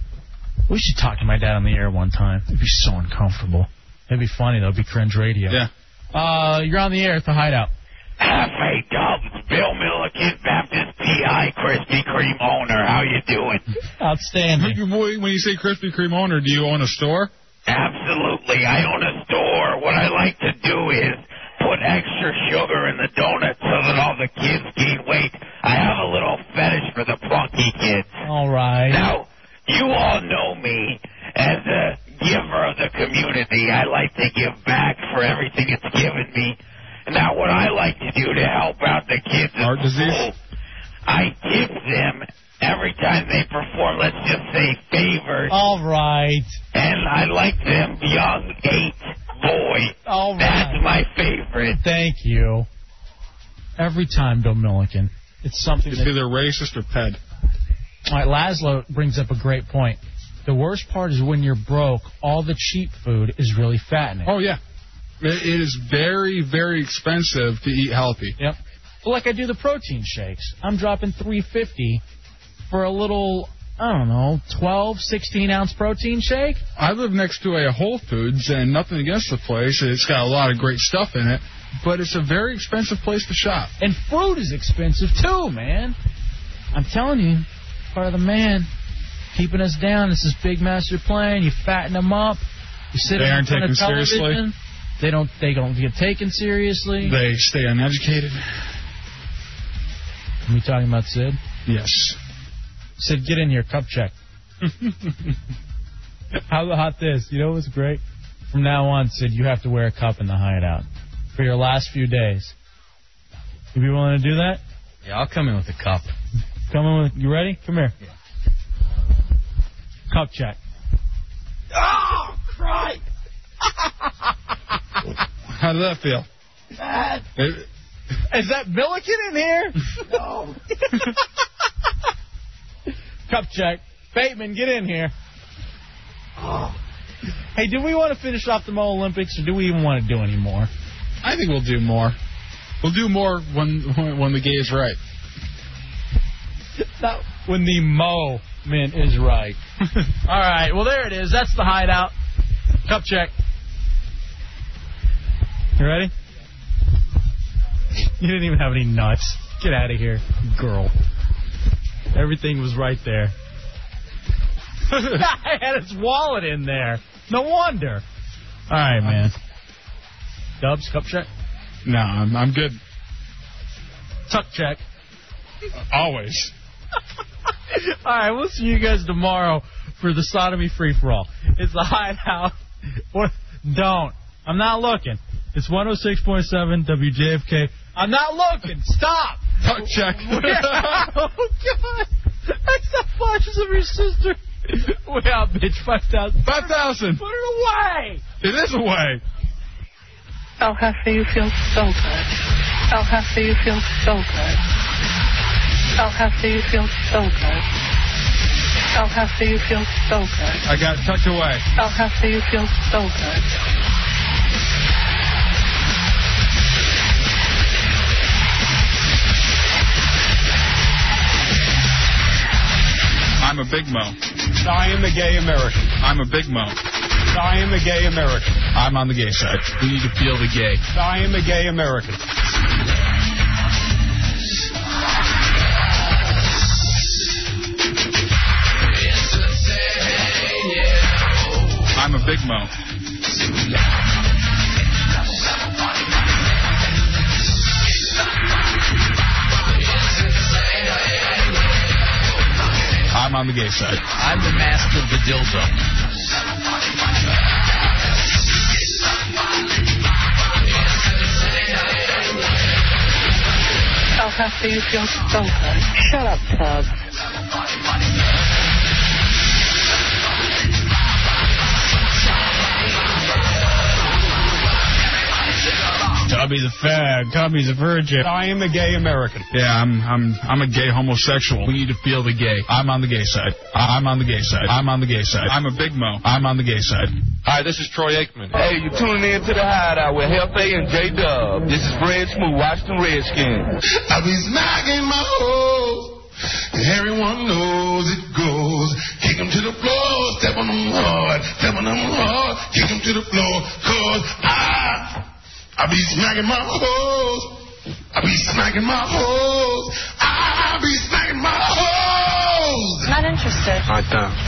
[SPEAKER 5] We should talk to my dad on the air one time. It'd be so uncomfortable. It'd be funny though. It'd be cringe radio. Yeah. Uh, you're on the air at the hideout.
[SPEAKER 6] Hey, Dalton, Bill Miller, Kid Baptist, P.I., Krispy Kreme owner. How you doing?
[SPEAKER 5] Outstanding.
[SPEAKER 4] When you say Krispy Kreme owner, do you own a store?
[SPEAKER 6] Absolutely. I own a store. What I like to do is put extra sugar in the donuts so that all the kids gain weight. I have a little fetish for the plunky kids.
[SPEAKER 5] All right.
[SPEAKER 6] Now, you all know me as a giver of the community. I like to give back for everything it's given me. Now, what I like to do to help out the kids at Heart disease? I tip them every time they perform, let's just say favors.
[SPEAKER 5] All right.
[SPEAKER 6] And I like them young eight boy.
[SPEAKER 5] All right.
[SPEAKER 6] That's my favorite.
[SPEAKER 5] Thank you. Every time, Bill Milliken. It's something
[SPEAKER 4] It's
[SPEAKER 5] that-
[SPEAKER 4] either racist or ped.
[SPEAKER 5] All right, Laszlo brings up a great point. The worst part is when you're broke, all the cheap food is really fattening.
[SPEAKER 4] Oh yeah, it it is very, very expensive to eat healthy.
[SPEAKER 5] Yep. Well, like I do the protein shakes. I'm dropping 350 for a little, I don't know, 12, 16 ounce protein shake.
[SPEAKER 4] I live next to a Whole Foods, and nothing against the place. It's got a lot of great stuff in it, but it's a very expensive place to shop.
[SPEAKER 5] And food is expensive too, man. I'm telling you, part of the man keeping us down. This is big master plan. You fatten them up. You sit them
[SPEAKER 4] They
[SPEAKER 5] in
[SPEAKER 4] aren't
[SPEAKER 5] front of
[SPEAKER 4] taken seriously.
[SPEAKER 5] television. They don't. They don't get taken seriously.
[SPEAKER 4] They stay uneducated.
[SPEAKER 5] Are we talking about Sid?
[SPEAKER 4] Yes.
[SPEAKER 5] Sid, get in here. Cup check. How about this? You know what's great? From now on, Sid, you have to wear a cup in the hideout for your last few days. You be willing to do that?
[SPEAKER 25] Yeah, I'll come in with a cup.
[SPEAKER 5] Come on, with, you ready? Come here. Cup check.
[SPEAKER 6] Oh, Christ!
[SPEAKER 4] How did that feel? It-
[SPEAKER 5] Is that Milliken in here?
[SPEAKER 6] No.
[SPEAKER 5] Cup check. Bateman, get in here. Hey, do we want to finish off the Mo Olympics, or do we even want to do any more?
[SPEAKER 4] I think we'll do more. We'll do more when when, when the gay is right.
[SPEAKER 5] Not when the Mo man is right. All right. Well, there it is. That's the hideout. Cup check. You ready? You didn't even have any nuts. Get out of here, girl. Everything was right there. I had his wallet in there. No wonder. All right, man. Dubs, cup check.
[SPEAKER 4] No, I'm, I'm good.
[SPEAKER 5] Tuck check.
[SPEAKER 4] Always.
[SPEAKER 5] All right, we'll see you guys tomorrow for the sodomy free for all. It's the hideout. What? Don't. I'm not looking. It's 106.7 WJFK. I'm not looking. Stop.
[SPEAKER 4] Tuck check.
[SPEAKER 5] oh God. That's the flashes of your sister. Way out, bitch. Five thousand.
[SPEAKER 4] Five thousand.
[SPEAKER 5] Put it away.
[SPEAKER 4] It is a way.
[SPEAKER 26] El Jefe, you feel so good. El Jefe, you feel so good. El Jefe, you feel so good. El Jefe, you feel so good.
[SPEAKER 4] I got tucked away.
[SPEAKER 26] El Jefe, you feel so good.
[SPEAKER 4] I'm a big mo. I am a gay American. I'm a big mo. I am a gay American. I'm on the gay side. We need to feel the gay. I am a gay American. I'm a big mo. I'm on the gay side.
[SPEAKER 25] I'm the master of the dildo.
[SPEAKER 26] El Jefe, you feel so good. Shut up, Tubbs.
[SPEAKER 4] Tubby's a fag. Tubby's a virgin. I am a gay American. Yeah, I'm I'm I'm a gay homosexual. We need to feel the gay. I'm on the gay side. I- I'm on the gay side. I'm on the gay side. I'm a big mo. I'm on the gay side.
[SPEAKER 27] Hi, this is Troy Aikman.
[SPEAKER 28] Hey, you're tuning in to the hideout with Hefe and J Dub. This is Fred Smooth, Washington Redskins.
[SPEAKER 27] I be smacking my hoes.
[SPEAKER 6] Everyone knows it goes. Kick 'em to the floor, step on 'em hard, step on 'em hard, kick 'em to the floor, cause I, I be smacking my hoes. I be smacking my hoes. I be smacking my hoes.
[SPEAKER 29] Not interested.
[SPEAKER 6] I don't.